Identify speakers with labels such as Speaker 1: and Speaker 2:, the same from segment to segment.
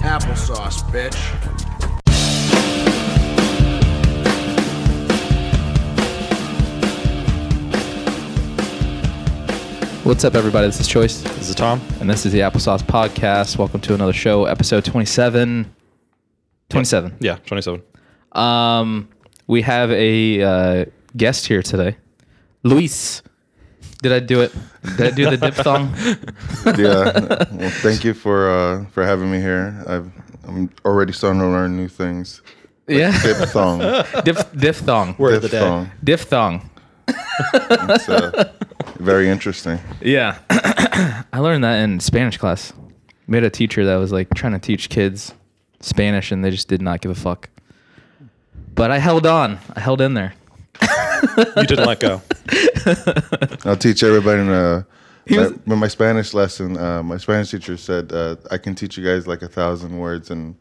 Speaker 1: Applesauce, bitch.
Speaker 2: What's up, everybody? This is Choice,
Speaker 3: This is Tom.
Speaker 2: and this is the Applesauce Podcast. Welcome to another show, episode 27. 27.
Speaker 3: Yeah, 27.
Speaker 2: Um, we have a uh, guest here today, Luis. Did I do it? Did I do the diphthong?
Speaker 4: yeah. Well, thank you for uh, for having me here. I've, I'm already starting to learn new things.
Speaker 2: yeah,
Speaker 4: Diphthong.
Speaker 2: Diph- diphthong,
Speaker 3: Word of the day.
Speaker 4: Diphthong.
Speaker 2: diphthong.
Speaker 4: It's, uh, very interesting.
Speaker 2: Yeah, I learned that in Spanish class. We had a teacher that was like trying to teach kids Spanish, and they just did not give a fuck. But I held on. I held in there.
Speaker 3: You didn't let go.
Speaker 4: I'll teach everybody. In, uh,
Speaker 2: was-
Speaker 4: my- when my Spanish lesson, uh, my Spanish teacher said, uh, "I can teach you guys like a thousand words in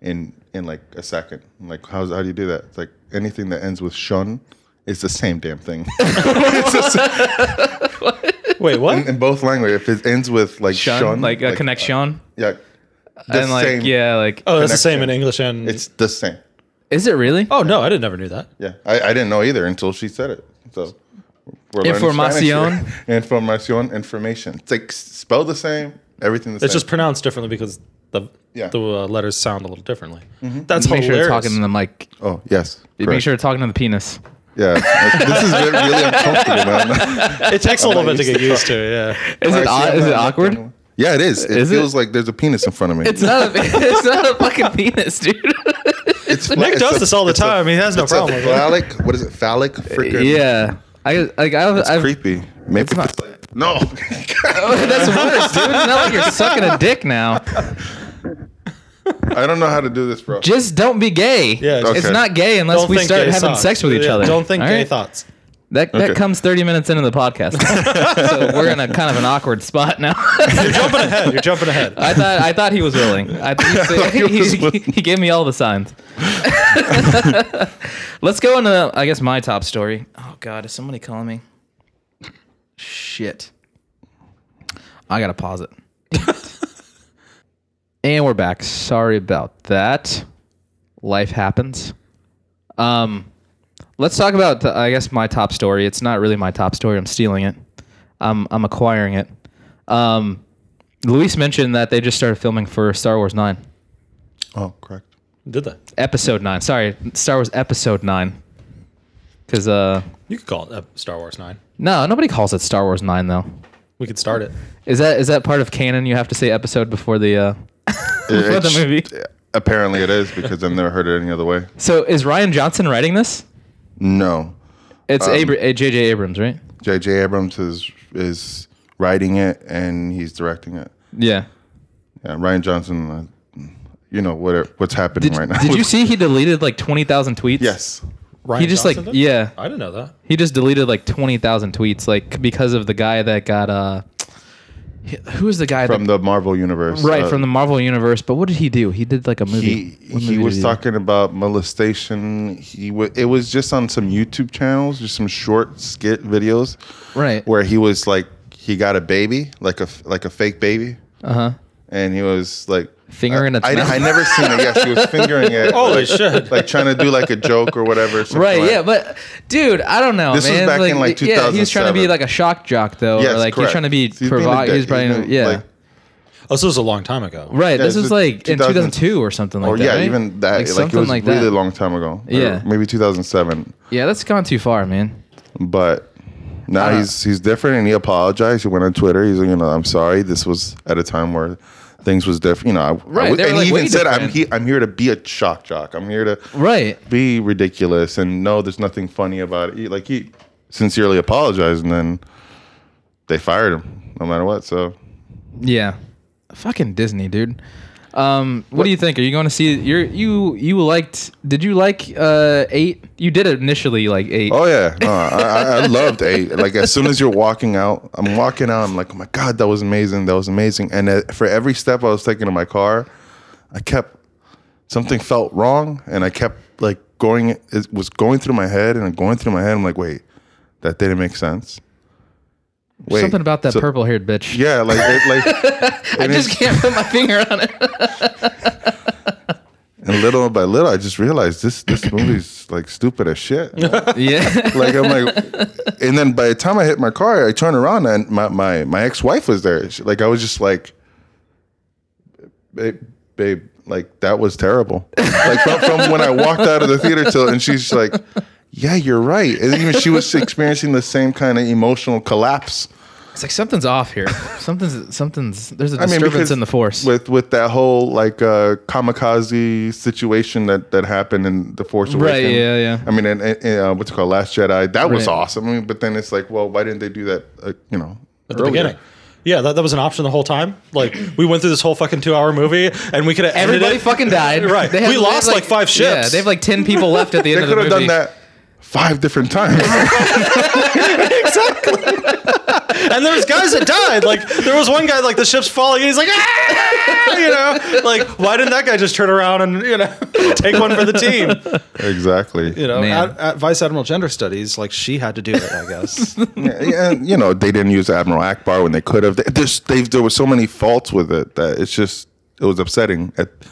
Speaker 4: in in like a second. I'm like, how's how do you do that? It's like anything that ends with shun is the same damn thing
Speaker 3: Wait, what?
Speaker 4: in both languages. If it ends with like shun,
Speaker 2: Shun, like a connection.
Speaker 4: yeah, the
Speaker 2: and like
Speaker 4: same-
Speaker 2: yeah like
Speaker 3: Oh, that's the
Speaker 4: Connection.
Speaker 3: same in English and.
Speaker 4: it's the same.
Speaker 2: is it really
Speaker 3: oh, no, I didn't never knew that.
Speaker 4: Yeah, I, I didn't know either until she said it. So we're learning
Speaker 2: Información.
Speaker 4: Spanish here. información, information. It's like s- spell the same, everything the same.
Speaker 3: It's just pronounced differently because the
Speaker 4: Yeah. Mm-hmm.
Speaker 3: the uh, letters sound a little differently. That's
Speaker 2: make sure
Speaker 3: hilarious.
Speaker 2: you're talking to the mic
Speaker 4: oh yes,
Speaker 2: make
Speaker 4: correct.
Speaker 2: sure you're talking to the penis
Speaker 4: Yeah, this is re- really uncomfortable, man.
Speaker 3: it takes a little
Speaker 4: not
Speaker 3: bit to get
Speaker 4: used to
Speaker 3: used to. Yeah.
Speaker 2: is it
Speaker 4: Alright,
Speaker 2: au-
Speaker 4: see,
Speaker 2: is it
Speaker 4: I'm not-
Speaker 2: awkward
Speaker 4: Yeah, it is. It
Speaker 2: Is it?
Speaker 4: feels like there's a penis in front of me.
Speaker 2: it's not a it's not a fucking penis dude
Speaker 4: It's fla-
Speaker 3: Nick
Speaker 4: it's
Speaker 3: does
Speaker 4: a-
Speaker 3: this all the
Speaker 4: it's a-
Speaker 3: time. he has no
Speaker 4: It's a
Speaker 3: problem with it.
Speaker 4: phallic. What is it? Phallic. Freaking.
Speaker 2: yeah I like I
Speaker 4: It's creepy. Maybe it's
Speaker 2: not-
Speaker 4: like, no.
Speaker 2: that's worse dude it's not like you're sucking a dick now
Speaker 4: I don't know how to do this, bro.
Speaker 2: just don't be gay
Speaker 3: Yeah, just-
Speaker 2: it's
Speaker 4: Okay.
Speaker 2: not gay unless
Speaker 3: Don't
Speaker 2: we
Speaker 3: think
Speaker 2: start
Speaker 3: gay
Speaker 2: having
Speaker 3: thoughts.
Speaker 2: sex with each
Speaker 3: Yeah,
Speaker 2: other
Speaker 3: Don't think
Speaker 2: All
Speaker 3: gay
Speaker 2: right?
Speaker 3: thoughts.
Speaker 2: that that
Speaker 4: Okay.
Speaker 2: comes 30 minutes into the podcast so we're in a kind of an awkward spot now
Speaker 3: You're jumping ahead. You're jumping ahead.
Speaker 2: I thought I thought he was willing. I
Speaker 4: thought
Speaker 2: he,
Speaker 4: he was
Speaker 2: he-
Speaker 4: willing.
Speaker 2: he gave me all the signs. Let's go into I guess my top story. Oh God, is somebody calling me? Shit. I gotta pause it. and we're back. Sorry about that. Life happens. Um, let's talk about the, I guess my top story. It's not really my top story. I'm stealing it. I'm I'm acquiring it. Um, Luis mentioned that they just started filming for Star Wars 9.
Speaker 4: Oh, correct.
Speaker 3: Did that.
Speaker 2: Episode 9. Sorry, Star Wars Episode 9. Because, uh,
Speaker 3: You could call it uh, Star Wars 9.
Speaker 2: no, nobody calls it Star Wars 9, though.
Speaker 3: We could start it.
Speaker 2: Is that is that part of canon? You have to say episode before the. Uh...
Speaker 4: It-
Speaker 2: For the
Speaker 4: it's-
Speaker 2: movie.
Speaker 4: Apparently it is because I've never heard it any other way.
Speaker 2: So is Ryan Johnson writing this?
Speaker 4: No.
Speaker 2: It's
Speaker 4: Um,
Speaker 2: Abra- uh, J.J. Abrams, right?
Speaker 4: J.J. Abrams is is writing it and he's directing it.
Speaker 2: Yeah.
Speaker 4: Yeah, Ryan Johnson, uh, you know what what's happening
Speaker 2: Did,
Speaker 4: right now.
Speaker 2: did you see he deleted like 20,000 tweets?
Speaker 4: Yes,
Speaker 3: Ryan
Speaker 2: He just, like,
Speaker 3: Johnson did?
Speaker 2: yeah.
Speaker 3: I didn't know that.
Speaker 2: He just deleted like 20,000 tweets, like, because of the guy that got, uh, who is the guy
Speaker 4: from the Marvel universe,
Speaker 2: that, right,
Speaker 4: Uh,
Speaker 2: from the Marvel Universe. But what did he do? He did like a movie.
Speaker 4: He,
Speaker 2: What
Speaker 4: he
Speaker 2: movie
Speaker 4: was
Speaker 2: did do?
Speaker 4: talking about molestation. He wa it was just on some YouTube channels, just some short skit videos,
Speaker 2: Right.
Speaker 4: Where he was like, he got a baby, like a f- like a fake baby,
Speaker 2: Uh huh.
Speaker 4: and he was like
Speaker 2: Fingering
Speaker 4: I-
Speaker 2: its
Speaker 4: I,
Speaker 2: mouth. Oh.
Speaker 4: I never seen it. Yes, he was fingering it.
Speaker 3: Holy
Speaker 4: like,
Speaker 3: shit.
Speaker 4: like trying to do like a joke or whatever. something
Speaker 2: Right,
Speaker 4: like-
Speaker 2: yeah, but dude, I don't know,
Speaker 4: This was
Speaker 2: man.
Speaker 4: back in, like,
Speaker 2: yeah, he was trying to be
Speaker 4: 2007.
Speaker 2: like a shock jock though, or
Speaker 4: Yes,
Speaker 2: like he's
Speaker 4: correct.
Speaker 2: trying to be
Speaker 4: He's being a
Speaker 2: provocative.
Speaker 4: dick.
Speaker 2: He's probably
Speaker 4: He's
Speaker 2: yeah,
Speaker 4: being, like-
Speaker 3: Oh, so it was a long time ago.
Speaker 2: right.
Speaker 4: Yeah,
Speaker 2: this was
Speaker 4: it's the
Speaker 2: like in
Speaker 4: 2000s
Speaker 2: 2002 or something like
Speaker 4: Or
Speaker 2: that.
Speaker 4: yeah,
Speaker 2: right?
Speaker 4: even that. Like,
Speaker 2: something
Speaker 4: it was
Speaker 2: like
Speaker 4: really
Speaker 2: that.
Speaker 4: long time ago. Or
Speaker 2: Yeah.
Speaker 4: maybe 2007.
Speaker 2: Yeah, that's gone too far, man.
Speaker 4: But now
Speaker 2: Uh,
Speaker 4: he's he's different, and he apologized. He went on Twitter. He's like, you know, I'm sorry. This was at a time where things was different. You know, I, I
Speaker 2: Right,
Speaker 4: was-
Speaker 2: they were,
Speaker 4: and
Speaker 2: like,
Speaker 4: he
Speaker 2: way
Speaker 4: even said, I'm
Speaker 2: different.
Speaker 4: he, I'm here to be a shock jock. I'm here to
Speaker 2: Right.
Speaker 4: be ridiculous, and no, there's nothing funny about it. He, like he sincerely apologized, and then they fired him no matter what. So
Speaker 2: Yeah. Fucking Disney, dude. Um, what, do you think? Are you going to see? You're you you liked? Did you like uh eight? You did initially like eight.
Speaker 4: Oh yeah, no, I, I- I loved eight. Like as soon as you're walking out, I'm walking out. I'm like, oh my god, that was amazing. That was amazing. And uh, for every step I was taking in my car, I kept something felt wrong, and I kept like going. It was going through my head and going through my head. I'm like, wait, that didn't make sense. Wait,
Speaker 2: something about that
Speaker 4: so-
Speaker 2: purple haired bitch.
Speaker 4: Yeah, like it, like
Speaker 2: I just can't put my finger on it.
Speaker 4: little by little, I just realized this this movie's like stupid as shit.
Speaker 2: yeah.
Speaker 4: like I'm like, and then by the time I hit my car, I turn around and my my, my ex wife was there. She, like I was just like, babe, babe, like that was terrible. like from, from when I walked out of the theater till, and she's like, yeah, you're right. And even she was experiencing the same kind of emotional collapse.
Speaker 2: It's like something's off here. Something's something's there's a
Speaker 4: I mean,
Speaker 2: disturbance
Speaker 4: because
Speaker 2: in the force.
Speaker 4: with with that whole like uh, kamikaze situation that that happened in the Force Awakens.
Speaker 2: Right, yeah, yeah.
Speaker 4: I mean, and, and, uh, what's it called Last Jedi? That was
Speaker 2: Right.
Speaker 4: awesome. I mean, but then it's like, well, why didn't they do that? Uh, you know,
Speaker 3: At the beginning. Yeah, that, that was an option the whole time. Like we went through this whole fucking two hour movie, and we could have
Speaker 2: Everybody fucking died.
Speaker 3: Right.
Speaker 2: have-
Speaker 3: We lost,
Speaker 2: have
Speaker 3: like, five
Speaker 2: Yeah,
Speaker 3: ships.
Speaker 2: they have like ten people left at the
Speaker 4: They
Speaker 2: end of the
Speaker 4: could have
Speaker 2: movie.
Speaker 4: done that five different times.
Speaker 3: And there was guys that died. Like there was one guy like the ship's falling, and he's like, ah! you know, like why didn't that guy just turn around and you know take one for the team?
Speaker 4: exactly.
Speaker 3: You know,
Speaker 2: Man.
Speaker 3: at, at Vice Admiral Gender Studies, like she had to do it, I guess.
Speaker 4: Yeah, and you know, they didn't use Admiral Akbar when they could have. They- There's, they, there were so many faults with it that it's just it was upsetting. At, you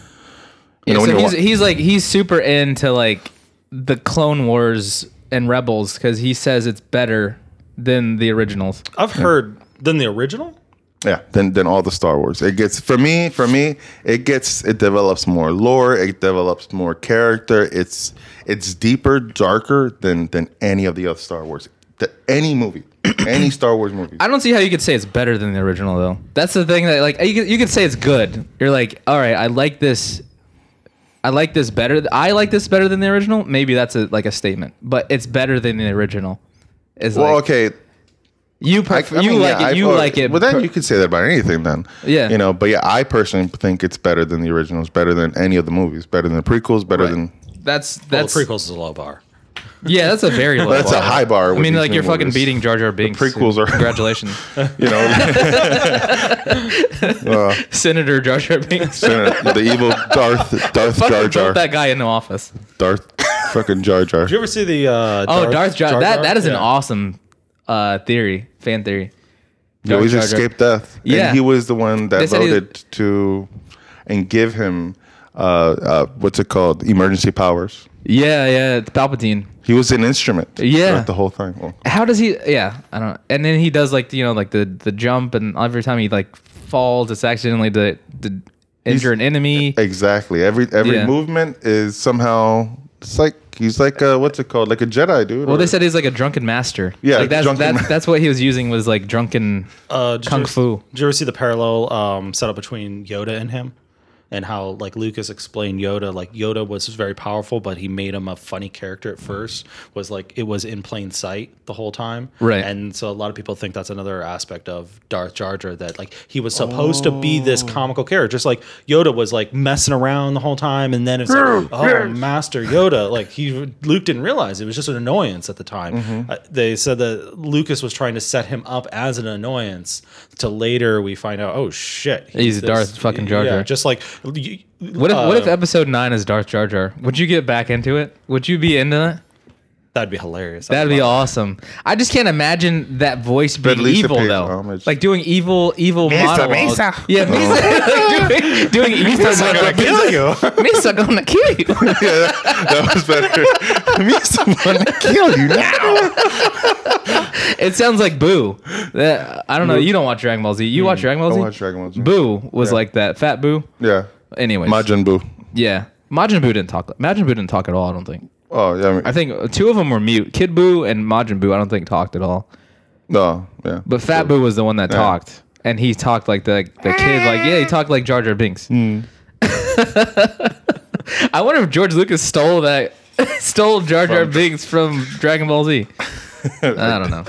Speaker 2: Yeah,
Speaker 4: know, when
Speaker 2: so
Speaker 4: you're
Speaker 2: he's,
Speaker 4: wa-
Speaker 2: he's like he's super into like the Clone Wars and Rebels because he says it's better than the originals.
Speaker 3: I've heard than the original.
Speaker 4: Yeah, than than all the Star Wars. It gets for me, for me, it gets it develops more lore, it develops more character. It's it's deeper, darker than than any of the other Star Wars. The, any movie, any Star Wars movie.
Speaker 2: I don't see how you could say it's better than the original though. That's the thing that like you could, you could say it's good. You're like, all right, I like this. I like this better. th- I like this better than the original. Maybe that's a, like a statement, but it's better than the original. Is
Speaker 4: well,
Speaker 2: like,
Speaker 4: okay.
Speaker 2: you pref- you like
Speaker 4: yeah,
Speaker 2: it.
Speaker 4: I've
Speaker 2: You
Speaker 4: al-
Speaker 2: like it.
Speaker 4: Well, then
Speaker 2: per-
Speaker 4: you could say that about anything. Then,
Speaker 2: Yeah.
Speaker 4: you know. But yeah, I personally think it's better than the originals, better than any of the movies, better than the prequels, better than
Speaker 2: that's
Speaker 3: Well,
Speaker 2: that's
Speaker 3: the prequels is a low bar.
Speaker 2: yeah. That's a very low.
Speaker 4: that's a
Speaker 2: bar.
Speaker 4: high bar.
Speaker 2: I
Speaker 4: with
Speaker 2: mean,
Speaker 4: these
Speaker 2: like
Speaker 4: new
Speaker 2: you're fucking
Speaker 4: movies.
Speaker 2: beating Jar Jar Binks.
Speaker 4: prequels are-
Speaker 2: congratulations,
Speaker 4: you know,
Speaker 2: Senator Jar Jar Binks.
Speaker 4: the evil Darth Darth Jar
Speaker 2: Fucking
Speaker 4: Jar
Speaker 2: vote that guy in the office.
Speaker 4: Darth fucking Jar Jar.
Speaker 3: Did you ever see the? Uh,
Speaker 2: Oh, Darth Jar. That that is an
Speaker 3: Yeah.
Speaker 2: awesome uh, theory, fan theory.
Speaker 4: He always
Speaker 2: Jar Jar.
Speaker 4: escaped death.
Speaker 2: Yeah.
Speaker 4: And he was the one
Speaker 2: They
Speaker 4: that
Speaker 2: said he-
Speaker 4: voted to and give him uh, uh, what's it called? Emergency powers.
Speaker 2: Yeah, yeah, it's Palpatine.
Speaker 4: He was an instrument.
Speaker 2: Yeah.
Speaker 4: throughout The whole thing. Well,
Speaker 2: How does he? Yeah, I don't. And then he does like you know like the the jump, and every time he like falls, it's accidentally to, to injure an enemy.
Speaker 4: exactly. Every every
Speaker 2: Yeah.
Speaker 4: movement is somehow it's like he's like a, what's it called? Like a Jedi dude.
Speaker 2: Well,
Speaker 4: or-
Speaker 2: they said he's like a drunken master.
Speaker 4: Yeah,
Speaker 2: like that's
Speaker 4: drunken
Speaker 2: that's,
Speaker 4: ma-
Speaker 2: that's what he was using was like drunken.
Speaker 3: Uh, did you
Speaker 2: Kung
Speaker 3: ever-
Speaker 2: Fu.
Speaker 3: Did you ever see the parallel um, set up between Yoda and him, and how like Lucas explained Yoda? Like Yoda was very powerful, but he made him a funny character at first. Was like it was in plain sight the whole time,
Speaker 2: Right.
Speaker 3: And so a lot of people think that's another aspect of Darth Jar Jar that like he was supposed to be this comical character, just like Yoda was like messing around the whole time, and then it's like, oh, Master Yoda, like he Luke didn't realize it was just an annoyance at the time.
Speaker 4: Mm-hmm.
Speaker 3: Uh, they said that Lucas was trying to set him up as an annoyance. To later we find out, oh shit,
Speaker 2: He's Darth fucking Jar Jar.
Speaker 3: just like you-
Speaker 2: What if what if
Speaker 3: uh,
Speaker 2: episode nine is Darth Jar Jar? Would you get back into it? Would you be into it?
Speaker 3: that'd be hilarious.
Speaker 2: That'd be awesome. I just can't imagine that voice being
Speaker 4: at least it
Speaker 2: evil
Speaker 4: pays
Speaker 2: though.
Speaker 4: homage.
Speaker 2: Like doing evil, evil
Speaker 4: Misa,
Speaker 2: monologues.
Speaker 4: Misa.
Speaker 2: Yeah,
Speaker 4: Oh.
Speaker 2: Misa, doing, doing evil. Misa gonna kill you. Misa gonna kill you.
Speaker 4: yeah, that, that was better. Me, someone to kill you now.
Speaker 2: It sounds like Boo. That, I don't know. You don't watch Dragon Ball Z. You watch Dragon Ball Z.
Speaker 4: Mm. I watch Dragon Ball Z.
Speaker 2: Boo was like that. Fat Boo.
Speaker 4: Yeah,
Speaker 2: Anyways,
Speaker 4: Majin Buu.
Speaker 2: yeah. Majin Buu didn't talk. Majin Buu didn't talk at all. I don't think.
Speaker 4: Oh yeah, I mean,
Speaker 2: I think two of them were mute. Kid Boo and Majin Buu. I don't think talked at all.
Speaker 4: no, yeah.
Speaker 2: But Fat Boo was the one that talked, and he talked like the the kid, like yeah, he talked like Jar Jar Binks. I wonder if George Lucas stole that, stole Jar Jar Binks from Dragon Ball Z. I don't know.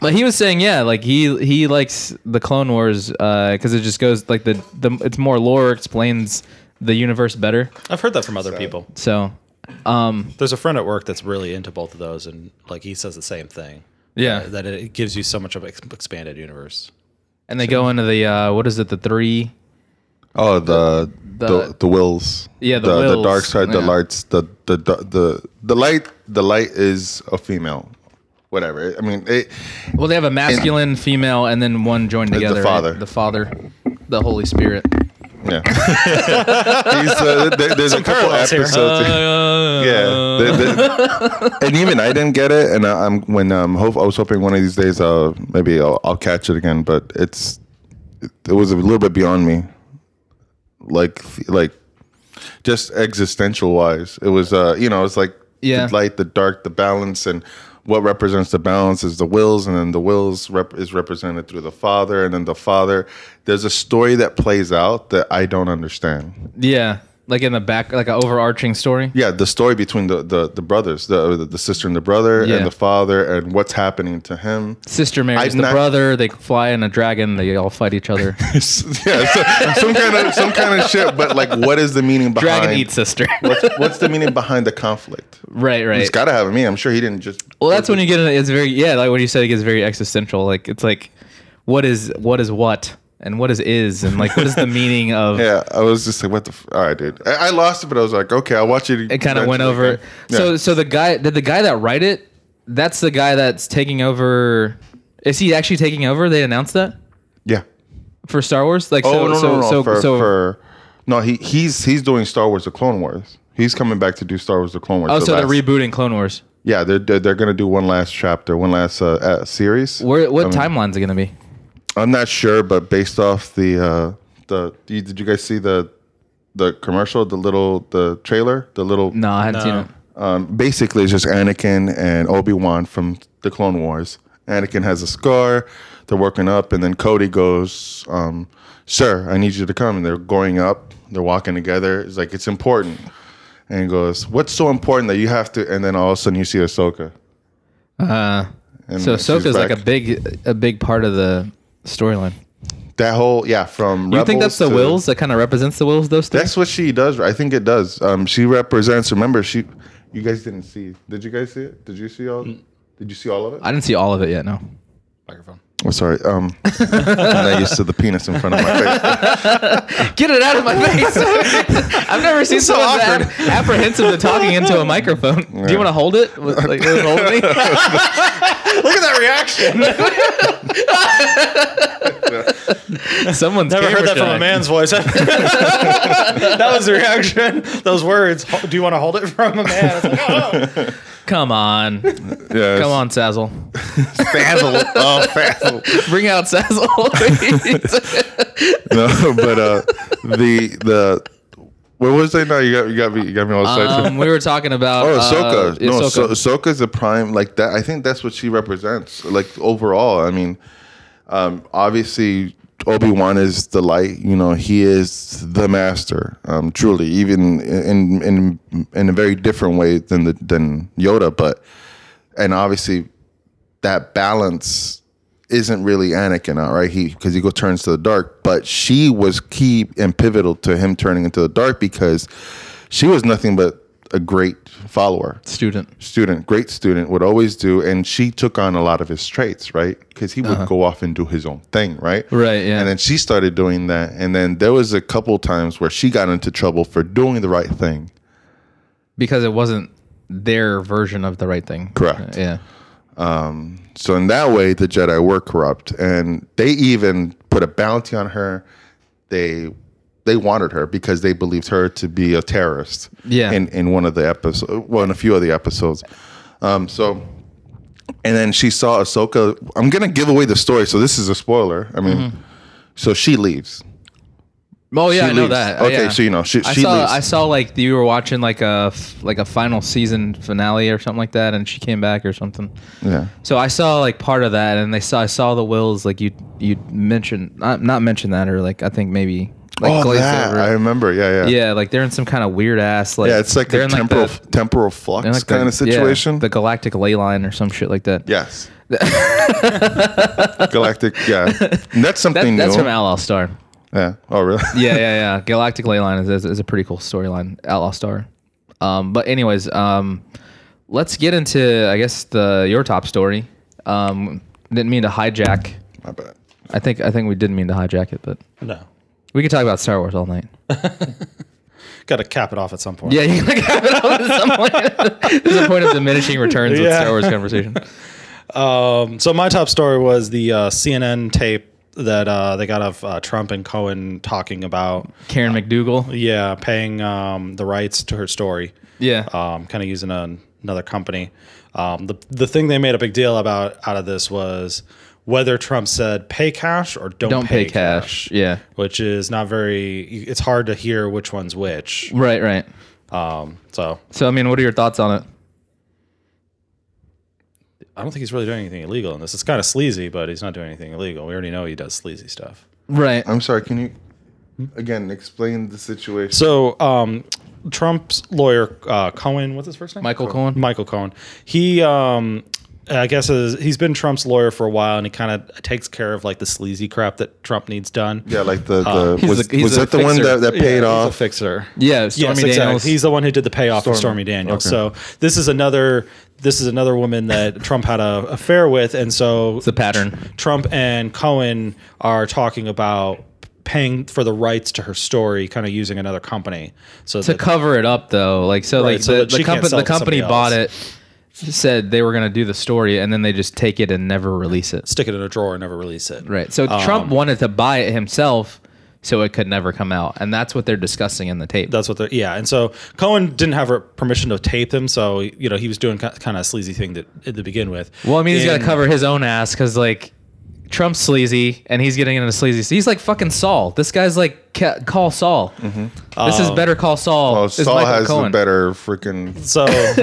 Speaker 2: But he was saying, yeah, like he he likes the Clone Wars because it just goes like the the it's more lore explains the universe better.
Speaker 3: I've heard that from other people.
Speaker 2: So
Speaker 3: There's a friend at work that's really into both of those, and like he says the same thing.
Speaker 2: Yeah.
Speaker 3: Uh, that it gives you so much of an ex- expanded universe.
Speaker 2: and they go into the uh, what is it the three
Speaker 4: Oh, the the
Speaker 2: The-
Speaker 4: the, wills.
Speaker 2: Yeah, the
Speaker 4: the,
Speaker 2: wills.
Speaker 4: dark side, the
Speaker 2: Yeah.
Speaker 4: lights, the the, the the the light. The light is a female, whatever. I mean, it,
Speaker 2: Well, they have a masculine, female, and then one joined together. right?
Speaker 4: Father.
Speaker 2: The Father, the Holy Spirit.
Speaker 4: Yeah. He's, uh, there- there's a couple
Speaker 3: parallels here. Uh,
Speaker 4: episodes. yeah. There- there- and even I didn't get it. And I, I'm when um, hope I was hoping one of these days, uh, maybe I'll, I'll catch it again. But it's it, it was a little bit beyond me. Like like just existential wise, it was uh you know it's like
Speaker 2: Yeah.
Speaker 4: the light, the dark, the balance, and what represents the balance is the wills, and then the wills rep- is represented through the father, and then the father. There's a story that plays out that I don't understand.
Speaker 2: Yeah. Like in the back, like an overarching story.
Speaker 4: Yeah, the story between the the, the brothers, the uh, the sister and the brother,
Speaker 2: Yeah.
Speaker 4: and the father, and what's happening to him.
Speaker 2: Sister marries
Speaker 4: I'm
Speaker 2: the
Speaker 4: not-
Speaker 2: brother. They fly in a dragon. They all fight each other.
Speaker 4: yeah, so- some kind of some kind of shit. But like, what is the meaning behind?
Speaker 2: dragon eats sister.
Speaker 4: what's, what's the meaning behind the conflict?
Speaker 2: right. Right.
Speaker 4: It's got to have a meaning. I'm sure he didn't just.
Speaker 2: Well, that's when you get in. It's very yeah, like when you said it gets very existential. Like it's like, what is what is what, and what is is, and like what is the meaning of?
Speaker 4: Yeah, I was just like, what the? F-? All right, dude. I, I lost it, but I was like, okay, I'll watch it.
Speaker 2: It kind of went
Speaker 4: eventually.
Speaker 2: over.
Speaker 4: Yeah.
Speaker 2: So so the guy did the guy that write it. That's the guy that's taking over. Is he actually taking over? They announced that
Speaker 4: yeah.
Speaker 2: for Star Wars. Like
Speaker 4: Oh
Speaker 2: so
Speaker 4: no, no,
Speaker 2: so
Speaker 4: no, no.
Speaker 2: so
Speaker 4: for,
Speaker 2: so
Speaker 4: for- no, he he's he's doing Star Wars: The Clone Wars. He's coming back to do Star Wars: The Clone Wars.
Speaker 2: oh so they're
Speaker 4: last-
Speaker 2: rebooting Clone Wars.
Speaker 4: Yeah, they're they're, they're going to do one last chapter, one last uh, uh, series.
Speaker 2: Where what
Speaker 4: I mean,
Speaker 2: timeline's it gonna be?
Speaker 4: I'm not sure, but based off the uh, the you- did you guys see the the commercial, the little the trailer, the little
Speaker 2: No, I haven't seen
Speaker 3: No.
Speaker 2: it.
Speaker 4: um, basically it's just Anakin and Obi Wan from the Clone Wars. Anakin has a scar. They're working up, and then Cody goes, um, "Sir, I need you to come." And they're going up. They're walking together. It's like it's important. And he goes, "What's so important that you have to?" And then all of a sudden, you see Ahsoka.
Speaker 2: Uh,
Speaker 4: And
Speaker 2: so
Speaker 4: she's
Speaker 2: Ahsoka's like
Speaker 4: back.
Speaker 2: a big a big part of the storyline.
Speaker 4: That whole yeah, from
Speaker 2: You think
Speaker 4: Rebels
Speaker 2: that's the
Speaker 4: to-
Speaker 2: wills that kind of represents the wills those three?
Speaker 4: That's what she does. I think it does. Um, she represents. Remember, she. You guys didn't see. Did you guys see it? Did you see all? Did you see all of it?
Speaker 2: Mm. I didn't see all of it yet. No.
Speaker 3: Microphone.
Speaker 4: I'm sorry. Um, I'm not used to the penis in front of my face.
Speaker 2: Get it out of my face! I've never seen
Speaker 4: so
Speaker 2: someone that ap- apprehensive to talking into a microphone. Do you want to hold it? With- Like, with hold me?
Speaker 4: Look at that reaction.
Speaker 2: Someone's
Speaker 3: Never
Speaker 2: camera
Speaker 3: heard that from
Speaker 2: tonight.
Speaker 3: a man's voice. that was the reaction. Those words. Ho- Do you want to hold it from a man? It's like, oh.
Speaker 2: Come on, come
Speaker 4: Yes.
Speaker 2: on, Sazzle,
Speaker 4: Fazzle. Oh, fazzle.
Speaker 2: bring out Sazzle.
Speaker 4: No, but uh, the the. What was I? No, you got you got me. You got me all excited.
Speaker 2: um, we were talking about
Speaker 4: Oh,
Speaker 2: uh,
Speaker 4: Ahsoka.
Speaker 2: yeah,
Speaker 4: no,
Speaker 2: Ahsoka.
Speaker 4: So, Ahsoka's a prime like that. I think that's what she represents. Like overall, I mean, um, obviously Obi Wan is the light. You know, he is the master. Um, truly, even in in in a very different way than the than Yoda, but and obviously that balance isn't really Anakin, all right? He because he go turns to the dark, but she was key and pivotal to him turning into the dark because she was nothing but a great follower,
Speaker 2: student.
Speaker 4: student, great student, would always do, and she took on a lot of his traits, right? Because he would go off and do his own thing, right?
Speaker 2: Uh-huh. Right, yeah.
Speaker 4: And then she started doing that, and then there was a couple times where she got into trouble for doing the right thing.
Speaker 2: because it wasn't their version of the right thing.
Speaker 4: Correct.
Speaker 2: Yeah.
Speaker 4: So in that way, the Jedi were corrupt, and they even put a bounty on her. They they wanted her because they believed her to be a terrorist.
Speaker 2: Yeah.
Speaker 4: In in one of the episodes, well, in a few of the episodes. Um. So, and then she saw Ahsoka. I'm gonna give away the story, so this is a spoiler. I mean,
Speaker 2: Mm-hmm.
Speaker 4: so she leaves.
Speaker 2: Oh yeah,
Speaker 4: She
Speaker 2: I know
Speaker 4: leaves.
Speaker 2: that.
Speaker 4: Okay,
Speaker 2: yeah.
Speaker 4: so you know she,
Speaker 2: I
Speaker 4: she
Speaker 2: saw
Speaker 4: leaves.
Speaker 2: I saw like you were watching like a f- like a final season finale or something like that, and she came back or something.
Speaker 4: yeah.
Speaker 2: So I saw like part of that, and they saw I saw the wills like you you mentioned not not mentioned that or like I think maybe like
Speaker 4: oh,
Speaker 2: glazed
Speaker 4: that
Speaker 2: over.
Speaker 4: I remember. Yeah, yeah.
Speaker 2: yeah, like they're in some kind of weird ass like
Speaker 4: Yeah, it's like
Speaker 2: they're
Speaker 4: a
Speaker 2: in,
Speaker 4: temporal
Speaker 2: the-
Speaker 4: temporal
Speaker 2: they're
Speaker 4: flux
Speaker 2: in, like, the-
Speaker 4: kind of
Speaker 2: yeah,
Speaker 4: situation.
Speaker 2: the galactic ley line or some shit like that.
Speaker 4: Yes. Galactic, yeah. And that's
Speaker 2: That-
Speaker 4: something
Speaker 2: that's
Speaker 4: new.
Speaker 2: from Al Al Star.
Speaker 4: yeah. Oh, really?
Speaker 2: yeah, yeah, yeah. Galactic Leyline is, is, is a pretty cool storyline. Outlaw Star. Um, but anyways, um, let's get into I guess the your top story. Um, didn't mean to hijack.
Speaker 4: My bad.
Speaker 2: I think I think we didn't mean to hijack it, but
Speaker 3: no.
Speaker 2: we could talk about Star Wars all night.
Speaker 3: Got to cap it off at some point.
Speaker 2: Yeah, you like have it on at some point. There's a point of diminishing returns with
Speaker 3: Yeah.
Speaker 2: Star Wars conversation.
Speaker 3: Um, so my top story was the uh, CNN tape that uh, they got of uh, Trump and Cohen talking about
Speaker 2: Karen McDougal.
Speaker 3: yeah paying um, the rights to her story.
Speaker 2: Yeah.
Speaker 3: um, kind of using an another company. Um, the the thing they made a big deal about out of this was whether Trump said pay cash or don't,
Speaker 2: Don't pay cash. Yeah.
Speaker 3: which is not very. It's hard to hear which one's which.
Speaker 2: Right, right.
Speaker 3: Um, so
Speaker 2: So, I mean, what are your thoughts on it?
Speaker 3: I don't think he's really doing anything illegal in this. It's kind of sleazy, but he's not doing anything illegal. We already know he does sleazy stuff.
Speaker 2: Right.
Speaker 4: I'm sorry. Can you again explain the situation?
Speaker 3: So um, Trump's lawyer uh, Cohen, what's his first name?
Speaker 2: Michael Cohen.
Speaker 3: Michael Cohen. He, um, I guess, is, he's been Trump's lawyer for a while, and he kind of takes care of like the sleazy crap that Trump needs done.
Speaker 4: yeah, like the, the
Speaker 2: uh, He's
Speaker 4: was,
Speaker 2: a- he's
Speaker 4: was
Speaker 2: a
Speaker 4: that the one
Speaker 2: fixer.
Speaker 4: that, that
Speaker 3: Yeah,
Speaker 4: paid
Speaker 3: he's a
Speaker 4: off?
Speaker 3: fixer.
Speaker 2: Yeah, Stormy
Speaker 3: yes,
Speaker 2: Daniels.
Speaker 3: He's the one who did the payoff for
Speaker 4: Stormy.
Speaker 3: Stormy Daniels.
Speaker 4: Okay.
Speaker 3: So this is another this is another woman that Trump had a affair with, and so
Speaker 2: It's a pattern.
Speaker 3: Trump and Cohen are talking about paying for the rights to her story, kind of using another company. So
Speaker 2: to
Speaker 3: that-
Speaker 2: cover it up though like so
Speaker 3: Right,
Speaker 2: like
Speaker 3: so
Speaker 2: the,
Speaker 3: that she
Speaker 2: the,
Speaker 3: can't
Speaker 2: compa-
Speaker 3: sell
Speaker 2: the
Speaker 3: to
Speaker 2: company
Speaker 3: somebody
Speaker 2: bought it said they were going to do the story and then they just take it and never release it
Speaker 3: stick it in a drawer and never release it.
Speaker 2: right so
Speaker 3: Um,
Speaker 2: trump wanted to buy it himself so it could never come out and that's what they're discussing in the tape
Speaker 3: That's what they're yeah. And so Cohen didn't have her permission to tape them, so you know he was doing kind of sleazy thing that to begin with.
Speaker 2: well i mean he's got
Speaker 3: In-
Speaker 2: to cover his own ass because like trump's sleazy and he's getting into sleazy so he's like fucking saul this guy's like ca- call saul
Speaker 3: Mm-hmm.
Speaker 2: this is better call saul
Speaker 4: Oh,
Speaker 2: It's
Speaker 4: Saul
Speaker 2: Michael
Speaker 4: has the
Speaker 2: Cohen.
Speaker 4: better freaking.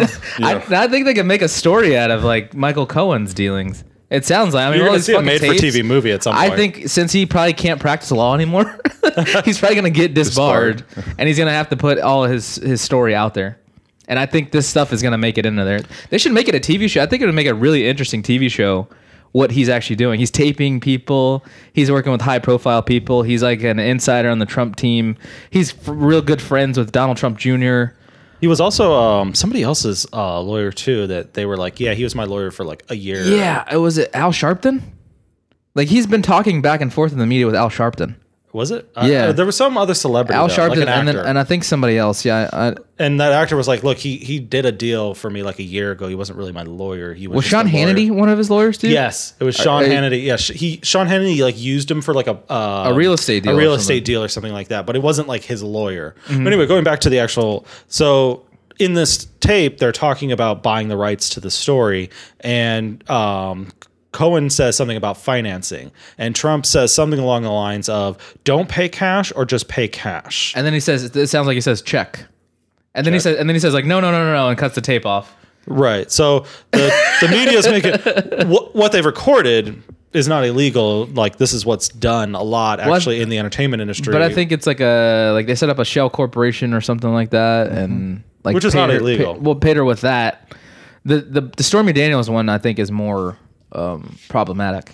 Speaker 3: So
Speaker 2: I, I think they could make a story out of like Michael Cohen's dealings. It sounds like I mean,
Speaker 3: You're
Speaker 2: all
Speaker 3: gonna
Speaker 2: these
Speaker 3: see a
Speaker 2: fucking
Speaker 3: made-for-TV
Speaker 2: tapes,
Speaker 3: movie at some
Speaker 2: I
Speaker 3: point.
Speaker 2: think since he probably can't practice law anymore, he's probably gonna get disbarred, and he's gonna have to put all his his story out there. And I think this stuff is gonna make it into there. They should make it a TV show. I think it would make a really interesting TV show. What he's actually doing. He's taping people. He's working with high profile people. He's like an insider on the Trump team. He's f- real good friends with Donald Trump Jr.
Speaker 3: he was also um, somebody else's uh, lawyer too. That they were like, yeah, he was my lawyer for like a year.
Speaker 2: Yeah, it was it Al Sharpton. Like he's been talking back and forth in the media with Al Sharpton,
Speaker 3: was it? I-
Speaker 2: Yeah.
Speaker 3: uh, there was some other celebrity.
Speaker 2: Al
Speaker 3: though,
Speaker 2: Sharpton,
Speaker 3: like an
Speaker 2: and then
Speaker 3: actor.
Speaker 2: and uh, I think somebody else. Yeah, I,
Speaker 3: And that actor was like, look, he he did a deal for me like a year ago. He wasn't really my lawyer. He was,
Speaker 2: was
Speaker 3: just
Speaker 2: Sean
Speaker 3: a lawyer.
Speaker 2: Hannity one of his lawyers too?
Speaker 3: Yes, it was Sean
Speaker 2: I-
Speaker 3: Hannity. Yeah, sh- he Sean Hannity like used him for like a uh,
Speaker 2: A real estate deal
Speaker 3: a
Speaker 2: or
Speaker 3: real
Speaker 2: something. Mm-hmm.
Speaker 3: estate deal or something like that. But it wasn't like his lawyer. But anyway, going back to the actual so. In this tape, they're talking about buying the rights to the story, and um, Cohen says something about financing, and Trump says something along the lines of "Don't pay cash or just pay cash."
Speaker 2: And then he says, it sounds like he says check, and then he says, and then he says like no, no, no, no, no, and cuts the tape off.
Speaker 3: Right. So the, the media is making what, what they've recorded is not illegal. Like this is what's done a lot actually in the entertainment industry.
Speaker 2: But I think it's like a like they set up a shell corporation or something like that, and like
Speaker 3: Which is
Speaker 2: paid
Speaker 3: not
Speaker 2: her-
Speaker 3: illegal.
Speaker 2: pa- well, paid her with that. The, the the Stormy Daniels one I think is more um, problematic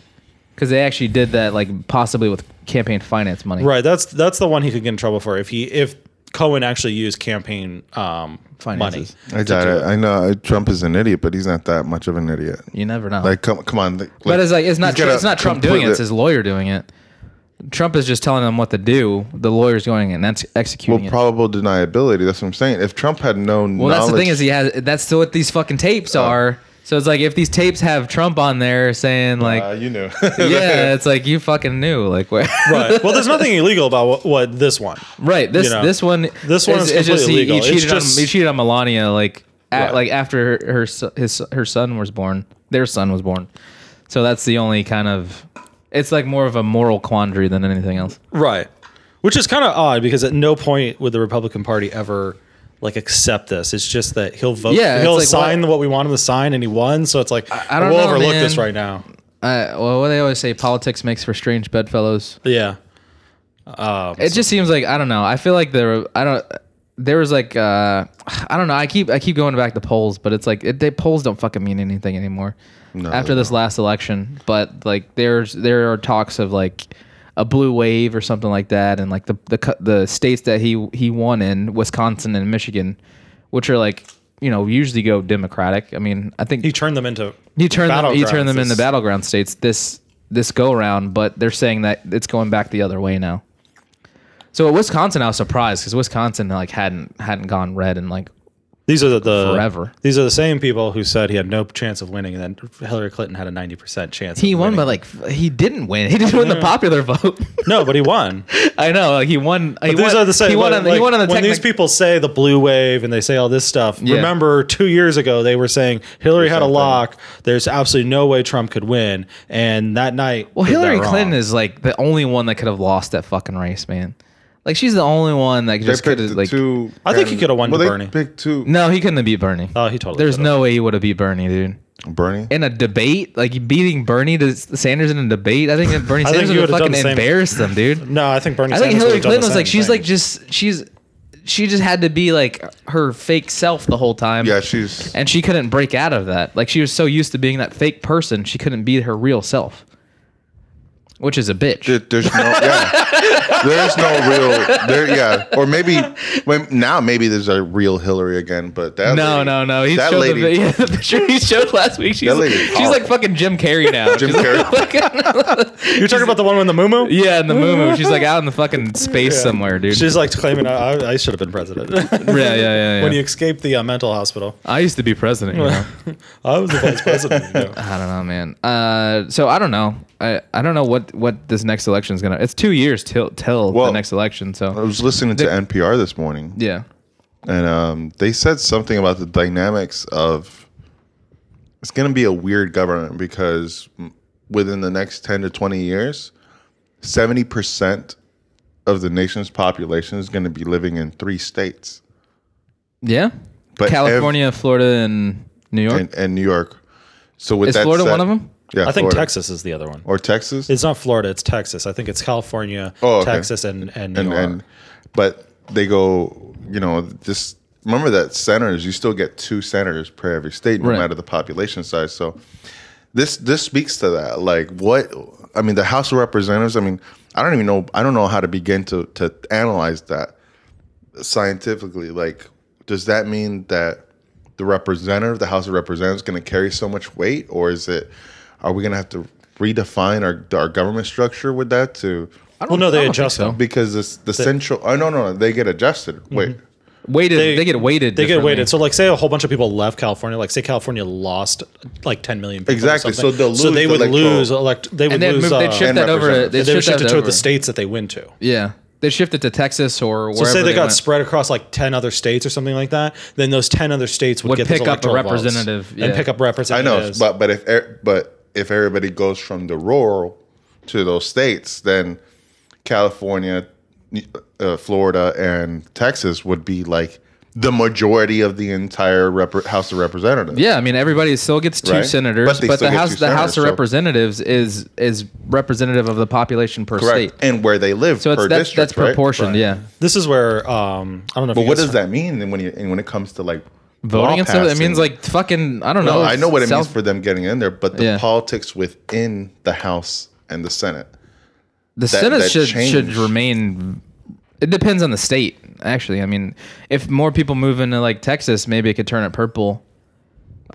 Speaker 2: because they actually did that like possibly with campaign finance money.
Speaker 3: right. That's that's the one he could get in trouble for if he if Cohen actually used campaign um, money.
Speaker 2: Finances.
Speaker 4: I doubt it. I know uh, Trump is an idiot, but he's not that much of an idiot.
Speaker 2: You never know.
Speaker 4: Like, come, come on. like-
Speaker 2: but it's like it's not
Speaker 4: he's gotta
Speaker 2: it's not Trump doing it.
Speaker 4: completely-
Speaker 2: It's his lawyer doing it. Trump is just telling them what to do. The lawyer's going and that's executing
Speaker 4: well,
Speaker 2: it.
Speaker 4: probable deniability. That's what I'm saying. If Trump had no
Speaker 2: Well,
Speaker 4: knowledge,
Speaker 2: that's the thing is he has. That's still what these fucking tapes
Speaker 3: Uh,
Speaker 2: are. So it's like if these tapes have Trump on there saying like,
Speaker 4: uh, you knew.
Speaker 2: yeah, it's like you fucking knew like where.
Speaker 3: Right. Well, there's nothing illegal about what, what this one.
Speaker 2: Right. This
Speaker 3: You know,
Speaker 2: this one.
Speaker 3: this one is
Speaker 2: he, he
Speaker 3: completely legal. It's
Speaker 2: cheated
Speaker 3: just-
Speaker 2: on he cheated on Melania like at,
Speaker 3: Right.
Speaker 2: like after her, her s- his her son was born. Their son was born. So that's the only kind of. It's like more of a moral quandary than anything else.
Speaker 3: Right. Which is kind of odd because at no point would the Republican Party ever like accept this. It's just that he'll vote.
Speaker 2: Yeah, it's
Speaker 3: he'll
Speaker 2: like,
Speaker 3: sign
Speaker 2: why-
Speaker 3: what we want him to sign, and he won. So it's like
Speaker 2: I don't
Speaker 3: we'll
Speaker 2: know,
Speaker 3: overlook this
Speaker 2: man.
Speaker 3: right now.
Speaker 2: Uh, well, what they always say, politics makes for strange bedfellows.
Speaker 3: Yeah. Um,
Speaker 2: It just seems like I don't know. I feel like there. I don't. There was like uh, I don't know. I keep I keep going back to polls, but it's like it, they polls don't fucking mean anything anymore after this last election. But like there's there are talks of like a blue wave or something like that, and like the the co- the states that he he won in Wisconsin and Michigan, which are like you know usually go Democratic. I mean I think
Speaker 3: he turned them into
Speaker 2: You turn them. You turn
Speaker 3: battlegrounds.
Speaker 2: them into
Speaker 3: It's-
Speaker 2: battleground states this this go around, but they're saying that it's going back the other way now. So at Wisconsin, I was surprised because Wisconsin like hadn't hadn't gone red in like
Speaker 3: These are the, the
Speaker 2: Forever.
Speaker 3: These are the same people who said he had no chance of winning, and then Hillary Clinton had a ninety percent chance.
Speaker 2: He
Speaker 3: of
Speaker 2: won,
Speaker 3: winning.
Speaker 2: but like f- he didn't win. He didn't win the popular vote.
Speaker 3: no, but he won.
Speaker 2: I know. Like he won. He
Speaker 3: These
Speaker 2: won,
Speaker 3: are the same.
Speaker 2: He won on,
Speaker 3: like,
Speaker 2: he won on the
Speaker 3: when these
Speaker 2: technic-
Speaker 3: people say the blue wave and they say all this stuff,
Speaker 2: Yeah.
Speaker 3: remember two years ago they were saying Hillary had a
Speaker 4: something.
Speaker 3: lock. There's absolutely no way Trump could win. And that night,
Speaker 2: Well,
Speaker 3: proved
Speaker 2: Hillary
Speaker 3: that wrong.
Speaker 2: Clinton is like the only one that could have lost that fucking race, man. Like she's the only one that
Speaker 4: They
Speaker 2: just could
Speaker 4: picked
Speaker 2: have
Speaker 4: the
Speaker 2: like.
Speaker 4: two.
Speaker 3: I think he
Speaker 4: and-
Speaker 3: could have won
Speaker 4: well,
Speaker 3: to
Speaker 4: they
Speaker 3: Bernie.
Speaker 4: Picked two.
Speaker 2: No, he couldn't have beat Bernie.
Speaker 3: Oh, he totally.
Speaker 2: There's
Speaker 3: could've.
Speaker 2: no way he would have beat Bernie, dude.
Speaker 4: Bernie.
Speaker 2: In a debate, like beating Bernie to Sanders in a debate, I think that Bernie
Speaker 3: I think
Speaker 2: Sanders
Speaker 3: you
Speaker 2: would
Speaker 3: would've
Speaker 2: have fucking
Speaker 3: done the same.
Speaker 2: embarrassed them, dude.
Speaker 3: No, I think Bernie.
Speaker 2: I think
Speaker 3: Sanders
Speaker 2: Hillary
Speaker 3: would've done the
Speaker 2: Clinton was like,
Speaker 3: same
Speaker 2: she's
Speaker 3: thing.
Speaker 2: like just she's she just had to be like her fake self the whole time.
Speaker 4: Yeah, she's.
Speaker 2: and she couldn't break out of that. Like she was so used to being that fake person, she couldn't be her real self, which is a bitch.
Speaker 4: there- There's no. Yeah. There's no real. There. Yeah. Or maybe. When, now maybe there's a real Hillary again, but that.
Speaker 2: no,
Speaker 4: lady-
Speaker 2: no, no. He
Speaker 4: That
Speaker 2: showed
Speaker 4: lady.
Speaker 2: the, vi- yeah, the picture he showed last week. She's,
Speaker 4: That lady is
Speaker 2: she's like
Speaker 4: powerful.
Speaker 2: fucking Jim Carrey now.
Speaker 4: Jim
Speaker 2: She's like-
Speaker 4: Carrey.
Speaker 3: You're talking about the one with the moo
Speaker 2: yeah, in the movie, she's like out in the fucking space somewhere, dude.
Speaker 3: She's like claiming I, I- I should have been president.
Speaker 2: yeah, yeah, yeah. yeah.
Speaker 3: When you escaped the uh, mental hospital,
Speaker 2: I used to be president. You know?
Speaker 3: I was the vice president. you know.
Speaker 2: I don't know, man. Uh, so I don't know. I, I don't know what what this next election is gonna. It's two years till till the
Speaker 4: Well- uh,
Speaker 2: next election.
Speaker 4: I
Speaker 2: So
Speaker 4: was listening to NPR this morning.
Speaker 2: yeah.
Speaker 4: and um, they said something about the dynamics of it's going to be a weird government because m- within the next 10 to 20 years 70% of the nation's population is going to be living in three states
Speaker 2: Yeah.
Speaker 4: But ev-
Speaker 2: California, Florida, and New York.
Speaker 4: and, and new york so with
Speaker 2: Is
Speaker 4: that
Speaker 2: Florida
Speaker 4: said-
Speaker 2: one of them?
Speaker 4: yeah
Speaker 3: I think
Speaker 4: Florida.
Speaker 3: Texas is the other one.
Speaker 4: or texas
Speaker 3: It's not Florida. It's Texas. I think it's California,
Speaker 4: Oh, okay.
Speaker 3: Texas, and and, New
Speaker 4: and,
Speaker 3: York.
Speaker 4: and but they go you know just remember that senators you still get two senators per every state no
Speaker 2: Right.
Speaker 4: matter the population size so this this speaks to that like what i mean the house of representatives i mean i don't even know i don't know how to begin to to analyze that scientifically like does that mean that the representative the house of representatives is going to carry so much weight or is it are we going to have to redefine our our government structure with that to
Speaker 3: well, no,
Speaker 2: I
Speaker 3: they
Speaker 2: don't think
Speaker 3: adjust
Speaker 2: so.
Speaker 3: them.
Speaker 4: because this, the central. Oh no, no, they get adjusted.
Speaker 2: Mm-hmm.
Speaker 4: Wait,
Speaker 2: Weighted. They, get weighted.
Speaker 3: They get
Speaker 2: differently.
Speaker 3: weighted. So, like, say a whole bunch of people left California. Like, say California lost like 10 million people. or
Speaker 4: Exactly. So
Speaker 3: something.
Speaker 4: they'll
Speaker 3: So
Speaker 4: lose
Speaker 3: they
Speaker 4: the
Speaker 3: would
Speaker 4: electoral-
Speaker 3: lose elect. They would
Speaker 2: And they'd,
Speaker 3: lose.
Speaker 2: move, they'd
Speaker 3: uh,
Speaker 2: shift
Speaker 4: and
Speaker 2: that over.
Speaker 4: representatives.
Speaker 2: They'd
Speaker 3: they would
Speaker 2: shift
Speaker 3: shift
Speaker 2: that
Speaker 3: it to
Speaker 2: over.
Speaker 3: the states that they win to.
Speaker 2: Yeah. They shift it to Texas or wherever.
Speaker 3: So say they, got
Speaker 2: went.
Speaker 3: spread across like ten other states or something like that, then those ten other states would,
Speaker 2: Would
Speaker 3: get those
Speaker 2: pick up a
Speaker 3: electoral votes
Speaker 2: representative, yeah.
Speaker 3: and pick up
Speaker 4: I know,
Speaker 3: representatives.
Speaker 4: but but if e- but if everybody goes from the rural to those states, then California, uh, Florida, and Texas would be like the majority of the entire rep- House of Representatives.
Speaker 2: Yeah, I mean everybody still gets two
Speaker 4: Right.
Speaker 2: senators,
Speaker 4: But
Speaker 2: but,
Speaker 4: they still
Speaker 2: the
Speaker 4: get
Speaker 2: House
Speaker 4: two
Speaker 2: the House of
Speaker 4: senators, so-
Speaker 2: Representatives is is representative of the population per
Speaker 4: correct.
Speaker 2: state.
Speaker 4: And where they live
Speaker 2: So it's
Speaker 4: per
Speaker 2: that's
Speaker 4: district,
Speaker 2: that's
Speaker 4: right?
Speaker 2: proportioned, yeah.
Speaker 3: this is where um, I don't know. If
Speaker 4: But
Speaker 3: you
Speaker 4: what
Speaker 3: guys-
Speaker 4: does that mean then when you and when it comes to like law
Speaker 2: Voting and stuff. It
Speaker 4: passing?
Speaker 2: means like fucking I don't
Speaker 4: No,
Speaker 2: know.
Speaker 4: I know what it
Speaker 2: South-
Speaker 4: means for them getting in there, but the
Speaker 2: Yeah.
Speaker 4: politics within the House and the Senate.
Speaker 2: The Senate
Speaker 4: that
Speaker 2: should should
Speaker 4: change.
Speaker 2: remain. It depends on the state, actually. I mean, if more people move into like Texas, maybe it could turn it purple.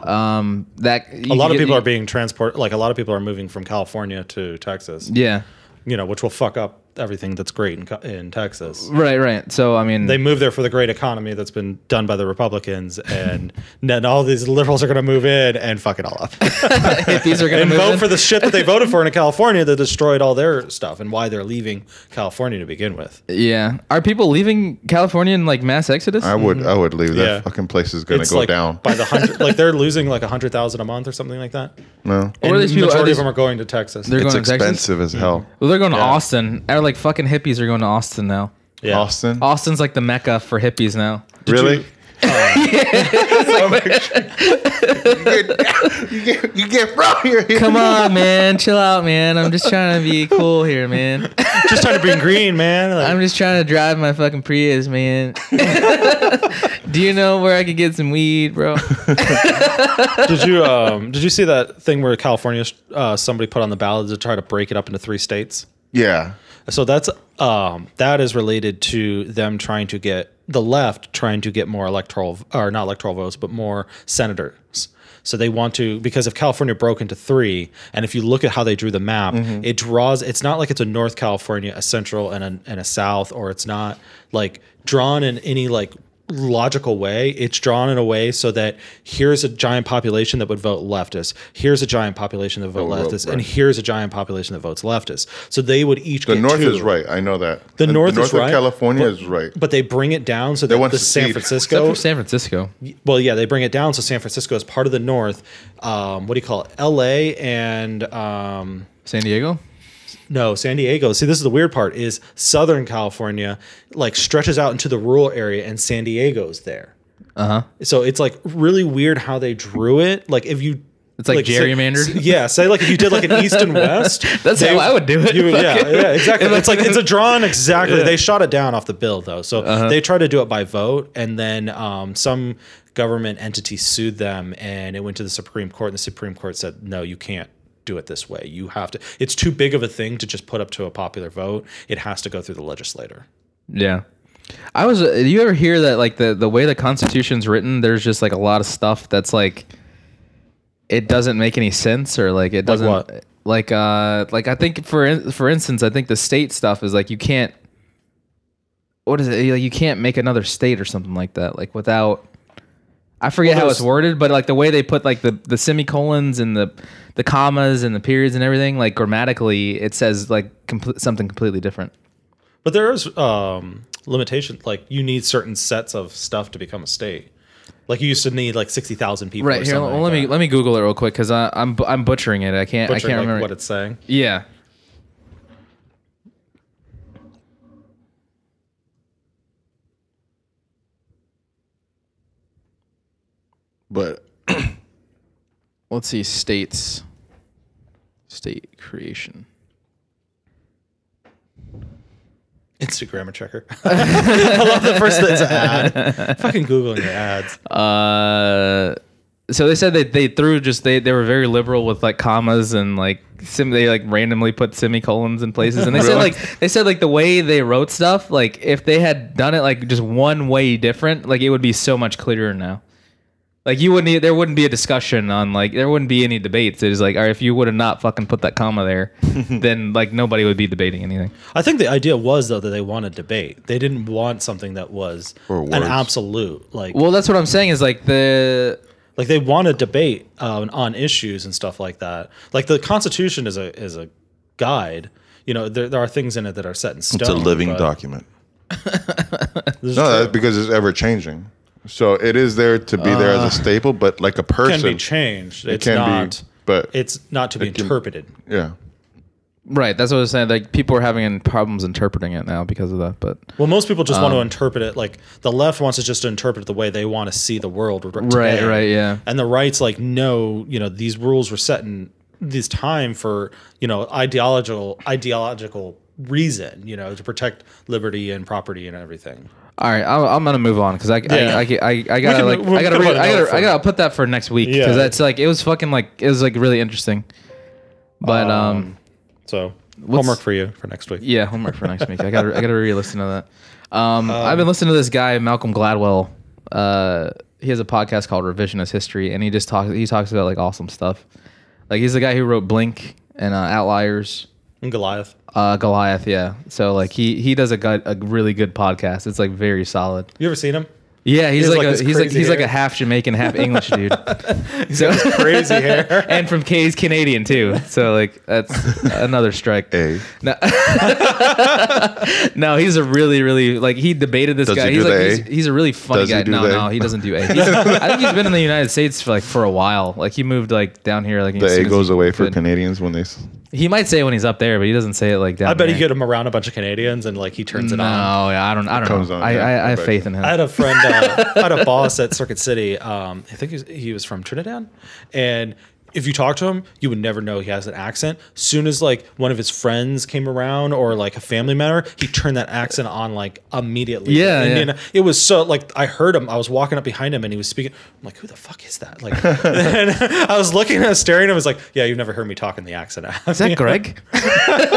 Speaker 2: Um, that
Speaker 3: A lot of people are being transported. Like a lot of people are moving from California to Texas.
Speaker 2: yeah,
Speaker 3: You know, which will fuck up everything that's great in, Co- in Texas.
Speaker 2: right, right. So I mean,
Speaker 3: They move there for the great economy that's been done by the Republicans, and then all these liberals are going to move in and fuck it all up.
Speaker 2: these are going
Speaker 3: and
Speaker 2: to
Speaker 3: vote for the shit that they voted for in California that destroyed all their stuff and why they're leaving California to begin with.
Speaker 2: yeah. Are people leaving California in like mass exodus?
Speaker 4: I would I would leave that
Speaker 3: Mm-hmm. Yeah.
Speaker 4: fucking place is gonna
Speaker 3: It's
Speaker 4: go
Speaker 3: like
Speaker 4: down.
Speaker 3: by the hundred. like they're losing like a hundred thousand a month or something like that.
Speaker 4: No.
Speaker 2: Or
Speaker 3: And
Speaker 2: these people- are
Speaker 3: majority
Speaker 2: these-
Speaker 3: of them are going to Texas. Mm-hmm.
Speaker 2: They're
Speaker 4: It's
Speaker 2: going to Texas?
Speaker 4: expensive as hell.
Speaker 2: Well, they're going to Austin. Or like fucking hippies are going to Austin now.
Speaker 3: Yeah.
Speaker 4: Austin?
Speaker 2: Austin's like the mecca for hippies now.
Speaker 4: really?
Speaker 3: you- Oh.
Speaker 4: you, get, you get from here.
Speaker 2: Come on, man, chill out, man. I'm just trying to be cool here, man.
Speaker 3: just trying to be green, man. Like,
Speaker 2: I'm just trying to drive my fucking Prius, man. Do you know where I could get some weed, bro?
Speaker 3: did you um did you see that thing where California uh, somebody put on the ballot to try to break it up into three states?
Speaker 4: Yeah.
Speaker 3: So that's um that is related to them trying to get the left trying to get more electoral or not electoral votes, but more senators. So they want to because if California broke into three, and if you look at how they drew the map, it draws. It's not like it's a North California, a Central, and a, and a South, or it's not like drawn in any like logical way. It's drawn in a way so that here's a giant population that would vote leftist. Here's a giant population that vote
Speaker 4: Oh, well,
Speaker 3: leftist,
Speaker 4: right.
Speaker 3: and here's a giant population that votes leftist. So they would each
Speaker 4: The
Speaker 3: get
Speaker 4: North
Speaker 3: two.
Speaker 4: is right. I know that.
Speaker 3: The North is
Speaker 4: of
Speaker 3: right,
Speaker 4: California is right.
Speaker 3: But they bring it down so that
Speaker 4: want
Speaker 3: the
Speaker 4: to
Speaker 3: San
Speaker 4: see-
Speaker 2: Except
Speaker 3: Francisco,
Speaker 2: for San Francisco.
Speaker 3: well, yeah, they bring it down so San Francisco is part of the North. Um, what do you call it? L.A. and um,
Speaker 2: San Diego?
Speaker 3: No, San Diego. See, this is the weird part is Southern California like stretches out into the rural area and San Diego's there. Uh-huh. So it's like really weird how they drew it. Like if you
Speaker 2: It's like
Speaker 3: say-
Speaker 2: gerrymandered.
Speaker 3: s- yeah, say like if you did like an east and west.
Speaker 2: That's how I would do it.
Speaker 3: you would- yeah,
Speaker 2: Fucking-
Speaker 3: yeah, exactly.
Speaker 2: If I
Speaker 3: It's like
Speaker 2: could've-
Speaker 3: it's a drawn exactly. They shot it down off the bill though. So
Speaker 2: Uh-huh.
Speaker 3: they tried to do it by vote and then um, some government entity sued them and it went to the Supreme Court and the Supreme Court said, "No, you can't do it this way. You have to It's too big of a thing to just put up to a popular vote. It has to go through the legislator."
Speaker 2: Yeah. I was. uh, Do you ever hear that? Like the the way the Constitution's written, there's just like a lot of stuff that's like, it doesn't make any sense, or like it doesn't.
Speaker 3: what?
Speaker 2: like, uh, like I think for in, for instance, I think the state stuff is like you can't. What is it? Like you can't make another state or something like that. Like without. I forget how it's
Speaker 3: there's-
Speaker 2: worded, but like the way they put like the, the semicolons and the the commas and the periods and everything, like grammatically, it says like compl- something completely different.
Speaker 3: But there is um, limitations. Like you need certain sets of stuff to become a state. Like you used to need like sixty thousand people.
Speaker 2: Right
Speaker 3: or
Speaker 2: here.
Speaker 3: something
Speaker 2: Well,
Speaker 3: like
Speaker 2: let me
Speaker 3: that.
Speaker 2: let me Google it real quick because I'm bu- I'm butchering it. I can't
Speaker 3: Butchering,
Speaker 2: I can't
Speaker 3: like,
Speaker 2: remember
Speaker 3: what it's saying.
Speaker 2: Yeah.
Speaker 4: But
Speaker 2: Let's see states. State creation.
Speaker 3: Instagram checker. I love the first that's an ad. Fucking googling your ads.
Speaker 2: Uh, so they said that they threw just they they were very liberal with like commas and like sim they like randomly put semicolons in places and they said
Speaker 4: Really?
Speaker 2: like they said like the way they wrote stuff like if they had done it like just one way different like it would be so much clearer now. Like you wouldn't, e- there wouldn't be a discussion on like there wouldn't be any debates. It is like, all right, if you would have not fucking put that comma there, then like nobody would be debating anything.
Speaker 3: I think the idea was though that they wanted debate. They didn't want something that was
Speaker 4: Or
Speaker 3: an
Speaker 4: words.
Speaker 3: absolute. Like
Speaker 2: Well, that's what I'm saying is like the
Speaker 3: like they want to debate um, on issues and stuff like that. Like the Constitution is a is a guide. You know, there, there are things in it that are set in stone.
Speaker 4: it's a living
Speaker 3: but
Speaker 4: document.
Speaker 3: this is
Speaker 4: No,
Speaker 3: true.
Speaker 4: that's because it's ever changing. So it is there to be there as a staple, but like a person,
Speaker 3: Ah. can be changed. It's
Speaker 4: can be,
Speaker 3: not.
Speaker 4: but-
Speaker 3: it's not to be
Speaker 4: can-
Speaker 3: interpreted.
Speaker 4: yeah.
Speaker 2: right. That's what I was saying. Like people are having problems interpreting it now because of that. But
Speaker 3: Well, most people just want
Speaker 2: Um,
Speaker 3: to interpret it like the left wants to just interpret it the way they want to see the world. r- today.
Speaker 2: right, yeah.
Speaker 3: And the right's like, no, you know, these rules were set in this time for you know ideological ideological reason, you know, to protect liberty and property and everything.
Speaker 2: All right, I'm, I'm gonna move on because I,
Speaker 3: Yeah.
Speaker 2: I, I, I, I gotta
Speaker 3: can-
Speaker 2: like
Speaker 3: we'll
Speaker 2: I gotta
Speaker 3: talk
Speaker 2: re-
Speaker 3: about
Speaker 2: I
Speaker 3: that
Speaker 2: gotta
Speaker 3: for-
Speaker 2: I gotta put that for next week
Speaker 3: Yeah.
Speaker 2: because that's like it was fucking like it was like really interesting. But um,
Speaker 3: So homework for you for next week.
Speaker 2: yeah, homework for next week. I gotta I gotta re-listen to that. Um, I've been listening to this guy Malcolm Gladwell. Uh, he has a podcast called Revisionist History, and he just talks he talks about like awesome stuff. Like he's the guy who wrote Blink and uh, Outliers.
Speaker 3: And Goliath.
Speaker 2: Uh, Goliath, yeah. So like he he does a gut, a really good podcast. It's like very solid.
Speaker 3: You ever seen him?
Speaker 2: Yeah, he's
Speaker 3: has,
Speaker 2: like,
Speaker 3: like, this
Speaker 2: a, he's like
Speaker 3: crazy
Speaker 2: he's like
Speaker 3: hair.
Speaker 2: a half Jamaican, half English dude. so
Speaker 3: Crazy hair.
Speaker 2: and from K he's Canadian too. So like that's another strike.
Speaker 4: A.
Speaker 2: No, no, he's a really really like he debated this
Speaker 4: Does
Speaker 2: guy.
Speaker 4: he
Speaker 2: He's
Speaker 4: do
Speaker 2: like
Speaker 4: the
Speaker 2: he's,
Speaker 4: A?
Speaker 2: he's a really funny
Speaker 4: Does he
Speaker 2: guy.
Speaker 4: do
Speaker 2: no,
Speaker 4: the A?
Speaker 2: no, he doesn't do A. He's- I think he's been in the United States for like for a while. Like he moved like down here like
Speaker 4: The A goes away for
Speaker 2: Canadian.
Speaker 4: Canadians when they. s-
Speaker 2: He might say it when he's up there, but he doesn't say it like down
Speaker 3: I bet
Speaker 2: here.
Speaker 3: you get him around a bunch of Canadians and like he turns it
Speaker 2: No,
Speaker 3: on.
Speaker 2: yeah, I don't. I don't
Speaker 4: Comes
Speaker 2: know.
Speaker 4: on,
Speaker 2: I,
Speaker 4: yeah,
Speaker 2: I, I have
Speaker 4: right.
Speaker 2: faith in him.
Speaker 3: I had a friend, uh, I had a boss at Circuit City. Um, I think he was, he was from Trinidad, and if you talk to him, you would never know he has an accent. Soon as like one of his friends came around or like a family member, he turned that accent on like immediately.
Speaker 2: Yeah,
Speaker 3: Like,
Speaker 2: yeah.
Speaker 3: It was so like I heard him. I was walking up behind him and he was speaking. I'm like, who the fuck is that? Like, and I was looking at him, staring. at him, I was like, yeah, you've never heard me talk in the accent.
Speaker 2: Is that Greg?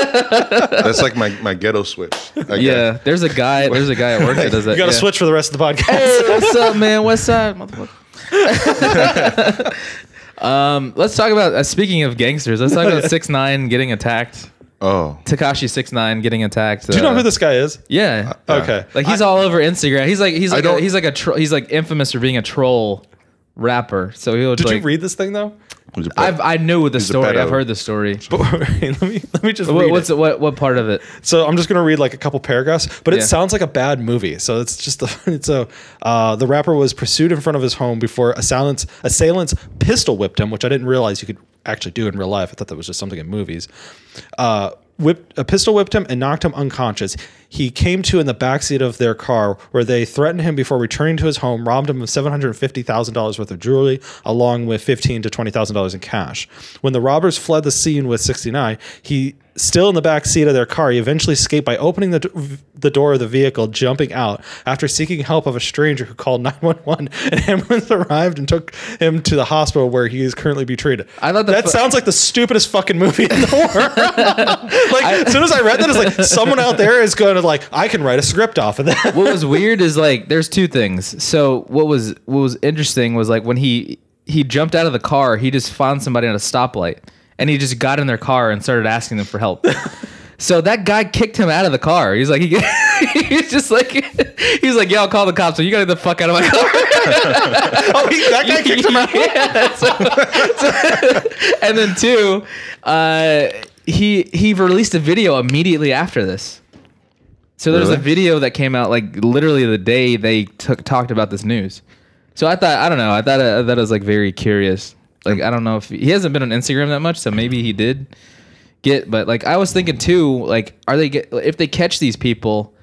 Speaker 4: That's like my, my ghetto switch. I
Speaker 2: Yeah,
Speaker 4: guess.
Speaker 2: there's a guy. There's a guy at work that does that.
Speaker 3: You got to
Speaker 2: yeah.
Speaker 3: switch for the rest of the podcast.
Speaker 2: Hey, what's up, man? What's up, motherfucker? um, let's talk about. Uh, speaking of gangsters, let's talk about six nine getting attacked
Speaker 4: Oh,
Speaker 2: Takashi six nine getting attacked. Uh,
Speaker 3: Do you know who this guy is?
Speaker 2: Yeah.
Speaker 4: Uh,
Speaker 3: Okay.
Speaker 2: like he's all over Instagram. He's like he's like a,
Speaker 4: don't-
Speaker 2: he's like a tro- he's like infamous for being a troll rapper. So he would
Speaker 3: Did
Speaker 2: like
Speaker 3: you read this thing though?
Speaker 4: Who's a
Speaker 2: I've I knew the
Speaker 4: a
Speaker 2: story.
Speaker 4: pedo.
Speaker 2: I've heard the story.
Speaker 3: But let me let me just
Speaker 2: What,
Speaker 3: read
Speaker 2: what's
Speaker 3: it.
Speaker 2: it, what what part of it?
Speaker 3: So I'm just gonna read like a couple paragraphs, but it
Speaker 2: Yeah.
Speaker 3: sounds like a bad movie. So it's just the it's a uh, the rapper was pursued in front of his home before assailants assailants pistol whipped him, which I didn't realize you could actually do in real life. I thought that was just something in movies. Uh, whipped a pistol whipped him and knocked him unconscious. He came to in the backseat of their car, where they threatened him before returning to his home, robbed him of seven hundred fifty thousand dollars worth of jewelry, along with fifteen to twenty thousand dollars in cash. When the robbers fled the scene with sixty nine, he still in the back seat of their car. He eventually escaped by opening the, d- the door of the vehicle, jumping out after seeking help of a stranger who called 911. An ambulance arrived and took him to the hospital where he is currently being treated.
Speaker 2: I thought the
Speaker 3: that
Speaker 2: fu-
Speaker 3: sounds like the stupidest fucking movie in the world. like as soon as I read that, it's like someone out there is going to like I can write a script off of that.
Speaker 2: what was weird is like there's two things. So what was what was interesting was like when he he jumped out of the car, he just found somebody at a stoplight and he just got in their car and started asking them for help. so that guy kicked him out of the car. He's like he, he's just like he's like, "Yeah, I'll call the cops, so you got to get the fuck out of my car."
Speaker 3: oh, he, that guy kicked him out.
Speaker 2: Yeah, so- so- and then two, uh, he he released a video immediately after this. So there's a
Speaker 4: Really?
Speaker 2: video that came out like literally the day they took talked about this news. So I thought I don't know I thought uh, that was like very curious. Like I don't know if he hasn't been on Instagram that much, so maybe he did get. But like I was thinking too, like are they get if they catch these people.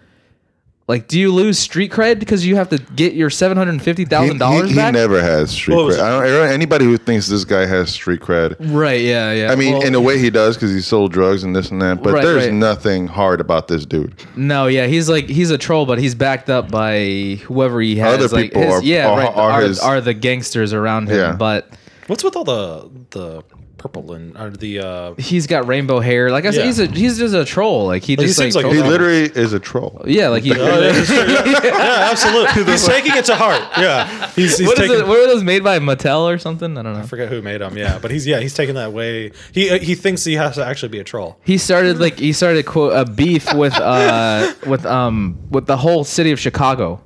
Speaker 2: Like, do you lose street cred because you have to get your seven hundred fifty
Speaker 4: He,
Speaker 2: thousand dollars
Speaker 4: he, he
Speaker 2: back?
Speaker 4: never has street
Speaker 3: What was
Speaker 4: cred. I don't, I don't- anybody who thinks this guy has street cred.
Speaker 2: Right. Yeah. Yeah.
Speaker 4: I mean,
Speaker 2: Well,
Speaker 4: in a way, he does because he sold drugs and this and that. But
Speaker 2: Right,
Speaker 4: there's
Speaker 2: right.
Speaker 4: nothing hard about this dude.
Speaker 2: no. Yeah. He's like he's a troll, but he's backed up by whoever he has.
Speaker 4: Other
Speaker 2: like,
Speaker 4: people
Speaker 2: his,
Speaker 4: are-
Speaker 2: yeah.
Speaker 4: are-
Speaker 2: right.
Speaker 4: are
Speaker 2: Are,
Speaker 4: his-
Speaker 2: are the gangsters around him?
Speaker 4: Yeah.
Speaker 2: But
Speaker 3: What's with all the the purple and or the uh,
Speaker 2: he's got rainbow hair. Like I said,
Speaker 3: Yeah.
Speaker 2: he's a he's just a troll. Like he
Speaker 3: he
Speaker 2: just like,
Speaker 3: seems like
Speaker 4: He
Speaker 3: Oh.
Speaker 4: literally is a troll.
Speaker 2: Oh, yeah. Like he.
Speaker 3: yeah, absolutely. He's taking it to heart. Yeah, he's, he's
Speaker 2: what is
Speaker 3: taking.
Speaker 2: it? What are those made by Mattel or something? I don't know.
Speaker 3: I forget who made him. Yeah, but he's yeah he's taking that way. He uh, he thinks he has to actually be a troll.
Speaker 2: He started like he started quote a beef with uh with um with the whole city of Chicago.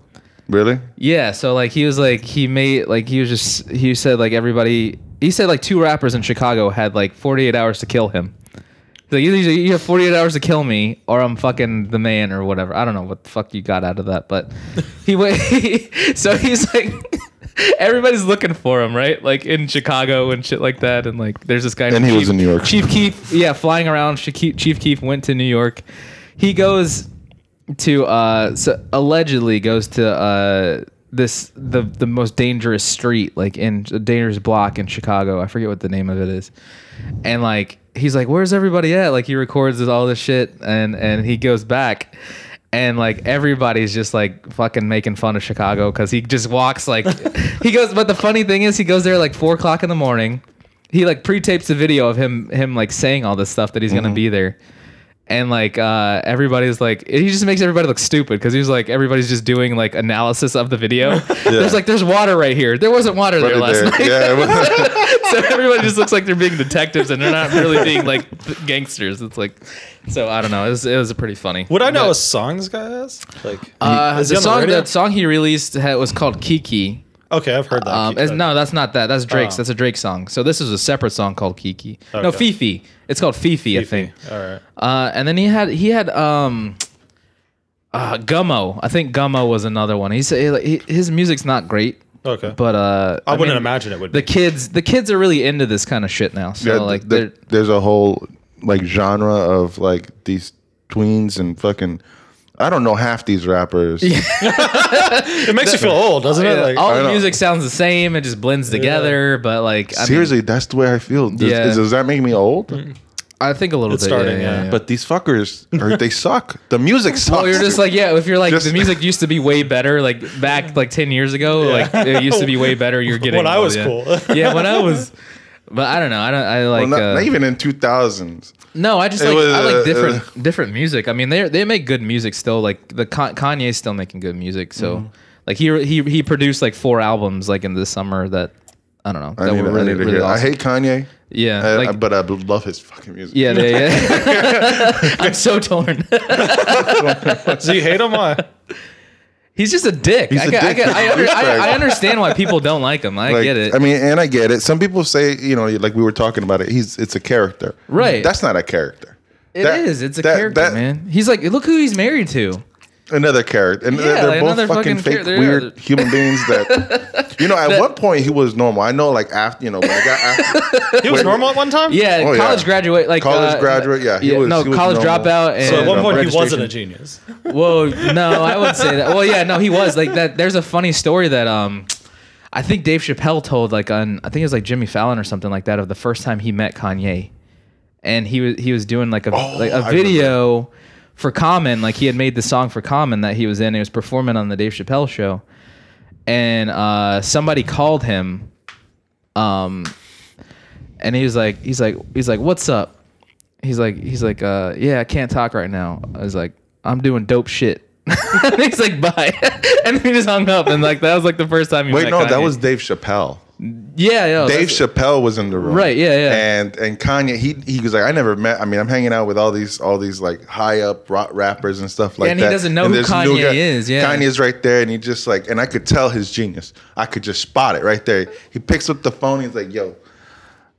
Speaker 4: Really?
Speaker 2: Yeah, so like he was like he made like he was just he said like everybody he said like two rappers in Chicago had like 48 hours to kill him. He's like either you have 48 hours to kill me or I'm fucking the man or whatever. I don't know what the fuck you got out of that, but he went so he's like everybody's looking for him, right? Like in Chicago and shit like that and like there's this guy
Speaker 4: And he was in New York.
Speaker 2: Chief Keef, yeah, flying around Chief Chief Keef went to New York. He goes to uh so allegedly goes to uh this the the most dangerous street like in a dangerous block in Chicago. I forget what the name of it is. And like he's like where's everybody at? Like he records this- all this shit and and he goes back and like everybody's just like fucking making fun of Chicago because he just walks like he goes. But the funny thing is, he goes there like four o'clock in the morning. He like pre-tapes a video of him him like saying all this stuff that he's gonna be there and like uh, everybody's like he just makes everybody look stupid because he's like everybody's just doing like analysis of the video there's like there's water right here there wasn't water there
Speaker 4: Right
Speaker 2: last
Speaker 4: there.
Speaker 2: night
Speaker 4: Yeah. it was-
Speaker 2: so everybody just looks like they're being detectives and they're not really being like th- gangsters it's like so i don't know it was, it was pretty funny
Speaker 3: Would I know
Speaker 2: But,
Speaker 3: a song this guy has? Like
Speaker 2: uh,
Speaker 3: is he
Speaker 2: the
Speaker 3: on the
Speaker 2: song
Speaker 3: radio?
Speaker 2: that song he released had, was called kiki
Speaker 3: okay, I've heard that.
Speaker 2: um, it's- no, that's not that. That's Drake's.
Speaker 3: Oh.
Speaker 2: That's a Drake song. So this is a separate song called Kiki. No,
Speaker 3: Okay.
Speaker 2: Fifi. It's called Fifi, I think.
Speaker 3: All right.
Speaker 2: Uh, and then he had he had um, uh, Gummo. I think Gummo was another one. He's he, his music's not great,
Speaker 3: Okay.
Speaker 2: but uh,
Speaker 3: I, wouldn't
Speaker 2: mean,
Speaker 3: imagine it would.
Speaker 2: the
Speaker 3: be.
Speaker 2: kids. The kids are really into this kind of shit now. So
Speaker 4: Yeah,
Speaker 2: like,
Speaker 4: the-
Speaker 2: they're
Speaker 4: there's a whole like genre of like these tweens and fucking. I don't know half these rappers.
Speaker 3: It makes you feel old, doesn't it? Like,
Speaker 2: all
Speaker 4: I
Speaker 2: the
Speaker 4: don't-
Speaker 2: music sounds the same. It just blends together. But like, I mean,
Speaker 4: Seriously, that's the way I feel. Does,
Speaker 2: Yeah.
Speaker 4: is- does that make me old?
Speaker 3: Mm.
Speaker 2: I think a little
Speaker 3: It's
Speaker 2: bit.
Speaker 3: starting,
Speaker 2: yeah, yeah,
Speaker 3: yeah.
Speaker 2: yeah.
Speaker 4: But these fuckers, or they suck. The music sucks.
Speaker 2: Oh, you're just like yeah. If you're like
Speaker 4: Just-
Speaker 2: the music used to be way better, like back like ten years ago, like it used to be way better. You're getting
Speaker 3: When I
Speaker 2: old,
Speaker 3: was
Speaker 2: yeah.
Speaker 3: cool.
Speaker 2: yeah, when I was. But I don't know. I don't. I
Speaker 4: Well,
Speaker 2: like
Speaker 4: not,
Speaker 2: uh,
Speaker 4: not even in 2000s.
Speaker 2: No, I just
Speaker 4: It
Speaker 2: like
Speaker 4: was,
Speaker 2: I like
Speaker 4: uh,
Speaker 2: different different music. I mean, they they make good music still. Like the Con- Kanye's
Speaker 3: Mm-hmm.
Speaker 2: still making good music. So like he he he produced like four albums like in the summer that I don't know.
Speaker 4: I
Speaker 2: that
Speaker 4: need,
Speaker 2: were
Speaker 4: to- I,
Speaker 2: really,
Speaker 4: need to
Speaker 2: really
Speaker 4: hear. it. I
Speaker 2: awesome.
Speaker 4: hate Kanye,
Speaker 2: Yeah,
Speaker 4: I-
Speaker 2: like,
Speaker 4: I- but I love his fucking music.
Speaker 2: yeah, they, yeah. I'm so torn.
Speaker 3: So you hate him? Why?
Speaker 2: He's just a dick.
Speaker 4: He's
Speaker 2: I
Speaker 4: a
Speaker 2: get- I
Speaker 4: dick.
Speaker 2: get- I under-
Speaker 4: Douchebag.
Speaker 2: I- I understand why people don't like him. I
Speaker 4: Like,
Speaker 2: get it.
Speaker 4: I mean, and I get it. Some people say, you know, like we were talking about it. He's it's a character,
Speaker 2: Right.
Speaker 4: That's not a character.
Speaker 2: It is. It's a character,
Speaker 4: that- Oh,
Speaker 2: man. He's like, look who he's married to.
Speaker 4: Another character, and
Speaker 2: Yeah,
Speaker 4: they're, they're
Speaker 2: like
Speaker 4: both
Speaker 2: another fucking
Speaker 4: fucking, fake,
Speaker 2: character.
Speaker 4: weird
Speaker 2: They're-
Speaker 4: human beings. That you know, at one point he was normal. I know, like after you know, when I got after,
Speaker 3: He was normal at one time.
Speaker 2: Yeah,
Speaker 4: Oh, yeah.
Speaker 2: college graduate, like
Speaker 4: College
Speaker 2: uh,
Speaker 4: graduate, yeah, he was-
Speaker 2: no,
Speaker 4: he was
Speaker 2: college
Speaker 4: normal.
Speaker 2: dropout. And
Speaker 3: So at one
Speaker 4: Yeah,
Speaker 3: point he
Speaker 2: registration.
Speaker 3: wasn't a genius.
Speaker 2: Whoa, no, I wouldn't say that. Well, yeah, no, he was like that. There's a funny story that um, I think Dave Chappelle told like on I think it was like Jimmy Fallon or something like that of the first time he met Kanye, and he was he was doing like a like a
Speaker 4: Oh, I
Speaker 2: video for Common, like he had made the song for Common that he was in. He was performing on the Dave Chappelle show, and uh, somebody called him, um, and he was like he's like he's like what's up he's like he's like uh yeah i can't talk right now i was like i'm doing dope shit and he's like bye and he just hung up and like that was like the first time you
Speaker 4: wait,
Speaker 2: met
Speaker 4: no, that
Speaker 2: Kanye.
Speaker 4: was Dave Chappelle.
Speaker 2: yeah yeah
Speaker 4: Dave
Speaker 2: Oh, that's-
Speaker 4: Chappelle was in the room,
Speaker 2: Right, yeah, yeah.
Speaker 4: and and Kanye, he he was like, I never met. I mean, I'm hanging out with all these all these like high up rock rappers and stuff like
Speaker 2: And he
Speaker 4: that.
Speaker 2: doesn't know who
Speaker 4: this
Speaker 2: Kanye
Speaker 4: new guy-
Speaker 2: is, yeah.
Speaker 4: Kanye's right there, and he just like, and I could tell his genius. I could just spot it right there. He picks up the phone. He's like, Yo,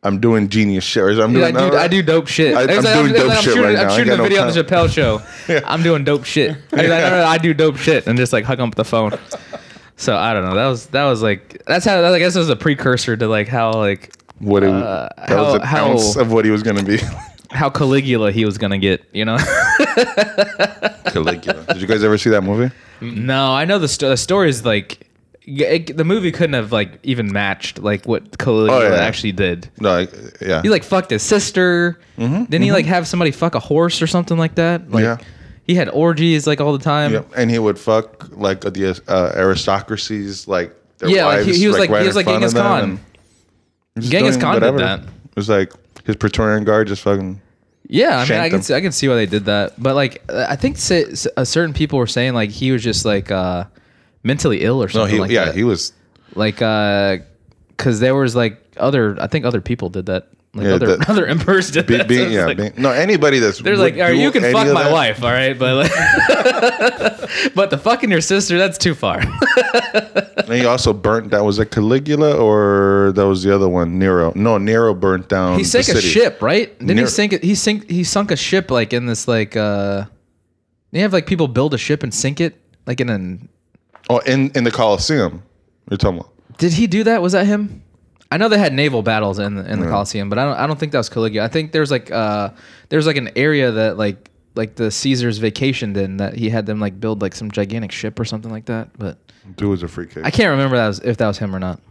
Speaker 4: I'm doing genius shit. Or I'm
Speaker 2: He's
Speaker 4: doing. uh,
Speaker 2: like, dude, I do dope shit.
Speaker 4: I-
Speaker 2: He's
Speaker 4: I'm
Speaker 2: like,
Speaker 4: doing
Speaker 2: he's like,
Speaker 4: dope
Speaker 2: I'm
Speaker 4: shit
Speaker 2: shooting,
Speaker 4: right
Speaker 2: I'm
Speaker 4: now. I
Speaker 2: shooting a
Speaker 4: ain't got
Speaker 2: video on
Speaker 4: no
Speaker 2: the
Speaker 4: time.
Speaker 2: Chappelle show. I'm doing dope shit. He's like, no, no, no, I do dope shit, and just like hung up the phone. So I don't know. That was that was like that's how I guess it was a precursor to like how like
Speaker 4: What it,
Speaker 2: Uh,
Speaker 4: that was an
Speaker 2: how-
Speaker 4: ounce
Speaker 2: how-
Speaker 4: of what he was gonna be.
Speaker 2: how Caligula he was gonna get. You know.
Speaker 4: Caligula. Did you guys ever see that movie?
Speaker 2: No, I know the, sto- the story is like it, the movie couldn't have like even matched like what Caligula
Speaker 4: Oh, yeah.
Speaker 2: actually did.
Speaker 4: No, I, yeah.
Speaker 2: He like fucked his sister. Didn't he like have somebody fuck a horse or something like that? Like,
Speaker 4: Yeah.
Speaker 2: He had orgies like all the time.
Speaker 4: Yep. And he would fuck like the uh, aristocracies, like their
Speaker 2: Yeah, like, he-
Speaker 4: wives,
Speaker 2: he was like- he
Speaker 4: right
Speaker 2: was
Speaker 4: in
Speaker 2: like
Speaker 4: front of
Speaker 2: Genghis
Speaker 4: them
Speaker 2: Khan.
Speaker 4: and he was just
Speaker 2: Genghis
Speaker 4: doing
Speaker 2: Khan did
Speaker 4: whatever.
Speaker 2: that.
Speaker 4: It was like his Praetorian guard just fucking.
Speaker 2: Yeah, I mean,
Speaker 4: Shanked
Speaker 2: I can
Speaker 4: him.
Speaker 2: see, I can see why they did that, but like I think sa- s- uh, certain people were saying like he was just like uh, mentally ill or
Speaker 4: No,
Speaker 2: something
Speaker 4: he
Speaker 2: like
Speaker 4: yeah
Speaker 2: that.
Speaker 4: he was
Speaker 2: like because there was like other I think other people did that. Like
Speaker 4: Yeah,
Speaker 2: other
Speaker 4: that-
Speaker 2: other emperors did
Speaker 4: be,
Speaker 2: that.
Speaker 4: be-
Speaker 2: So it's
Speaker 4: yeah
Speaker 2: like-
Speaker 4: be- no anybody that's
Speaker 2: They're like,
Speaker 4: would
Speaker 2: all right,
Speaker 4: do
Speaker 2: you can
Speaker 4: any
Speaker 2: fuck
Speaker 4: of
Speaker 2: my
Speaker 4: that-
Speaker 2: wife, all right, but like, but the fucking your sister, that's too far.
Speaker 4: And he also burnt that was it Caligula or that was the other one Nero no Nero burnt down
Speaker 2: he sank
Speaker 4: the
Speaker 2: a
Speaker 4: city.
Speaker 2: ship, right? Didn't
Speaker 4: Near-
Speaker 2: he sink? it? He sink. He sunk a ship like in this like. uh They have like people build a ship and sink it like in an.
Speaker 4: oh in in the Colosseum you're talking about
Speaker 2: Did he do that? Was that him? I know they had naval battles in the, in the Colosseum, but I don't. I don't think that was Caligula. I think there's like uh there's like an area that like like the Caesars vacationed in that he had them like build like some gigantic ship or something like that, but.
Speaker 4: dude was a free kid
Speaker 2: I can't remember that was, if that was him or not.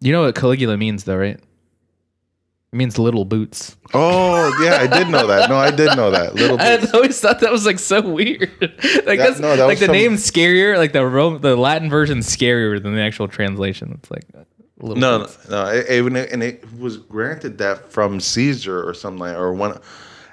Speaker 2: You know what Caligula means, though, right? It means little boots.
Speaker 4: oh yeah I did know that no I did know that little
Speaker 2: I
Speaker 4: bit.
Speaker 2: always thought that was like so weird. like that's
Speaker 4: no, that
Speaker 2: like
Speaker 4: was
Speaker 2: the
Speaker 4: some-
Speaker 2: name's scarier. Like the Rome, the Latin version scarier than the actual translation. It's like little
Speaker 4: No, no,
Speaker 2: boots.
Speaker 4: no. It, it- and it- and it was granted that from Caesar or something, like, or one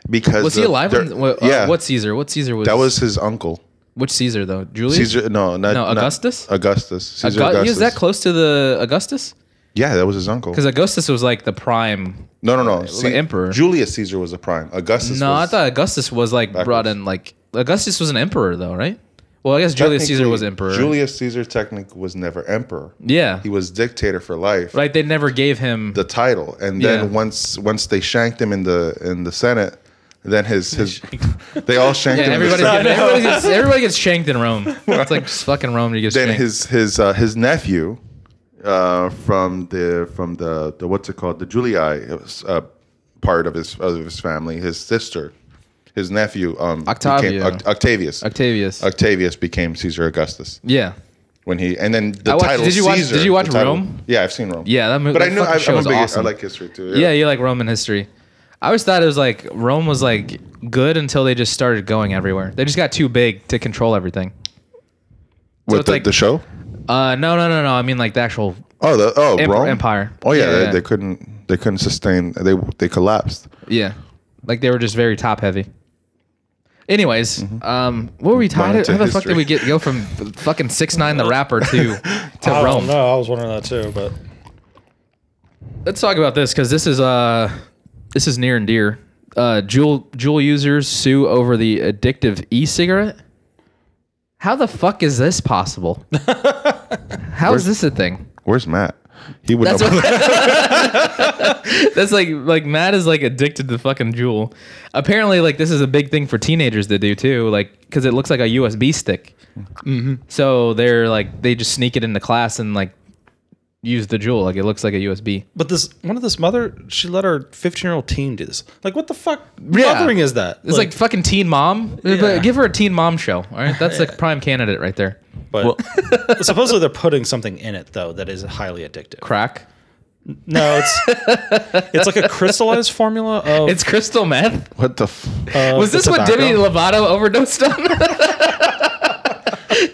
Speaker 4: because
Speaker 2: Was he
Speaker 4: the-
Speaker 2: alive?
Speaker 4: there-
Speaker 2: When, what, uh,
Speaker 4: yeah,
Speaker 2: What Caesar? What Caesar was?
Speaker 4: that was his uncle.
Speaker 2: which Caesar though? Julius.
Speaker 4: Caesar, no, not,
Speaker 2: No,
Speaker 4: not-
Speaker 2: Augustus?
Speaker 4: Augustus, Caesar
Speaker 2: Augustus. He
Speaker 4: Augustus.
Speaker 2: was that close to the Augustus?
Speaker 4: Yeah, that was his uncle.
Speaker 2: Because Augustus was like the prime.
Speaker 4: No, no, no. See,
Speaker 2: emperor.
Speaker 4: Julius Caesar was a prime. Augustus.
Speaker 2: No, I
Speaker 4: was-
Speaker 2: thought Augustus was like brought
Speaker 4: backwards.
Speaker 2: in like Augustus was an emperor though, right? Well, I guess Julius Caesar
Speaker 4: technically,
Speaker 2: was emperor.
Speaker 4: Julius Caesar technically was never emperor.
Speaker 2: Yeah.
Speaker 4: he was dictator for life.
Speaker 2: Like they never gave him.
Speaker 4: The title, and then
Speaker 2: Yeah.
Speaker 4: once once they shanked him in the in the Senate, then his his they all shanked
Speaker 2: yeah,
Speaker 4: him. in the
Speaker 2: everybody,
Speaker 4: Senate.
Speaker 2: gets, everybody, gets, everybody gets shanked in Rome. It's like just fucking Rome. You get
Speaker 4: then
Speaker 2: shanked.
Speaker 4: his his uh, his nephew uh, from the from the, the what's it called the Julii uh, part of his of his family his sister his nephew um, became-
Speaker 2: Octavio.
Speaker 4: Oct- Octavius
Speaker 2: Octavius.
Speaker 4: Octavius became Caesar Augustus
Speaker 2: yeah,
Speaker 4: when he and then the
Speaker 2: I watched-
Speaker 4: title
Speaker 2: did you watch-
Speaker 4: Caesar,
Speaker 2: did you watch
Speaker 4: the title-
Speaker 2: Rome?
Speaker 4: yeah I've seen Rome
Speaker 2: Yeah, that mo-
Speaker 4: but I
Speaker 2: that
Speaker 4: know
Speaker 2: fucking
Speaker 4: I,
Speaker 2: show
Speaker 4: I'm a
Speaker 2: is
Speaker 4: big,
Speaker 2: awesome.
Speaker 4: I like history too
Speaker 2: yeah. You like Roman history? I always thought it was like Rome was like good until they just started going everywhere. They just got too big to control everything.
Speaker 4: with
Speaker 2: it's
Speaker 4: the,
Speaker 2: like-
Speaker 4: the show
Speaker 2: Uh, no, no, no, no. I mean like the actual.
Speaker 4: oh the oh
Speaker 2: Emp-
Speaker 4: Rome
Speaker 2: Empire.
Speaker 4: oh yeah,
Speaker 2: Yeah,
Speaker 4: they,
Speaker 2: yeah.
Speaker 4: they couldn't they couldn't sustain they they collapsed
Speaker 2: Yeah, like they were just very top heavy. Anyways, um, what were we talking? How
Speaker 4: into
Speaker 2: the fuck
Speaker 4: history.
Speaker 2: did we get go from fucking six nine the rapper to to
Speaker 3: I
Speaker 2: Rome?
Speaker 3: don't know. I was wondering that too, but
Speaker 2: Let's talk about this because this is uh this is near and dear. Uh, Juul Juul users sue over the addictive e-cigarette. How the fuck is this possible? How is this a thing?
Speaker 4: Where's Matt? He would
Speaker 2: That's
Speaker 4: know.
Speaker 2: That's like like Matt is like addicted to fucking Juul. Apparently, like this is a big thing for teenagers to do too. Like because it looks like a USB stick. Mm-hmm. So they're like they just sneak it into class and like use the Juul. Like it looks like a USB.
Speaker 3: But this one of this mother, she let her 15 year old teen do this. Like, what the fuck
Speaker 2: Yeah.
Speaker 3: mothering is that?
Speaker 2: It's like, fucking Teen Mom. But give her a Teen Mom show. All right, that's like prime candidate right there.
Speaker 3: but supposedly they're putting something in it though that is highly addictive.
Speaker 2: Crack.
Speaker 3: No, it's it's like a crystallized formula of
Speaker 2: It's crystal meth.
Speaker 4: What the? F-
Speaker 3: of
Speaker 2: Was this
Speaker 3: the
Speaker 2: what
Speaker 3: tobacco.
Speaker 2: Demi Lovato overdosed on?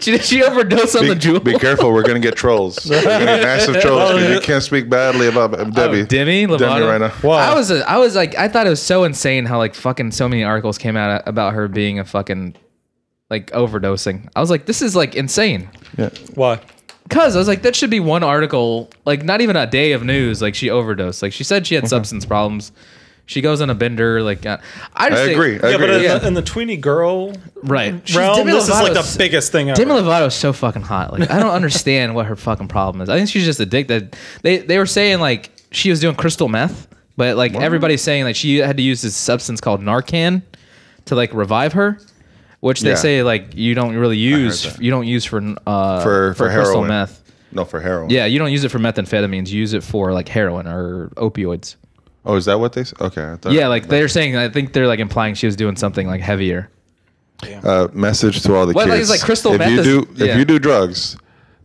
Speaker 2: Did she overdose on the
Speaker 4: be,
Speaker 2: Juul?
Speaker 4: be careful, we're gonna get trolls. We're gonna get massive trolls because you can't speak badly about Debbie.
Speaker 2: Oh, Demi Lovato.
Speaker 4: Demi right now.
Speaker 3: Wow.
Speaker 2: I was a, I was like I thought it was so insane how like fucking so many articles came out uh, about her being a fucking like overdosing. I was like this is like insane.
Speaker 4: Yeah.
Speaker 3: Why?
Speaker 2: Cuz I was like that should be one article like not even a day of news like she overdosed. Like she said she had substance problems. She goes on a bender like I, I
Speaker 4: I
Speaker 2: just think-
Speaker 4: agree. I
Speaker 3: Yeah, but
Speaker 4: agree.
Speaker 3: in,
Speaker 2: Yeah.
Speaker 3: The, in the tweeny girl
Speaker 2: Right. She's
Speaker 3: realm, this is like the
Speaker 2: Lovato's-
Speaker 3: biggest thing ever.
Speaker 2: Demi Lovato is so fucking hot. Like I don't understand what her fucking problem is. I think she's just addicted. They they were saying like she was doing crystal meth, but like everybody's saying like she had to use this substance called Narcan to like revive her, which they
Speaker 4: Yeah.
Speaker 2: say like you don't really use
Speaker 4: that.
Speaker 2: you don't use for uh
Speaker 4: For- for
Speaker 2: crystal
Speaker 4: heroin.
Speaker 2: meth.
Speaker 4: No, for heroin.
Speaker 2: Yeah, you don't use it for methamphetamines. You use it for like heroin or opioids.
Speaker 4: Oh, is that what they? s- Okay. I thought,
Speaker 2: Yeah, like they're saying. I think they're like implying she was doing something like heavier.
Speaker 4: uh, message to all the
Speaker 2: Well, like,
Speaker 4: kids.
Speaker 2: it's like crystal
Speaker 4: if
Speaker 2: meth
Speaker 4: you
Speaker 2: is-
Speaker 4: do,
Speaker 2: yeah.
Speaker 4: if you do drugs,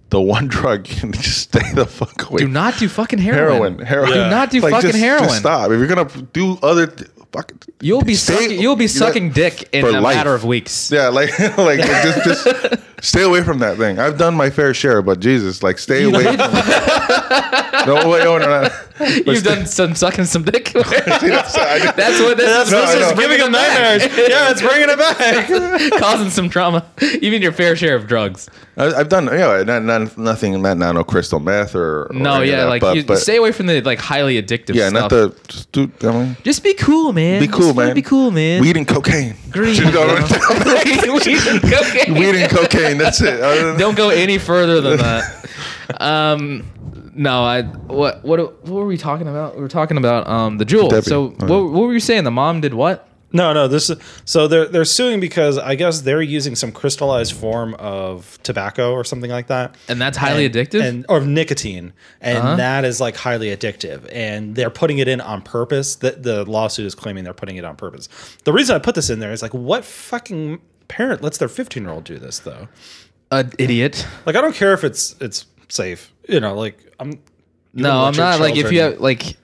Speaker 4: the one drug, you need to stay the fuck away.
Speaker 2: Do not do fucking
Speaker 4: heroin. Heroin.
Speaker 3: Yeah. Do
Speaker 2: not do fucking
Speaker 4: just,
Speaker 2: heroin.
Speaker 4: Just stop. If you're gonna do other, th- fuck. it.
Speaker 2: You'll be
Speaker 4: Stay-
Speaker 2: sucking, you'll be
Speaker 4: you got-
Speaker 2: sucking dick in
Speaker 4: for
Speaker 2: a
Speaker 4: life.
Speaker 2: matter of weeks.
Speaker 4: Yeah, like like just just stay away from that thing. I've done my fair share, but Jesus, like stay away. From it. no, wait, no, no, no. But
Speaker 2: You've
Speaker 4: stay-
Speaker 2: done some sucking some dick. That's
Speaker 4: See, that's- I just-
Speaker 2: what this is.
Speaker 4: No,
Speaker 2: this
Speaker 4: I
Speaker 2: is
Speaker 4: know.
Speaker 2: giving them
Speaker 3: nightmares.
Speaker 2: nightmares,
Speaker 3: yeah, it's bringing it back.
Speaker 2: causing some trauma. Even your fair share of
Speaker 4: Oh,
Speaker 2: drugs.
Speaker 4: I- I've done yeah, not, not nothing, not, not no crystal meth or, or
Speaker 2: No,
Speaker 4: any of
Speaker 2: yeah,
Speaker 4: that,
Speaker 2: like
Speaker 4: but,
Speaker 2: you,
Speaker 4: but-
Speaker 2: stay away from the like highly addictive.
Speaker 4: yeah,
Speaker 2: stuff.
Speaker 4: not the just do. I mean,
Speaker 2: Just be cool, man.
Speaker 4: be
Speaker 2: Just
Speaker 4: cool,
Speaker 2: wanna
Speaker 4: man.
Speaker 2: Be cool, man.
Speaker 4: Weed and cocaine.
Speaker 2: Green,
Speaker 4: Just go-
Speaker 2: you know? Weed and cocaine.
Speaker 4: Weed and cocaine. That's it. Other than-
Speaker 2: Don't go any further than that. Um, no, I what what what were we talking about? We were talking about um the jewel.
Speaker 4: Debbie.
Speaker 2: So
Speaker 4: Oh,
Speaker 2: what, what were you saying? The mom did what?
Speaker 3: No, no. This is, so they're they're suing because I guess they're using some crystallized form of tobacco or something like that,
Speaker 2: And that's highly addictive? Uh-huh.
Speaker 3: and or nicotine, and that is like highly addictive. And they're putting it in on purpose. That the lawsuit is claiming they're putting it on purpose. The reason I put this in there is like, what fucking parent lets their fifteen year old do this though?
Speaker 2: An idiot.
Speaker 3: Like, I don't care if it's it's safe. You know, like I'm. you
Speaker 2: No,
Speaker 3: don't let
Speaker 2: I'm
Speaker 3: your
Speaker 2: not like if
Speaker 3: children-
Speaker 2: you have like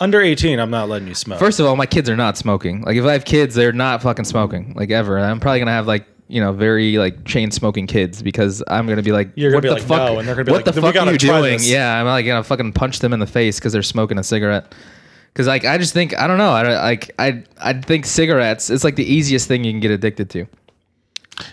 Speaker 3: under eighteen, I'm not letting you smoke.
Speaker 2: first of all, my kids are not smoking. Like if I have kids, they're not fucking smoking like ever. And I'm probably gonna have like you know very like chain smoking kids because I'm gonna be like
Speaker 3: You're gonna
Speaker 2: what
Speaker 3: be
Speaker 2: the
Speaker 3: like,
Speaker 2: fuck
Speaker 3: "No," and they're gonna be
Speaker 2: what
Speaker 3: like,
Speaker 2: the
Speaker 3: "Then we
Speaker 2: fuck are
Speaker 3: gotta
Speaker 2: you
Speaker 3: try
Speaker 2: doing?
Speaker 3: this."
Speaker 2: Yeah, I'm like gonna fucking punch them in the face because they're smoking a cigarette. Because like I just think I don't know I don't- like I I think cigarettes it's like the easiest thing you can get addicted to.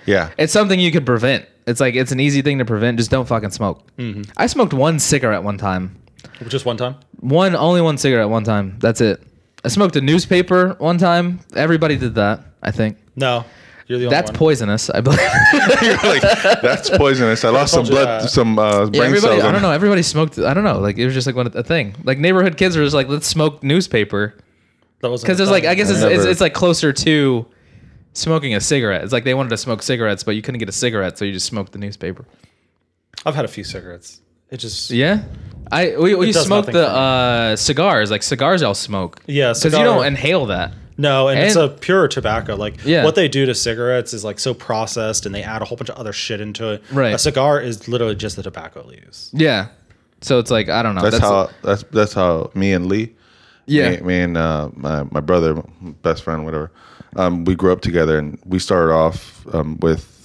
Speaker 4: yeah.
Speaker 2: It's something you could prevent. It's like it's an easy thing to prevent. Just don't fucking smoke.
Speaker 3: Mm-hmm.
Speaker 2: I smoked one cigarette one time.
Speaker 3: just one time.
Speaker 2: One, only one cigarette one time. That's it. I smoked a newspaper one time. Everybody did that, I think.
Speaker 3: No, you're the only
Speaker 2: That's
Speaker 3: one.
Speaker 2: poisonous, I believe.
Speaker 4: You're like, that's poisonous. I lost some
Speaker 3: told you
Speaker 4: blood,
Speaker 3: that.
Speaker 4: some uh,
Speaker 2: Yeah,
Speaker 4: brain
Speaker 2: everybody,
Speaker 4: cells.
Speaker 2: I don't know. Everybody smoked. I don't know. Like it was just like one a thing. Like neighborhood kids were just like, let's smoke newspaper
Speaker 3: That wasn't
Speaker 2: because
Speaker 3: a
Speaker 2: it's like
Speaker 3: thing.
Speaker 2: I guess it's, it's
Speaker 4: Never.
Speaker 2: it's like closer to smoking a cigarette. It's like they wanted to smoke cigarettes, but you couldn't get a cigarette, so you just smoked the newspaper.
Speaker 3: I've had a few cigarettes. It just
Speaker 2: Yeah. I we, we
Speaker 3: does
Speaker 2: smoked
Speaker 3: nothing
Speaker 2: the
Speaker 3: for me.
Speaker 2: uh, cigars like cigars. I'll smoke.
Speaker 3: Yeah,
Speaker 2: because you
Speaker 3: cigar-
Speaker 2: don't inhale that.
Speaker 3: no, and, it's
Speaker 2: And-
Speaker 3: a pure tobacco. Like
Speaker 2: Yeah.
Speaker 3: what they do to cigarettes is like so processed, and they add a whole bunch of other shit into it.
Speaker 2: Right.
Speaker 3: A cigar is literally just the tobacco leaves.
Speaker 2: Yeah. So it's like I don't know.
Speaker 4: That's, how. that's that's how me and Lee.
Speaker 2: Yeah.
Speaker 4: Me, me and uh, my my brother, best friend, whatever. Um, we grew up together, and we started off um, with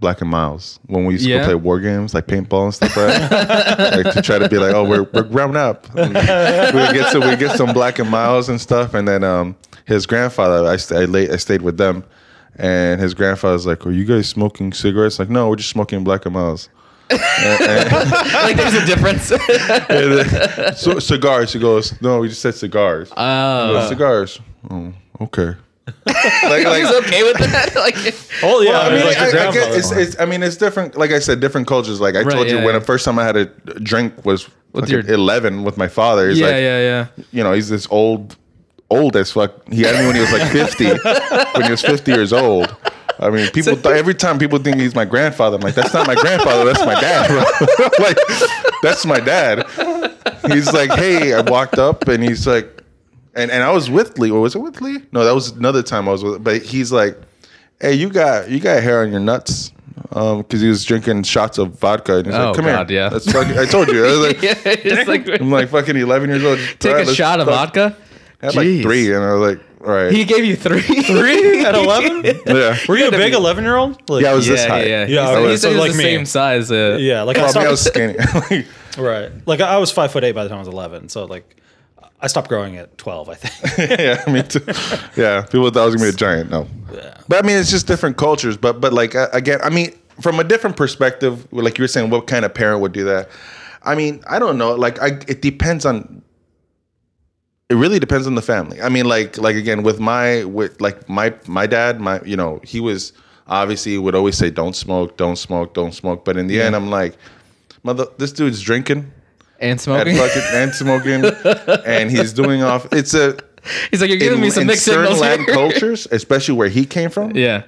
Speaker 4: Black and Miles when we used to go
Speaker 2: Yeah.
Speaker 4: play war games like paintball and stuff like that, like to try to be like, oh, we're we're grown up. we get so we get some Black and Miles and stuff, and then um, his grandfather, I st- I, lay, I stayed with them, and his grandfather's like, are you guys smoking cigarettes? Like, no, we're just smoking Black and Miles.
Speaker 2: like there's a difference.
Speaker 4: And then- so, cigars. She goes, no, we just said cigars. She
Speaker 2: Oh,
Speaker 4: goes, cigars. Oh, okay. like,
Speaker 2: he's okay with that. like,
Speaker 3: Oh yeah,
Speaker 4: I
Speaker 3: it was
Speaker 4: mean,
Speaker 3: like your
Speaker 4: I- I get-
Speaker 3: grandfather.
Speaker 4: it's, it's, I mean, it's different. Like I said, different cultures. Like I
Speaker 2: Right,
Speaker 4: told you,
Speaker 2: yeah,
Speaker 4: when
Speaker 2: yeah.
Speaker 4: the first time I had a drink was
Speaker 2: With
Speaker 4: fucking
Speaker 2: your-
Speaker 4: 11 with my father. He's
Speaker 2: yeah,
Speaker 4: like,
Speaker 2: yeah, yeah.
Speaker 4: you know, he's this old, old as fuck. He had me when he was like 50, when he was 50 years old. I mean, people, th- every time people think he's my grandfather, I'm like, that's not my grandfather, that's my dad. bro." like, that's my dad. He's like, hey, I walked up and he's like, and, and I was with Lee. Or was it with Lee? No, that was another time I was with, but he's like, hey, you got, you got hair on your nuts. Um, cause he was drinking shots of vodka and he's
Speaker 2: Oh,
Speaker 4: like, come
Speaker 2: God,
Speaker 4: here.
Speaker 2: yeah.
Speaker 4: Let's fucking, I told you. I was like,
Speaker 2: yeah it's like,
Speaker 4: I'm like fucking 11 years old. All
Speaker 2: take
Speaker 4: right,
Speaker 2: a
Speaker 4: let's
Speaker 2: shot of
Speaker 4: fuck-
Speaker 2: vodka.
Speaker 4: I had like
Speaker 2: Jeez.
Speaker 4: three, and I was like, all right.
Speaker 2: He gave you three. Three
Speaker 3: at 11?
Speaker 4: yeah.
Speaker 3: Were you a big 11 year old? Like,
Speaker 4: Yeah, I was
Speaker 2: Yeah,
Speaker 4: this
Speaker 2: yeah,
Speaker 4: high.
Speaker 2: yeah.
Speaker 3: Yeah,
Speaker 2: He's-
Speaker 3: I
Speaker 2: he
Speaker 3: was.
Speaker 2: said he
Speaker 3: So
Speaker 2: was
Speaker 3: like
Speaker 2: the
Speaker 3: me.
Speaker 2: same size. Uh,
Speaker 3: Yeah, like I
Speaker 4: Well, I, mean,
Speaker 3: stopped.
Speaker 4: I was skinny. Like,
Speaker 3: right. Like I was five foot eight by the time I was 11. So like I stopped growing at 12, I think.
Speaker 4: yeah, me too. Yeah, people thought I was gonna be a giant. No,
Speaker 3: Yeah.
Speaker 4: but I mean, it's just different cultures. But but like uh, again, I mean, from a different perspective, like you were saying, what kind of parent would do that? I mean, I don't know. Like, I it depends on. It really depends on the family. I mean, like like again with my with like my my dad, my you know he was obviously would always say don't smoke, don't smoke, don't smoke. But in the end, I'm like, mother, this dude's drinking.
Speaker 2: and
Speaker 4: and
Speaker 2: smoking.
Speaker 4: fucking and smoking, and he's doing off. It's a
Speaker 2: He's like, you're giving
Speaker 4: in,
Speaker 2: me some
Speaker 4: in
Speaker 2: mixed
Speaker 4: certain
Speaker 2: signals
Speaker 4: Latin
Speaker 2: here.
Speaker 4: cultures, especially where he came from.
Speaker 2: Yeah,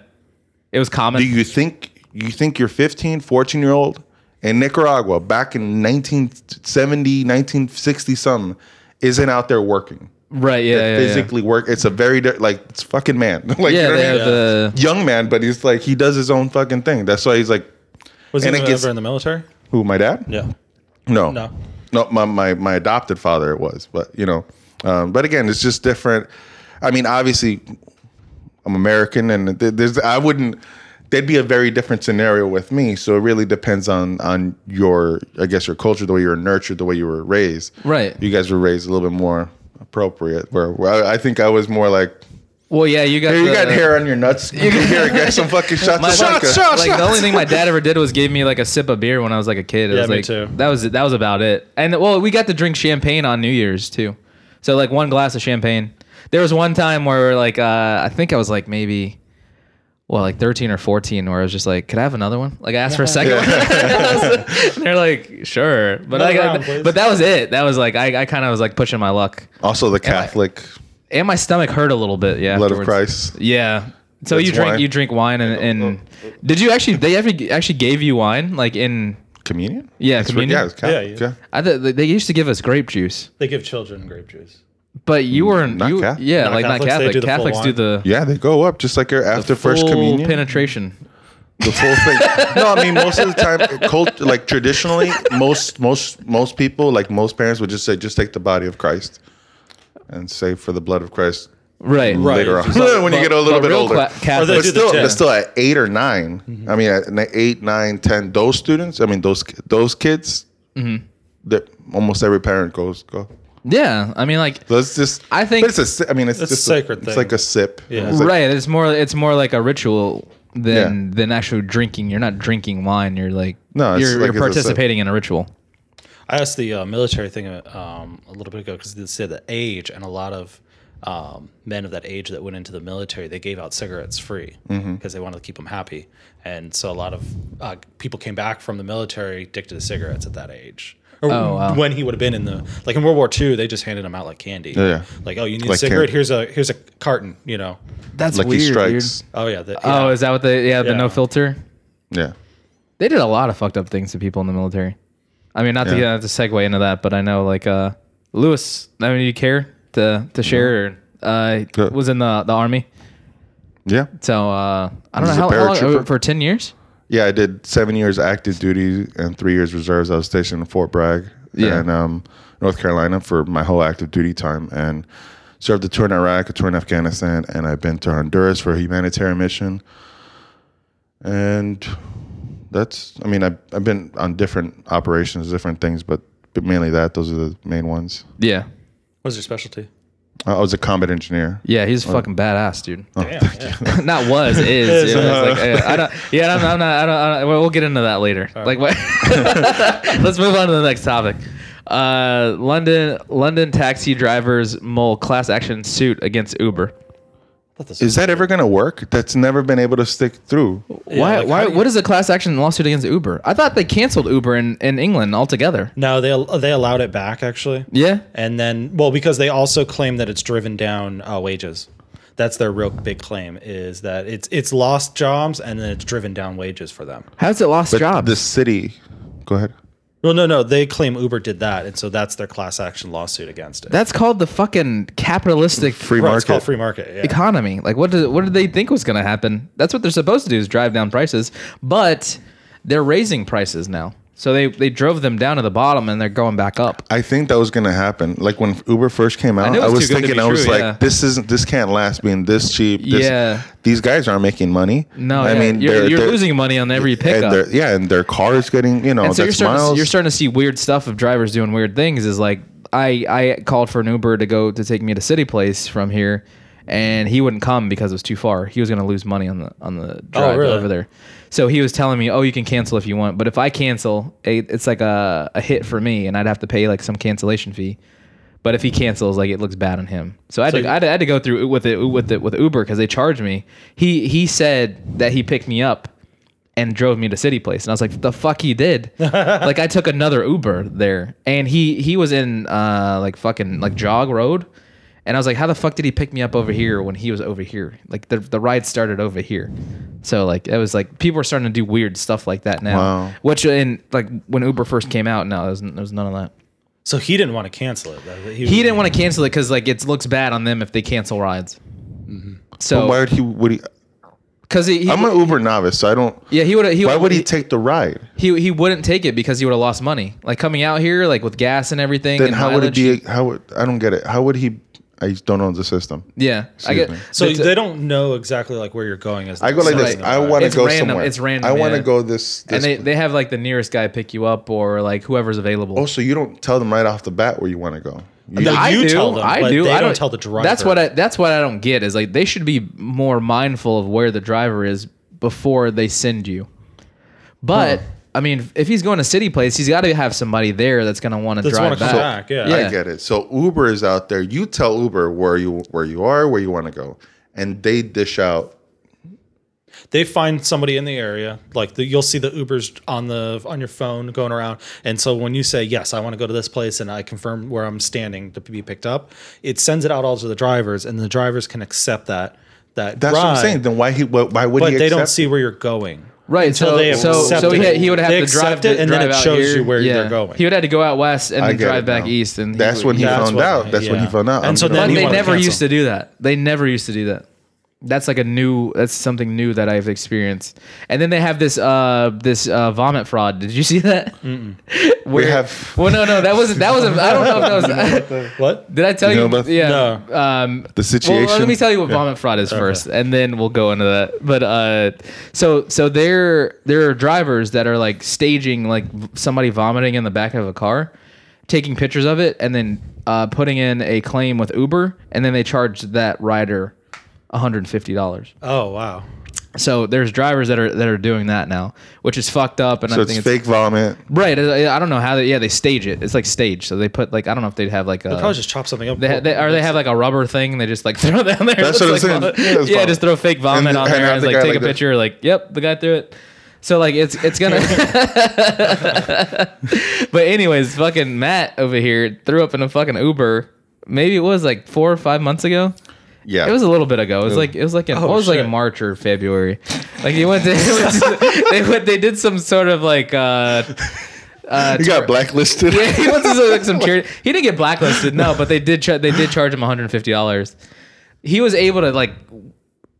Speaker 2: it was common.
Speaker 4: Do you think you think your 15, 14 year old in Nicaragua back in 1970, 1960 something isn't out there working?
Speaker 2: right? Yeah, yeah, yeah.
Speaker 4: physically work. It's a very di- like it's fucking man. like
Speaker 2: yeah,
Speaker 4: you know what I
Speaker 2: they
Speaker 4: mean?
Speaker 2: have the
Speaker 4: young man, but he's like he does his own fucking thing. That's why he's like
Speaker 3: Was
Speaker 4: And
Speaker 3: he
Speaker 4: it
Speaker 3: ever
Speaker 4: gets-
Speaker 3: in the military?
Speaker 4: who my dad?
Speaker 3: Yeah.
Speaker 4: No.
Speaker 3: No.
Speaker 4: No, my, my, my adopted father it was, but you know, um, but again, it's just different. I mean, obviously, I'm American, and th- there's I wouldn't. There'd be a very different scenario with me. So it really depends on on your, I guess, your culture, the way you were nurtured, the way you were raised.
Speaker 2: right.
Speaker 4: You guys were raised a little bit more appropriate. Where, where I I think I was more like,
Speaker 2: Well, yeah, you got
Speaker 4: hey, you
Speaker 2: the-
Speaker 4: got hair on your nuts. You can here, get some fucking shots
Speaker 2: My-
Speaker 4: of vodka.
Speaker 2: like the only thing my dad ever did was gave me like a sip of beer when I was like a kid. It
Speaker 3: Yeah,
Speaker 2: was,
Speaker 3: me
Speaker 2: like,
Speaker 3: too.
Speaker 2: That was that was about it. And well, we got to drink champagne on New Year's too. So like one glass of champagne. There was one time where like uh, I think I was like maybe well like 13 or 14 where I was just like, could I have another one? Like I asked for a second one. and they're like, sure. But I
Speaker 3: Another
Speaker 2: got,
Speaker 3: round, please.
Speaker 2: but that was it. That was like I, I kind of was like pushing my luck.
Speaker 4: Also, the Catholic
Speaker 2: And my stomach hurt a little bit. Yeah.
Speaker 4: blood of
Speaker 2: afterwards.
Speaker 4: Christ.
Speaker 2: Yeah. So
Speaker 4: That's
Speaker 2: you drink
Speaker 4: wine.
Speaker 2: you drink wine and, and did you actually they actually actually gave you wine like in
Speaker 4: Communion?
Speaker 2: Yeah,
Speaker 4: That's what-
Speaker 2: communion.
Speaker 4: Yeah, it's Catholic.
Speaker 3: Yeah,
Speaker 4: Yeah,
Speaker 3: yeah.
Speaker 2: I th- they used to give us grape juice,
Speaker 3: They give children grape juice.
Speaker 2: but you weren't
Speaker 4: Mm, not
Speaker 2: you,
Speaker 4: Catholic.
Speaker 2: yeah
Speaker 3: Not
Speaker 2: like not
Speaker 3: Catholics, they
Speaker 2: Catholic
Speaker 3: do the full
Speaker 2: Catholics do
Speaker 3: wine.
Speaker 2: the
Speaker 4: Yeah, they go up just like your after first
Speaker 2: full
Speaker 4: communion.
Speaker 2: penetration.
Speaker 4: the full thing. No, I mean most of the time, cult like traditionally, most most most people like most parents would just say, just take the body of Christ, and say for the blood of Christ
Speaker 2: Right.
Speaker 3: Right.
Speaker 4: later on
Speaker 3: it's just-
Speaker 4: when you
Speaker 2: But-
Speaker 4: get a little
Speaker 2: but
Speaker 4: bit
Speaker 2: real
Speaker 4: older.
Speaker 2: Qua-
Speaker 3: Or they
Speaker 4: but
Speaker 3: do
Speaker 2: Catholics.
Speaker 3: the Mm-hmm.
Speaker 4: still,
Speaker 3: ten.
Speaker 4: but still at eight or 9 I mean, at ni- eight, nine, ten. Those students, I mean, those those kids.
Speaker 3: Mm-hmm.
Speaker 4: That almost every parent goes go.
Speaker 2: Yeah, I mean like
Speaker 4: So it's just.
Speaker 2: I think-
Speaker 4: but it's a. si- I mean, it's,
Speaker 3: It's a
Speaker 4: just
Speaker 3: sacred
Speaker 4: It's
Speaker 3: thing.
Speaker 4: like a sip.
Speaker 3: Yeah.
Speaker 4: It's like-
Speaker 2: right. It's more it's more like a ritual than than actual drinking. You're not drinking wine. You're like
Speaker 4: No, it's
Speaker 2: you're,
Speaker 4: like
Speaker 2: you're
Speaker 4: it's a-
Speaker 2: participating in a ritual.
Speaker 3: I asked the uh, military thing uh, um, a little bit ago because they said the age and a lot of um, men of that age that went into the military they gave out cigarettes free because
Speaker 4: Mm-hmm.
Speaker 3: they wanted to keep them happy, and so a lot of uh, people came back from the military addicted to cigarettes at that age. Or
Speaker 2: Oh, wow.
Speaker 3: when he would have been in the like in World War II, they just handed them out like candy.
Speaker 4: yeah.
Speaker 3: Like oh, you need a
Speaker 4: Like
Speaker 3: cigarette.
Speaker 4: candy.
Speaker 3: Here's a here's a carton. You know.
Speaker 2: That's
Speaker 4: Lucky
Speaker 2: weird. dude.
Speaker 4: strikes.
Speaker 3: Oh yeah. The, yeah.
Speaker 2: Oh, is that what they yeah, the
Speaker 3: Yeah.
Speaker 2: no filter?
Speaker 4: Yeah.
Speaker 2: they did a lot of fucked up things to people in the military. I mean, not to,
Speaker 4: Yeah.
Speaker 2: uh, to segue into that, but I know like uh, Lewis. I mean, do you care to to share? Uh,
Speaker 4: Yeah.
Speaker 2: was in the the army,
Speaker 4: Yeah.
Speaker 2: so uh, I don't know
Speaker 4: He's a
Speaker 2: how, how long
Speaker 4: paratrooper.
Speaker 2: uh, for ten years.
Speaker 4: Yeah, I did seven years active duty and three years reserves. I was stationed in Fort Bragg
Speaker 2: Yeah.
Speaker 4: and um, North Carolina for my whole active duty time and served a tour in Iraq, a tour in Afghanistan, and I've been to Honduras for a humanitarian mission. And that's, I mean, I've, I've been on different operations, different things, but, but mainly that. Those are the main ones.
Speaker 2: Yeah,
Speaker 3: What's your specialty?
Speaker 4: I was a combat engineer.
Speaker 2: Yeah, he's fucking badass, dude.
Speaker 4: Oh,
Speaker 3: Damn, yeah.
Speaker 2: not was is.
Speaker 3: Is,
Speaker 2: It was
Speaker 3: uh,
Speaker 2: like, eh, I don't, yeah, I'm, I'm not. I don't, I don't. We'll we'll get into that later. Like, what? let's move on to the next topic. Uh, London London taxi drivers mull class action suit against Uber.
Speaker 3: I thought this
Speaker 4: Is that ever gonna work? That's never been able to stick through.
Speaker 2: why?
Speaker 3: like, how
Speaker 2: why?
Speaker 3: do you-
Speaker 2: What is a class action lawsuit against Uber? I thought they canceled Uber in, in England altogether.
Speaker 3: No, they they allowed it back actually.
Speaker 2: Yeah.
Speaker 3: And then, well, because they also claim that it's driven down uh, wages. That's their real big claim is that it's it's lost jobs and then it's driven down wages for them.
Speaker 2: How's it lost
Speaker 4: But
Speaker 2: jobs?
Speaker 4: the city. Go ahead.
Speaker 3: Well, no, no, they claim Uber did that, and so that's their class action lawsuit against it.
Speaker 2: That's called the fucking capitalistic
Speaker 4: Free
Speaker 3: Right, it's
Speaker 4: market.
Speaker 3: called free market. Yeah.
Speaker 2: economy. Like, what did what did they think was going to happen? That's what they're supposed to do is drive down prices, but they're raising prices now. So they they drove them down to the bottom and they're going back up.
Speaker 4: I think that was gonna happen. Like when Uber first came out,
Speaker 2: knew it
Speaker 4: I
Speaker 2: was
Speaker 4: was
Speaker 2: too good to
Speaker 4: thinking,
Speaker 2: be
Speaker 4: I was
Speaker 2: true,
Speaker 4: like,
Speaker 2: yeah.
Speaker 4: this isn't, this can't last being this cheap. This,
Speaker 2: Yeah.
Speaker 4: these guys aren't making money.
Speaker 2: No,
Speaker 4: I
Speaker 2: yeah,
Speaker 4: mean
Speaker 2: you're,
Speaker 4: they're-
Speaker 2: you're
Speaker 4: they're-
Speaker 2: losing money on every
Speaker 4: And
Speaker 2: pickup.
Speaker 4: their- yeah, and their car is getting you know
Speaker 2: And so you're
Speaker 4: that's
Speaker 2: starting, to,
Speaker 4: miles.
Speaker 2: you're starting to see weird stuff of drivers doing weird things. Is like I I called for an Uber to go to take me to City Place from here, and he wouldn't come because it was too far. He was going to lose money on the on the drive
Speaker 3: really?
Speaker 2: over there. So he was telling me, "Oh, you can cancel if you want, but if I cancel, it, it's like a a hit for me, and I'd have to pay like some cancellation fee." But if he cancels, like it looks bad on him. So I had, to, I, had to, I had to go through with it with it with Uber because they charged me. He he said that he picked me up and drove me to City Place, and I was like, "The fuck he did!" like I took another Uber there, and he he was in uh like fucking like Jog Road, and I was like, "How the fuck did he pick me up over here when he was over here? Like the the ride started over here." So like it was like people are starting to do weird stuff like that now,
Speaker 4: Wow.
Speaker 2: which in like when Uber first came out, no, there was, there was none of that.
Speaker 3: So he didn't want to cancel it. though. He,
Speaker 2: He didn't want to cancel it because like it looks bad on them if they cancel rides.
Speaker 4: But why
Speaker 2: So
Speaker 4: would he? Would he?
Speaker 2: because he, he
Speaker 4: I'm an Uber novice, so I don't.
Speaker 2: yeah he would he
Speaker 4: Why would he
Speaker 2: he-
Speaker 4: take the ride?
Speaker 2: he he wouldn't take it because he would have lost money. Like coming out here, like with gas and everything.
Speaker 4: Then
Speaker 2: and
Speaker 4: how
Speaker 2: mileage.
Speaker 4: would it be? How would I don't get it? How would he? I just don't know the system.
Speaker 2: Yeah, I
Speaker 4: Excuse
Speaker 2: get.
Speaker 4: me.
Speaker 3: So
Speaker 2: it's-
Speaker 3: they don't know exactly like where you're going. As
Speaker 4: I go like this.
Speaker 2: Right.
Speaker 4: I want to
Speaker 2: It's
Speaker 4: go
Speaker 2: random-
Speaker 4: somewhere.
Speaker 2: it's random,
Speaker 4: I want to
Speaker 2: yeah.
Speaker 4: go this.
Speaker 2: and
Speaker 4: this
Speaker 2: they, they have like the nearest guy pick you up or like whoever's available.
Speaker 4: also, you don't tell them right off the bat where you want to go. You-
Speaker 3: No,
Speaker 2: I
Speaker 3: you
Speaker 2: do.
Speaker 3: tell them,
Speaker 2: I
Speaker 3: but
Speaker 2: do.
Speaker 3: they
Speaker 2: I
Speaker 3: don't tell the
Speaker 2: That's
Speaker 3: driver.
Speaker 2: what I. That's what I don't get is like they should be more mindful of where the driver is before they send you. But I mean, if he's going to city place, he's got to have somebody there that's going to want to
Speaker 3: That's
Speaker 2: drive
Speaker 3: wanna come
Speaker 2: back.
Speaker 3: back, yeah.
Speaker 4: I get it. So Uber is out there. You tell Uber where you where you are, where you want to go, and they dish out.
Speaker 3: they find somebody in the area like the, you'll see the ubers on the on your phone going around and so when you say yes i want to go to this place and i confirm where i'm standing to be picked up it sends it out all to the drivers and the drivers can accept that that
Speaker 4: That's what I'm
Speaker 3: ride,
Speaker 4: saying. Then why he? Why why would
Speaker 3: but
Speaker 4: he?
Speaker 3: they don't
Speaker 4: accept
Speaker 3: see where you're going
Speaker 2: Right,
Speaker 3: until
Speaker 2: so
Speaker 3: they
Speaker 2: so,
Speaker 3: accept
Speaker 2: so
Speaker 3: it.
Speaker 2: he, he would have
Speaker 3: They
Speaker 2: to drive
Speaker 3: accept it,
Speaker 2: to-
Speaker 3: and then
Speaker 2: drive
Speaker 3: it
Speaker 2: out
Speaker 3: shows
Speaker 2: here.
Speaker 3: you where
Speaker 2: yeah.
Speaker 3: they're going.
Speaker 2: He would have to go out west and
Speaker 4: I
Speaker 2: then
Speaker 4: get
Speaker 2: drive
Speaker 4: it
Speaker 2: back
Speaker 4: now.
Speaker 2: east. And
Speaker 4: That's
Speaker 2: would-
Speaker 4: when he
Speaker 2: yeah.
Speaker 3: That's
Speaker 4: found
Speaker 3: what-
Speaker 4: out. That's when
Speaker 3: yeah.
Speaker 4: he found out.
Speaker 3: And
Speaker 4: I'm
Speaker 3: so
Speaker 4: gonna
Speaker 3: then
Speaker 2: But
Speaker 3: he
Speaker 4: do
Speaker 2: they
Speaker 4: it.
Speaker 3: wanted to
Speaker 2: never
Speaker 3: cancel.
Speaker 2: used to do that. They never used to do that. That's like a new. That's something new that I've experienced. And then they have this uh this uh, vomit fraud. Did you see that? Where,
Speaker 4: have-
Speaker 2: Well, no, no, that wasn't. That wasn't. I don't know if that was.
Speaker 3: what
Speaker 2: Did I tell
Speaker 4: You
Speaker 2: you?
Speaker 4: know about-
Speaker 2: yeah. Um,
Speaker 4: The
Speaker 2: Well,
Speaker 4: situation?
Speaker 2: let me tell you what vomit fraud is first, and then we'll go into that. But uh, so so there there are drivers that are like staging like v- somebody vomiting in the back of a car, taking pictures of it, and then uh, putting in a claim with Uber, and then they charge that rider. $150.
Speaker 3: oh wow
Speaker 2: So there's drivers that are that are doing that now, which is fucked up and
Speaker 4: So
Speaker 2: I
Speaker 4: it's
Speaker 2: think it's
Speaker 4: fake vomit.
Speaker 2: right. I I don't know how they yeah, they stage it. It's like staged. So they put like I don't know if they'd have like a
Speaker 3: probably just chop something up
Speaker 2: Uh, they, ha- they, or they have like a rubber thing. and They just like throw down there.
Speaker 4: That's what
Speaker 2: It's
Speaker 4: I'm
Speaker 2: like-
Speaker 4: saying. Yeah, it's
Speaker 2: Yeah,
Speaker 4: vomit.
Speaker 2: just throw fake vomit
Speaker 4: And-
Speaker 2: on
Speaker 4: and
Speaker 2: there.
Speaker 4: have
Speaker 2: And
Speaker 4: the
Speaker 2: like
Speaker 4: guy
Speaker 2: take
Speaker 4: like
Speaker 2: a
Speaker 4: this.
Speaker 2: picture. Like, yep, the guy threw it. So like it's it's gonna. but anyways, fucking Matt over here threw up in a fucking Uber. Maybe it was like four or five months ago.
Speaker 4: Yeah.
Speaker 2: It was a little bit ago. It was like it was like in,
Speaker 3: Oh,
Speaker 2: what was like
Speaker 3: shit.
Speaker 2: in March or February. Like you went to they went, they did some sort of like uh uh
Speaker 4: he got blacklisted.
Speaker 2: yeah, he wants to like some charity. He didn't get blacklisted, no, but they did. Tra- they did charge him one hundred and fifty dollars. He was able to like,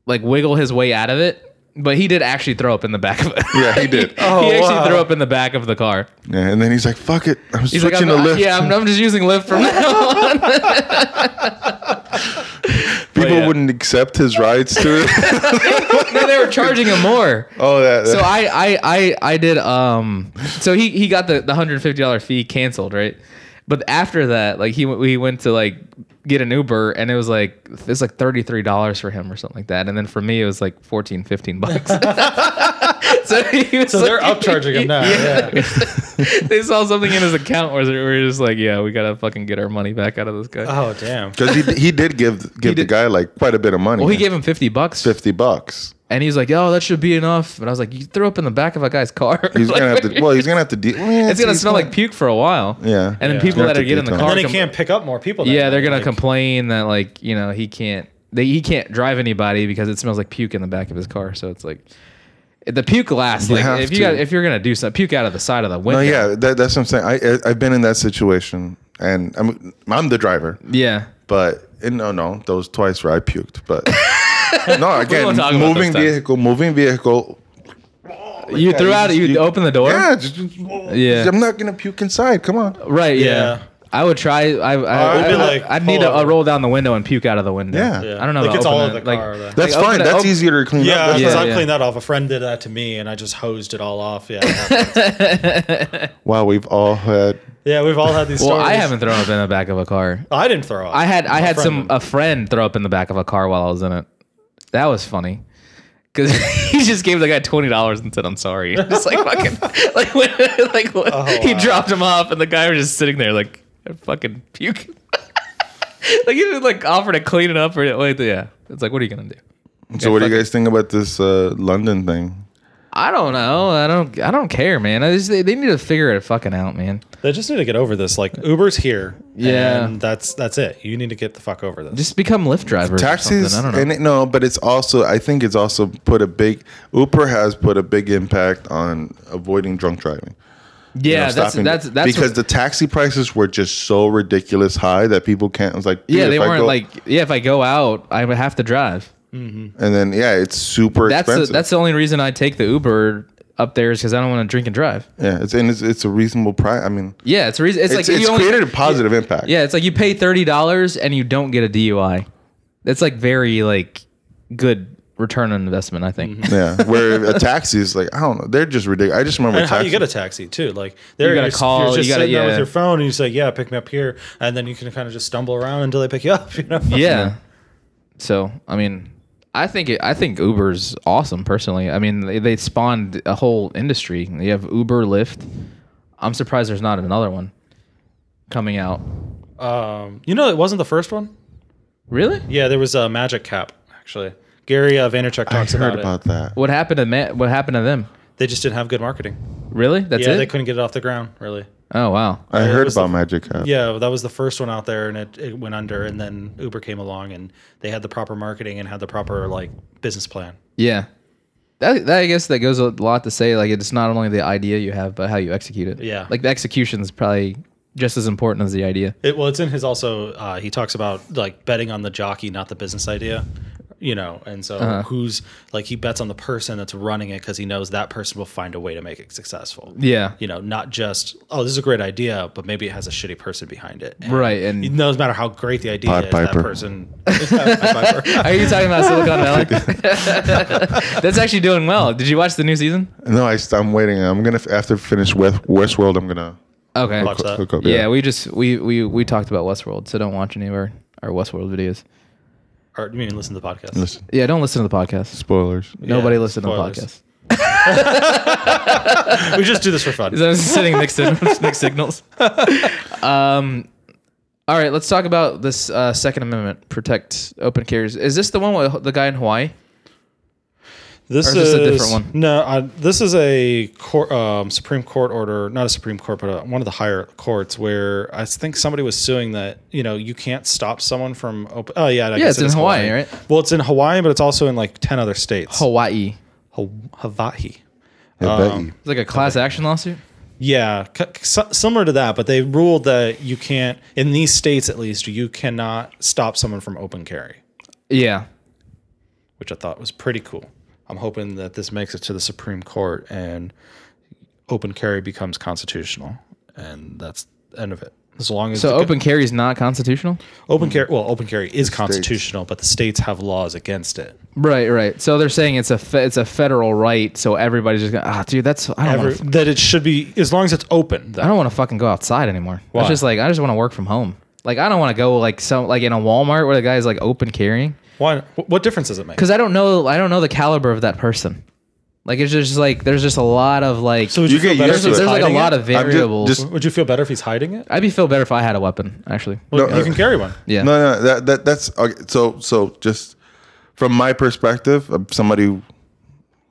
Speaker 2: like wiggle his way out of it, but he did actually throw up in the back of it.
Speaker 4: Yeah, Oh, he did.
Speaker 2: he actually
Speaker 3: wow.
Speaker 2: threw up in the back of the car.
Speaker 4: Yeah, and then he's like, "Fuck it, I'm
Speaker 2: He's
Speaker 4: switching
Speaker 2: like,
Speaker 4: to
Speaker 2: I'm,
Speaker 4: Lyft."
Speaker 2: yeah, I'm, I'm just using Lyft from now. on.
Speaker 4: People
Speaker 2: yeah.
Speaker 4: wouldn't accept his rides to it.
Speaker 2: no, they were charging him more.
Speaker 4: oh, that.
Speaker 2: so I, I I I did um so he he got the the hundred fifty dollar fee canceled right, but after that like he w- we went to like get an Uber, and it was like it's like thirty three dollars for him or something like that, and then for me it was like 14, 15 bucks. so he was
Speaker 3: So they're
Speaker 2: like-
Speaker 3: upcharging him now. Yeah.
Speaker 2: they saw something in his account where they were just like, yeah, we gotta fucking get our money back out of this guy.
Speaker 4: Uh,
Speaker 3: Oh damn.
Speaker 4: because he he did give give the
Speaker 2: did-
Speaker 4: guy like quite a bit of money.
Speaker 2: well, he gave him fifty bucks,
Speaker 4: fifty bucks.
Speaker 2: and he's like, "Oh, that should be enough." And I was like, "You threw up in the back of a guy's car.
Speaker 4: He's
Speaker 2: Like,
Speaker 4: gonna have to. Well, he's gonna have to deal.
Speaker 2: it's gonna smell like puke for a while."
Speaker 4: Yeah.
Speaker 2: and then
Speaker 4: Yeah.
Speaker 2: people
Speaker 4: He's gonna
Speaker 2: that
Speaker 4: have
Speaker 2: are
Speaker 4: to
Speaker 2: getting in the
Speaker 4: detox.
Speaker 2: car,
Speaker 3: Then he
Speaker 2: compl-
Speaker 3: can't pick up more people. that
Speaker 2: yeah,
Speaker 3: night,
Speaker 2: they're gonna
Speaker 3: like-
Speaker 2: complain that like you know he can't they, he can't drive anybody because it smells like puke in the back of his car. So it's like the puke lasts. like
Speaker 4: have
Speaker 2: if you
Speaker 4: to.
Speaker 2: got, if you're gonna do something, puke out of the side of the window.
Speaker 4: No, yeah, that, that's what I'm saying. I, I I've been in that situation, and I'm I'm the driver,
Speaker 2: yeah.
Speaker 4: but and no, no, those twice where I puked, but no, again,
Speaker 2: won't talk about
Speaker 4: moving
Speaker 2: those times.
Speaker 4: vehicle, moving vehicle.
Speaker 2: You threw out. You,
Speaker 4: you-
Speaker 2: open the door.
Speaker 4: Yeah, just, just-
Speaker 2: Yeah.
Speaker 4: I'm not gonna puke inside. Come on.
Speaker 2: Right. Yeah.
Speaker 3: Yeah. Oh,
Speaker 2: I would try. I, I,
Speaker 4: I'd
Speaker 2: I,
Speaker 4: be
Speaker 2: I-
Speaker 3: like,
Speaker 2: I'd need
Speaker 3: pull
Speaker 2: to uh,
Speaker 3: over.
Speaker 2: roll down the window and puke out of the window.
Speaker 4: Yeah.
Speaker 3: Yeah.
Speaker 4: Yeah.
Speaker 2: I don't know.
Speaker 3: Like
Speaker 2: about
Speaker 3: it's all
Speaker 2: opening
Speaker 3: in the
Speaker 2: it, like-
Speaker 3: car. though.
Speaker 4: That's
Speaker 2: Like, open
Speaker 4: fine.
Speaker 2: it
Speaker 4: That's
Speaker 2: up.
Speaker 4: easier to clean
Speaker 3: Yeah,
Speaker 4: up. That's
Speaker 3: because
Speaker 4: not-
Speaker 3: I
Speaker 2: yeah.
Speaker 3: cleaned that off. A friend did that to me, and I just hosed it all off. Yeah,
Speaker 4: Wow, we've all had.
Speaker 3: yeah, we've all had these.
Speaker 2: Well,
Speaker 3: stories.
Speaker 2: I haven't thrown up in the back of a car.
Speaker 3: I didn't throw up.
Speaker 2: I had I
Speaker 3: My
Speaker 2: had
Speaker 3: friend
Speaker 2: some
Speaker 3: did.
Speaker 2: a friend throw up in the back of a car while I was in it. That was funny. Cause he just gave the guy twenty dollars and said, "I'm sorry." Just like fucking, like when, like when he
Speaker 3: Oh, wow.
Speaker 2: dropped him off, and the guy was just sitting there like fucking puke. like he didn't like offer to clean it up or like yeah. It's like, what are you gonna do?
Speaker 4: So, what do you guys think about this uh, London thing?
Speaker 2: I don't know. I don't. I don't care, man. I just, they, they need to figure it fucking out, man.
Speaker 3: They just need to get over this. Like Uber's here.
Speaker 2: Yeah.
Speaker 3: and that's that's it. You need to get the fuck over this.
Speaker 2: Just become Lyft drivers. Taxis.
Speaker 4: taxis
Speaker 2: I don't know.
Speaker 4: and it, no but it's also i think it's also put a big uber has put a big impact on avoiding drunk driving You know,
Speaker 2: yeah, that's
Speaker 4: stopping-
Speaker 2: that's that's
Speaker 4: because
Speaker 2: what-
Speaker 4: the taxi prices were just so ridiculous high that people can't it was like dude,
Speaker 2: yeah
Speaker 4: if
Speaker 2: they
Speaker 4: I
Speaker 2: weren't
Speaker 4: go-
Speaker 2: like yeah if I go out I would have to drive.
Speaker 4: and then yeah it's super
Speaker 2: That's the,
Speaker 4: expensive
Speaker 2: that's the only reason I take the Uber up there is because I don't want to drink and drive.
Speaker 4: yeah it's and it's, it's a reasonable price i mean
Speaker 2: Yeah, it's a reason. It's,
Speaker 4: it's,
Speaker 2: like
Speaker 4: it's
Speaker 2: you only-
Speaker 4: created a positive impact
Speaker 2: Yeah, it's like you pay thirty dollars and you don't get a DUI. That's like very like good return on investment. I think.
Speaker 4: yeah where a taxi is like i don't know they're just ridiculous i just remember
Speaker 3: and how do you
Speaker 4: taxi-
Speaker 3: get a taxi too? Like there
Speaker 2: You gotta
Speaker 3: you're, s-
Speaker 2: call,
Speaker 3: You're just
Speaker 2: you gotta-
Speaker 3: sitting there
Speaker 2: yeah.
Speaker 3: with your phone, and you say, "Yeah, pick me up here," and then you can kind of just stumble around until they pick you up. You know?
Speaker 2: Yeah. So I mean, I think it, I think Uber's awesome personally. I mean, they, they spawned a whole industry. You have Uber, Lyft. I'm surprised there's not another one coming out.
Speaker 3: Um, you know, it wasn't the first one.
Speaker 2: Really?
Speaker 3: Yeah, there was a Magic Cap actually. Gary uh, Vaynerchuk
Speaker 4: i
Speaker 3: talks
Speaker 4: heard
Speaker 3: about,
Speaker 4: about
Speaker 3: it.
Speaker 4: that
Speaker 2: What happened to Ma- what happened to them?
Speaker 3: They just didn't have good marketing.
Speaker 2: Really? That's
Speaker 3: yeah,
Speaker 2: it.
Speaker 3: they couldn't get it off the ground really.
Speaker 2: oh wow.
Speaker 4: i
Speaker 3: it
Speaker 4: heard
Speaker 3: was the-
Speaker 4: about magic app
Speaker 3: Yeah, that was the first one out there, and it, it went under. And then Uber came along, and they had the proper marketing and had the proper like business plan.
Speaker 2: Yeah. That, that I guess that goes a lot to say like it's not only the idea you have but how you execute it.
Speaker 3: Yeah.
Speaker 2: Like the execution is probably just as important as the idea.
Speaker 3: It, well, it's in his also. Uh, he talks about like betting on the jockey, not the business idea. You know, and so
Speaker 2: Uh-huh.
Speaker 3: who's like he bets on the person that's running it because he knows that person will find a way to make it successful.
Speaker 2: Yeah.
Speaker 3: You know, not just oh, this is a great idea, but maybe it has a shitty person behind it. And
Speaker 2: Right, and-
Speaker 3: it doesn't matter how great the idea
Speaker 4: Pied
Speaker 3: is,
Speaker 4: Piper.
Speaker 3: that person. Pied Piper.
Speaker 2: Are you talking about Silicon Valley? That's actually doing well. Did you watch the new season?
Speaker 4: no I, am waiting i'm gonna f- after finish west westworld i'm gonna
Speaker 2: Okay.
Speaker 3: Watch that.
Speaker 4: hook up
Speaker 2: Yeah, we just we we we talked about Westworld, so don't watch any of our our Westworld videos.
Speaker 3: Or you mean listen to the podcast?
Speaker 4: Listen.
Speaker 2: Yeah, don't listen to the podcast.
Speaker 4: spoilers
Speaker 2: Nobody
Speaker 3: Yeah,
Speaker 2: listen to the
Speaker 3: spoilers.
Speaker 2: podcast.
Speaker 3: We just do this for fun.
Speaker 2: Is that sending mixed mixed signals? um, all right, let's talk about this uh, Second Amendment protect open carries. Is this the one with the guy in Hawaii?
Speaker 3: This
Speaker 2: Or is this a different one?
Speaker 3: No, I, this is a court, um, Supreme Court order, not a Supreme Court, but uh one of the higher courts where I think somebody was suing that you know you can't stop someone from. Op- oh yeah, I guess
Speaker 2: it's
Speaker 3: it
Speaker 2: in
Speaker 3: is
Speaker 2: Hawaii, right?
Speaker 3: Well, it's in Hawaii, but it's also in like ten other states.
Speaker 2: Hawaii.
Speaker 3: Ho- Hawaii.
Speaker 4: I
Speaker 3: Oh.
Speaker 4: bet you.
Speaker 2: It's like a class action lawsuit.
Speaker 3: Yeah, c- c- s- similar to that, but they ruled that you can't in these states at least you cannot stop someone from open carry.
Speaker 2: Yeah.
Speaker 3: which I thought was pretty cool. I'm hoping that this makes it to the Supreme Court and open carry becomes constitutional, and that's the end of it. As long as
Speaker 2: So
Speaker 3: the-
Speaker 2: open carry is not constitutional.
Speaker 3: open carry, well, open carry is constitutional, but the states have laws against it.
Speaker 2: Right, right. So they're saying it's a fe- it's a federal right. So everybody's just going, ah, dude, that's I don't
Speaker 3: Every,
Speaker 2: want to
Speaker 3: that it should be as long as it's open.
Speaker 2: I
Speaker 3: That,
Speaker 2: don't want to fucking go outside anymore. It's
Speaker 3: Why?
Speaker 2: just like I just want to work from home. Like I don't want to go like some like in a Walmart where the guy's like open carrying
Speaker 3: Why? wh- What difference does it make?
Speaker 2: because I don't know I don't know the caliber of that person. Like it's just like there's just a lot of like
Speaker 3: So would you,
Speaker 4: You
Speaker 3: feel
Speaker 4: get
Speaker 3: better
Speaker 4: used
Speaker 3: if
Speaker 2: there's,
Speaker 4: to
Speaker 3: he's
Speaker 4: it.
Speaker 2: there's like a
Speaker 3: hiding
Speaker 2: lot
Speaker 3: it?
Speaker 2: of variables.
Speaker 4: just-
Speaker 3: Would you feel better if he's hiding it?
Speaker 2: I'd be feel better if I had a weapon actually.
Speaker 3: Well,
Speaker 4: No,
Speaker 3: you
Speaker 4: uh,
Speaker 3: can carry one.
Speaker 2: Yeah.
Speaker 4: No, no, that, that that's okay, so so. Just from my perspective, of somebody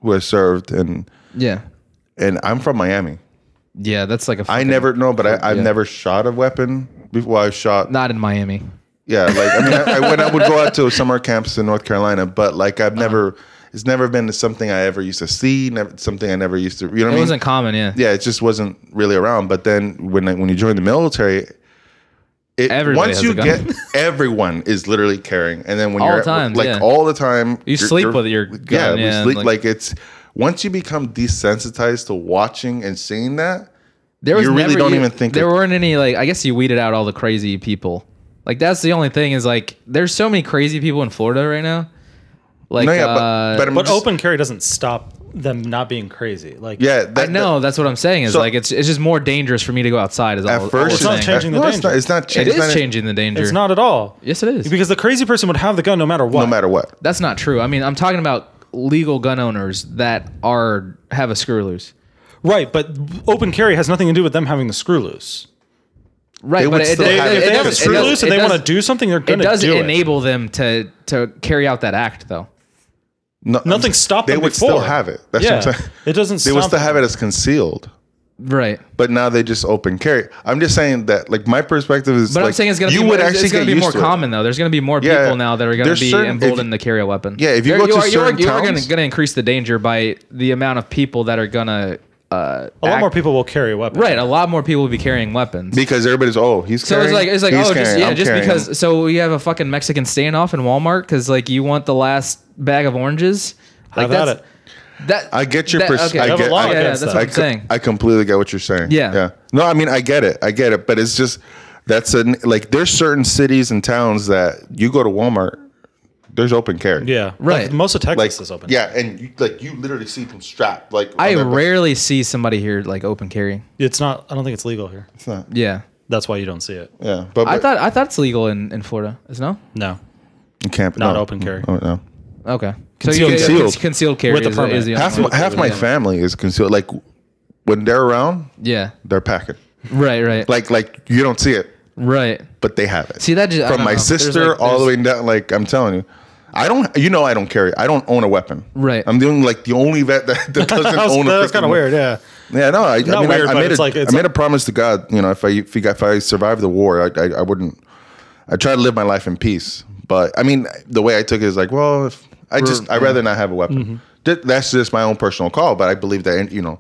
Speaker 4: who has served and
Speaker 2: Yeah.
Speaker 4: and I'm from Miami.
Speaker 2: Yeah, that's like a
Speaker 4: I
Speaker 2: fucking-
Speaker 4: never know, but I, I've
Speaker 2: Yeah.
Speaker 4: never shot a weapon before. I shot.
Speaker 2: not in Miami.
Speaker 4: Yeah, like I mean, I, I, when I would go out to summer camps in North Carolina, but like
Speaker 2: Uh-huh.
Speaker 4: I've never, it's never been something I ever used to see. Never something I never used to. You know what I
Speaker 2: It
Speaker 4: mean?
Speaker 2: wasn't common, yeah.
Speaker 4: yeah, it just wasn't really around. But then when when you join the military, it,
Speaker 2: Everybody
Speaker 4: once
Speaker 2: has
Speaker 4: you
Speaker 2: a gun.
Speaker 4: get everyone is literally carrying, and then when
Speaker 2: All
Speaker 4: you're
Speaker 2: the time,
Speaker 4: like
Speaker 2: yeah.
Speaker 4: all the time,
Speaker 2: You sleep with your
Speaker 4: yeah,
Speaker 2: gun,
Speaker 4: we
Speaker 2: yeah,
Speaker 4: sleep,
Speaker 2: like-
Speaker 4: like, it's once you become desensitized to watching and seeing that.
Speaker 2: There was
Speaker 4: You really
Speaker 2: never- e,
Speaker 4: don't even think
Speaker 2: there
Speaker 4: it-
Speaker 2: weren't any like I guess you weeded out all the crazy people. Like that's the only thing is like there's so many crazy people in Florida right now. Like
Speaker 4: no, yeah,
Speaker 2: uh,
Speaker 4: but, but, I'm
Speaker 3: But
Speaker 4: just-
Speaker 3: open carry doesn't stop them not being crazy. Like
Speaker 4: yeah, that,
Speaker 2: I know that's what I'm saying is
Speaker 4: So-
Speaker 2: like it's it's just more dangerous for me to go outside. Is all,
Speaker 4: At
Speaker 2: all
Speaker 4: first,
Speaker 2: we're
Speaker 3: It's not
Speaker 2: saying.
Speaker 3: changing the
Speaker 4: no, It's not,
Speaker 3: danger.
Speaker 4: it's not
Speaker 2: It
Speaker 4: changing.
Speaker 2: is
Speaker 4: it's not-
Speaker 2: changing the danger.
Speaker 3: it's not at all.
Speaker 2: Yes, it is.
Speaker 3: Because the crazy person would have the gun no matter what.
Speaker 4: no matter what.
Speaker 2: That's not true. I mean, I'm talking about legal gun owners that are have a screw loose.
Speaker 3: Right, but open carry has nothing to do with them having the screw loose.
Speaker 2: Right,
Speaker 4: They
Speaker 2: but
Speaker 4: would
Speaker 2: it,
Speaker 4: still
Speaker 2: it, it,
Speaker 4: have it.
Speaker 3: If
Speaker 2: it
Speaker 3: they have a
Speaker 2: does- it
Speaker 3: screw
Speaker 2: does-
Speaker 3: loose and
Speaker 2: it
Speaker 3: they want
Speaker 2: does-
Speaker 3: to do something, they're
Speaker 2: It
Speaker 3: going to
Speaker 2: does
Speaker 3: do it.
Speaker 2: enable them to to carry out that act, though.
Speaker 4: No,
Speaker 3: Nothing stopped
Speaker 4: They
Speaker 3: them
Speaker 4: would still
Speaker 3: before.
Speaker 4: have it. That's
Speaker 3: yeah,
Speaker 4: what I'm saying.
Speaker 3: it doesn't.
Speaker 4: They
Speaker 3: stop
Speaker 4: would still have
Speaker 3: them.
Speaker 4: it as concealed,
Speaker 2: Right.
Speaker 4: but now they just open carry. I'm just saying that, like my perspective is.
Speaker 2: But I'm
Speaker 4: like,
Speaker 2: saying it's gonna
Speaker 4: you
Speaker 2: be
Speaker 4: would
Speaker 2: it's-
Speaker 4: actually
Speaker 2: it's gonna
Speaker 4: get
Speaker 2: be
Speaker 4: used
Speaker 2: more
Speaker 4: to it.
Speaker 2: common though. There's gonna be more
Speaker 4: Yeah.
Speaker 2: people now that are gonna
Speaker 4: There's
Speaker 2: be
Speaker 4: certain- if
Speaker 2: emboldened to carry a weapon.
Speaker 4: Yeah, if you
Speaker 2: There-
Speaker 4: go to
Speaker 2: are,
Speaker 4: certain
Speaker 2: you are, you are gonna,
Speaker 4: towns-
Speaker 2: gonna increase the danger by the amount of people that are gonna uh,
Speaker 3: A lot
Speaker 2: act-
Speaker 3: more people will carry a weapon.
Speaker 2: Right, a lot more people will be carrying weapons.
Speaker 4: because everybody's oh he's
Speaker 2: so
Speaker 4: carrying,
Speaker 2: it's like it's like
Speaker 4: he's
Speaker 2: oh just
Speaker 4: carrying,
Speaker 2: yeah
Speaker 4: I'm
Speaker 2: just
Speaker 4: carrying.
Speaker 2: because so we have a fucking Mexican standoff in Walmart because like you want the last bag of oranges. Like
Speaker 3: Have at
Speaker 2: that's-
Speaker 3: it.
Speaker 2: That
Speaker 4: I get your
Speaker 2: that-
Speaker 4: pers- I
Speaker 2: okay.
Speaker 4: get-
Speaker 3: law
Speaker 4: I,
Speaker 2: yeah, yeah,
Speaker 3: against
Speaker 2: that's what
Speaker 3: that.
Speaker 4: I
Speaker 2: I'm
Speaker 4: co-
Speaker 2: saying.
Speaker 4: I completely get what you're saying.
Speaker 2: Yeah.
Speaker 4: yeah. No, I mean I get it, I get it, but it's just that's a like there's certain cities and towns that you go to Walmart, there's open carry.
Speaker 3: Yeah.
Speaker 2: Right.
Speaker 3: Like, most of
Speaker 4: like
Speaker 3: Texas is open.
Speaker 4: yeah, and you, like you literally see them strapped. Like
Speaker 2: I
Speaker 4: on their-
Speaker 2: rarely see somebody here like open carry.
Speaker 3: It's not. I don't think it's legal here.
Speaker 4: It's not-
Speaker 2: Yeah.
Speaker 3: That's why you don't see it.
Speaker 4: Yeah, but,
Speaker 2: I thought I thought it's legal in, in Florida. Is no?
Speaker 3: No.
Speaker 4: you can't
Speaker 3: Not open carry.
Speaker 4: Oh no.
Speaker 2: Okay.
Speaker 3: Concealed
Speaker 2: so you,
Speaker 4: carry.
Speaker 2: concealed, concealed carry
Speaker 3: With a
Speaker 2: is, the- is the only
Speaker 3: permit.
Speaker 4: half
Speaker 2: one.
Speaker 4: my, half my
Speaker 2: Yeah.
Speaker 4: family is concealed. Like when they're around,
Speaker 2: Yeah.
Speaker 4: they're packing.
Speaker 2: Right. Right.
Speaker 4: Like like you don't see it,
Speaker 2: right.
Speaker 4: but they have it.
Speaker 2: See that just, I
Speaker 4: from
Speaker 2: don't
Speaker 4: my
Speaker 2: know. There's,
Speaker 4: sister
Speaker 2: like,
Speaker 4: all the
Speaker 2: there's-
Speaker 4: way down. Like I'm telling you, I don't. You know I don't carry. I don't own a weapon.
Speaker 2: Right.
Speaker 4: I'm the only like the only vet that, that doesn't
Speaker 3: That was-
Speaker 4: own a
Speaker 3: that was
Speaker 4: freaking
Speaker 3: kind of weird. Yeah.
Speaker 4: Yeah, no, I, I mean,
Speaker 3: weird,
Speaker 4: I,
Speaker 3: but
Speaker 4: I made
Speaker 3: it's
Speaker 4: a,
Speaker 3: like- it's
Speaker 4: I made
Speaker 3: like-
Speaker 4: a promise to God. You know, if I if, I- if I survived the war, I, I I wouldn't. I try to live my life in peace, but I mean, the way I took it is like, well, if, I just I'd rather not have a weapon.
Speaker 2: Mm-hmm.
Speaker 4: Th- That's just my own personal call, but I believe that you know.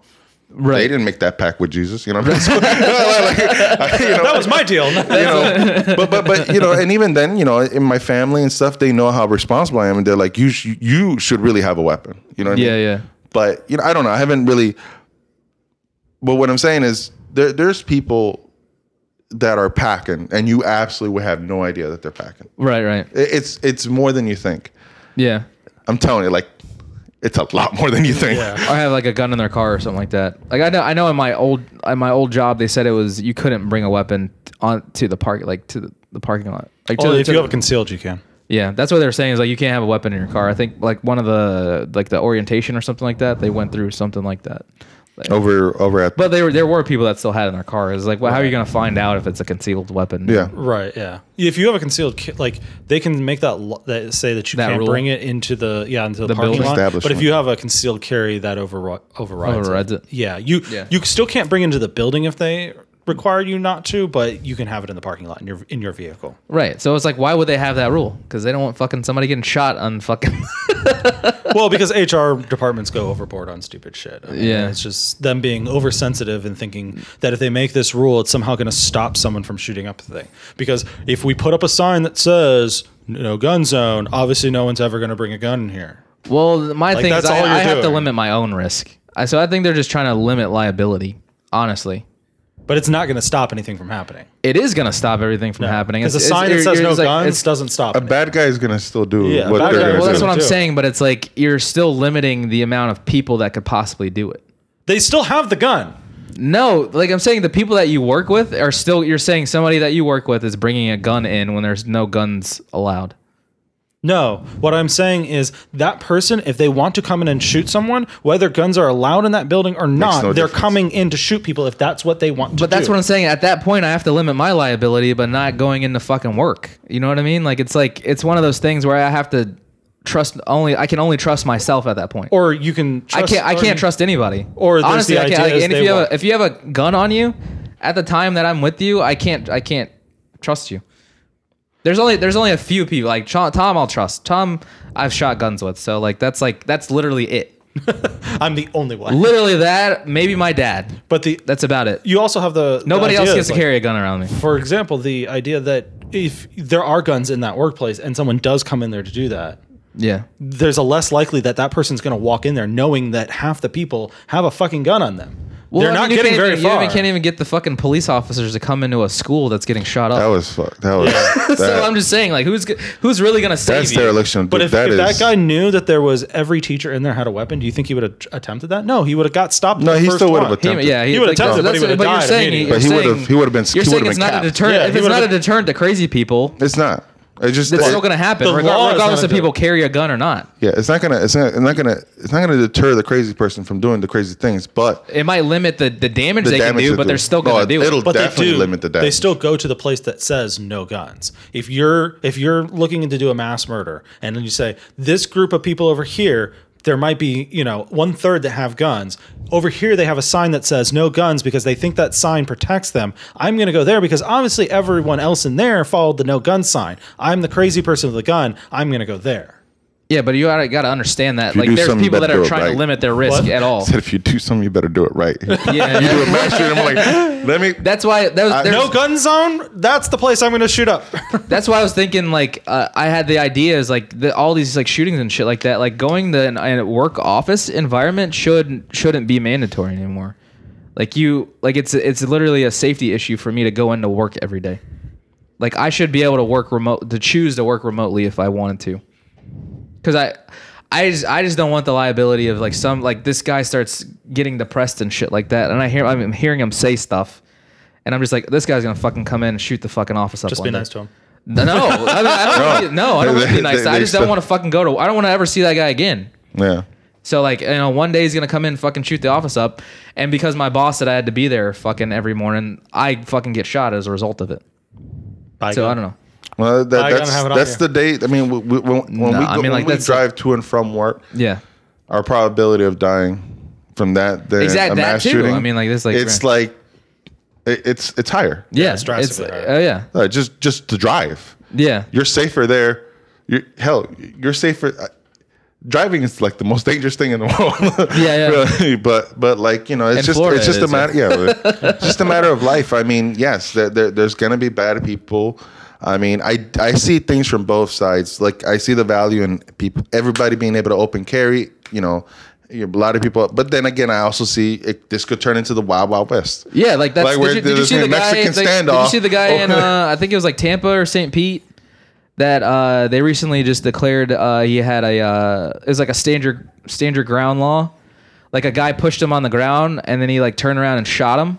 Speaker 2: Right.
Speaker 4: They didn't make that pact with Jesus, you know. What I'm saying? Like, you know,
Speaker 3: That was my deal.
Speaker 4: you know, but but but you know, and even then, you know, in my family and stuff, they know how responsible I am, and they're like, you sh- you should really have a weapon, you know? What I
Speaker 2: Yeah.
Speaker 4: mean?
Speaker 2: Yeah.
Speaker 4: But you know, I don't know. I haven't really. But what I'm saying is, there there's people that are packing, and you absolutely would have no idea that they're packing.
Speaker 2: Right. Right.
Speaker 4: It- It's it's more than you think.
Speaker 2: Yeah.
Speaker 4: I'm telling you, like, it's a lot more than you think.
Speaker 3: yeah.
Speaker 2: Or have like a gun in their car or something like that. Like I know, I know in my old, in my old job, they said it was you couldn't bring a weapon on to the park, like to the, the parking lot. Like to,
Speaker 3: Well,
Speaker 2: the-
Speaker 3: Oh, if
Speaker 2: to
Speaker 3: you
Speaker 2: the-
Speaker 3: have it concealed, you can.
Speaker 2: Yeah, that's what they're saying is like you can't have a weapon in your car. I think like one of the like the orientation or something like that. They went through something like that. Like-
Speaker 4: Over over at
Speaker 2: but there were there were people that still had it in their car. It's like, well, how are you gonna find out if it's a concealed weapon?
Speaker 4: yeah.
Speaker 3: Right. Yeah. If you have a concealed, ca- like they can make that, lo- that say that you
Speaker 2: That
Speaker 3: can't
Speaker 2: rule.
Speaker 3: bring it into the yeah into the, parking
Speaker 2: building.
Speaker 3: lot. But if
Speaker 4: Establishment.
Speaker 3: you have a concealed carry, that overri- overrides,
Speaker 2: Overrides it.
Speaker 3: Yeah. You
Speaker 2: Yeah.
Speaker 3: you still can't bring into the building if they require you not to, but you can have it in the parking lot in your in your vehicle.
Speaker 2: Right. So it's like, why would they have that rule? Because they don't want fucking somebody getting shot on fucking.
Speaker 3: well, because HR departments go overboard on stupid shit. I mean,
Speaker 2: Yeah.
Speaker 3: it's just them being oversensitive and thinking that if they make this rule, it's somehow going to stop someone from shooting up the thing. Because if we put up a sign that says "no gun zone," obviously no one's ever going to bring a gun in here.
Speaker 2: well, my thing
Speaker 3: that's
Speaker 2: is, I,
Speaker 3: all you're
Speaker 2: I have to
Speaker 3: doing.
Speaker 2: limit my own risk. I, so I think they're just trying to limit liability. Honestly,
Speaker 3: But it's not going to stop anything from happening.
Speaker 2: it is gonna stop everything from happening.
Speaker 3: Because a
Speaker 2: It's-
Speaker 3: sign that
Speaker 2: it's-
Speaker 3: says
Speaker 2: you're-
Speaker 3: no
Speaker 2: it's like-
Speaker 3: guns
Speaker 2: it's-
Speaker 3: doesn't stop.
Speaker 4: A
Speaker 3: it.
Speaker 4: bad guy is gonna still do
Speaker 3: Yeah, a
Speaker 4: what
Speaker 3: bad guy
Speaker 4: they're
Speaker 3: is
Speaker 2: Well,
Speaker 4: gonna
Speaker 2: that's
Speaker 4: do.
Speaker 2: what I'm
Speaker 3: do it.
Speaker 2: saying. But it's like you're still limiting the amount of people that could possibly do it.
Speaker 3: They still have the gun.
Speaker 2: No, like I'm saying, the people that you work with are still. You're saying somebody that you work with is bringing a gun in when there's no guns allowed.
Speaker 3: No, what I'm saying is that person, if they want to come in and shoot someone, whether guns are allowed in that building or not,
Speaker 4: no
Speaker 3: they're
Speaker 4: difference.
Speaker 3: coming in to shoot people if that's what they want to
Speaker 2: But that's
Speaker 3: do.
Speaker 2: what I'm saying. At that point, I have to limit my liability, but not going into fucking work. You know what I mean? Like it's like it's one of those things where I have to trust only. I can only trust myself at that point.
Speaker 3: Or you can.
Speaker 2: I
Speaker 3: Trust,
Speaker 2: can't. I
Speaker 3: or
Speaker 2: can't
Speaker 3: you-
Speaker 2: trust anybody.
Speaker 3: or there's
Speaker 2: honestly,
Speaker 3: the
Speaker 2: I can't.
Speaker 3: idea
Speaker 2: Like,
Speaker 3: is
Speaker 2: and if
Speaker 3: they
Speaker 2: you have
Speaker 3: want-
Speaker 2: a, if you have a gun on you, at the time that I'm with you, I can't. I can't trust you. There's only there's only a few people like Cho- Tom. I'll trust Tom. I've shot guns with, so like that's like that's literally it.
Speaker 3: I'm the only one.
Speaker 2: Literally that. Maybe my dad.
Speaker 3: But the
Speaker 2: That's about it.
Speaker 3: you also have the the
Speaker 2: Nobody else
Speaker 3: idea
Speaker 2: gets
Speaker 3: is,
Speaker 2: to
Speaker 3: like,
Speaker 2: carry a gun around me.
Speaker 3: For example, the idea that if there are guns in that workplace and someone does come in there to do that,
Speaker 2: Yeah.
Speaker 3: there's a less likely that that person's going to walk in there knowing that half the people have a fucking gun on them. They're
Speaker 2: I mean,
Speaker 3: not
Speaker 2: you
Speaker 3: getting
Speaker 2: can't
Speaker 3: very
Speaker 2: even-
Speaker 3: far.
Speaker 2: You can't even get the fucking police officers to come into a school that's getting shot up.
Speaker 4: That was fuck. That was. That,
Speaker 2: so I'm just saying, like, whose g- who's really gonna save
Speaker 4: that's
Speaker 2: you?
Speaker 4: dereliction.
Speaker 3: but if,
Speaker 4: that
Speaker 3: if
Speaker 4: is.
Speaker 3: that guy knew that there was every teacher in there had a weapon, do you think he would have t- attempted that? No, he would have got stopped.
Speaker 4: No,
Speaker 3: the
Speaker 4: he
Speaker 3: first
Speaker 4: still would
Speaker 3: one.
Speaker 4: have
Speaker 2: He-
Speaker 4: attempted.
Speaker 2: yeah,
Speaker 3: He would've
Speaker 2: like,
Speaker 3: attempted,
Speaker 2: that's-
Speaker 3: but he would've
Speaker 2: you're
Speaker 3: died
Speaker 2: saying,
Speaker 3: immediately.
Speaker 4: But he
Speaker 2: you're
Speaker 4: would've-
Speaker 2: saying-
Speaker 4: he would've been-
Speaker 2: You're
Speaker 4: he
Speaker 2: saying
Speaker 4: would've
Speaker 2: it's
Speaker 4: been
Speaker 2: not a
Speaker 4: capped.
Speaker 2: deterrent.
Speaker 3: Yeah,
Speaker 2: if
Speaker 3: he
Speaker 2: it's not a
Speaker 3: would've-
Speaker 2: deterrent to crazy people,
Speaker 4: It's not. It just.
Speaker 2: it's
Speaker 4: it-
Speaker 2: still gonna happen,
Speaker 3: the
Speaker 2: reg-
Speaker 3: law is
Speaker 2: regardless
Speaker 3: not
Speaker 2: if
Speaker 3: a
Speaker 2: people carry a gun or not.
Speaker 4: Yeah, it's not gonna. It's not, it's not gonna. It's not gonna deter the crazy person from doing the crazy things. But
Speaker 2: It might limit the, the damage
Speaker 4: The
Speaker 2: they
Speaker 4: damage
Speaker 2: can do,
Speaker 4: they
Speaker 2: but
Speaker 4: do.
Speaker 2: they're still
Speaker 4: No,
Speaker 2: gonna
Speaker 4: it-
Speaker 2: do it.
Speaker 4: it'll-
Speaker 3: but
Speaker 4: definitely
Speaker 3: they do,
Speaker 4: limit the
Speaker 3: They
Speaker 4: damage.
Speaker 3: still go to the place that says no guns. If you're if you're looking to do a mass murder and then you say this group of people over here, there might be you know one third that have guns. Over here they have a sign that says no guns because they think that sign protects them. I'm going to go there because obviously everyone else in there followed the no gun sign. I'm the crazy person with the gun. I'm going to go there.
Speaker 2: yeah, but you gotta, gotta understand that.
Speaker 4: you
Speaker 2: Like,
Speaker 4: do
Speaker 2: there's
Speaker 4: something,
Speaker 2: people
Speaker 4: you
Speaker 2: that
Speaker 4: better
Speaker 2: are
Speaker 4: do it
Speaker 2: trying to
Speaker 4: right.
Speaker 2: limit their risk
Speaker 3: What?
Speaker 2: at all.
Speaker 4: said if you do something, you better do it right.
Speaker 2: Yeah.
Speaker 4: you do it master, and I'm like, let me.
Speaker 2: That's why that was,
Speaker 4: I-
Speaker 2: there's-
Speaker 3: No gun zone. That's the place I'm going to shoot up.
Speaker 2: That's why I was thinking like uh, I had the ideas like the, all these like shootings and shit like that. Like going to an, an work office environment should shouldn't be mandatory anymore. Like you like it's it's literally a safety issue for me to go into work every day. Like I should be able to work remote to choose to work remotely if I wanted to. Cuz I I just, I just don't want the liability of like some like this guy starts getting depressed and shit like that and I hear I'm hearing him say stuff and I'm just like this guy's going to fucking come in and shoot the fucking office up
Speaker 3: Just
Speaker 2: one
Speaker 3: be
Speaker 2: day.
Speaker 3: nice to him.
Speaker 2: No, I, mean, I don't. wanna be- no. I don't want to be nice.
Speaker 4: They-
Speaker 2: I
Speaker 4: they
Speaker 2: just don't
Speaker 4: still-
Speaker 2: want to fucking go to. I don't want to ever see that guy again.
Speaker 4: Yeah.
Speaker 2: So like, you know, one day he's gonna come in, and fucking shoot the office up, and because my boss said I had to be there, fucking every morning, I fucking get shot as a result of it.
Speaker 3: Bye,
Speaker 2: So
Speaker 3: gun.
Speaker 2: I don't know.
Speaker 4: Well, that,
Speaker 3: I gotta
Speaker 4: that's
Speaker 3: have it on
Speaker 4: that's
Speaker 3: here.
Speaker 4: the date. I mean, we, we, when, when
Speaker 2: Nah,
Speaker 4: we,
Speaker 2: I
Speaker 4: go,
Speaker 2: mean, like,
Speaker 4: when we
Speaker 2: that's-
Speaker 4: drive to and from work,
Speaker 2: Yeah.
Speaker 4: our probability of dying from that than
Speaker 2: Exact-
Speaker 4: a
Speaker 2: that
Speaker 4: mass
Speaker 2: too.
Speaker 4: shooting.
Speaker 2: I mean, like, this, like,
Speaker 4: it's
Speaker 2: gra-
Speaker 4: like it, it's it's higher.
Speaker 2: Yeah.
Speaker 3: it's
Speaker 2: it's
Speaker 3: drastically higher.
Speaker 2: oh yeah.
Speaker 4: Uh, just just to drive,
Speaker 2: Yeah.
Speaker 4: you're safer there. You're, hell, you're safer. uh, Driving is like the most dangerous thing in the world.
Speaker 2: Yeah, yeah.
Speaker 4: Really, But but like you know, it's
Speaker 2: In
Speaker 4: just
Speaker 2: Florida
Speaker 4: it's just
Speaker 2: it
Speaker 4: a
Speaker 2: is,
Speaker 4: matter. Yeah, it's just a matter of life. I mean, yes, there, there, there's gonna be bad people. I mean, I I see things from both sides. Like I see the value in people, everybody being able to open carry. You know, a lot of people. But then again, I also see it, this could turn into the wild wild west.
Speaker 2: Yeah, like that's.
Speaker 4: Like, where
Speaker 2: did, you, did you
Speaker 4: there's
Speaker 2: see the
Speaker 4: a
Speaker 2: guy?
Speaker 4: Mexican
Speaker 2: like, did you
Speaker 4: standoff.
Speaker 2: see the guy in? Uh, I think it was like Tampa or St. Pete. That uh, they recently just declared uh, he had a uh, it was like a stand your stand your ground law, like a guy pushed him on the ground and then he like turned around and shot him.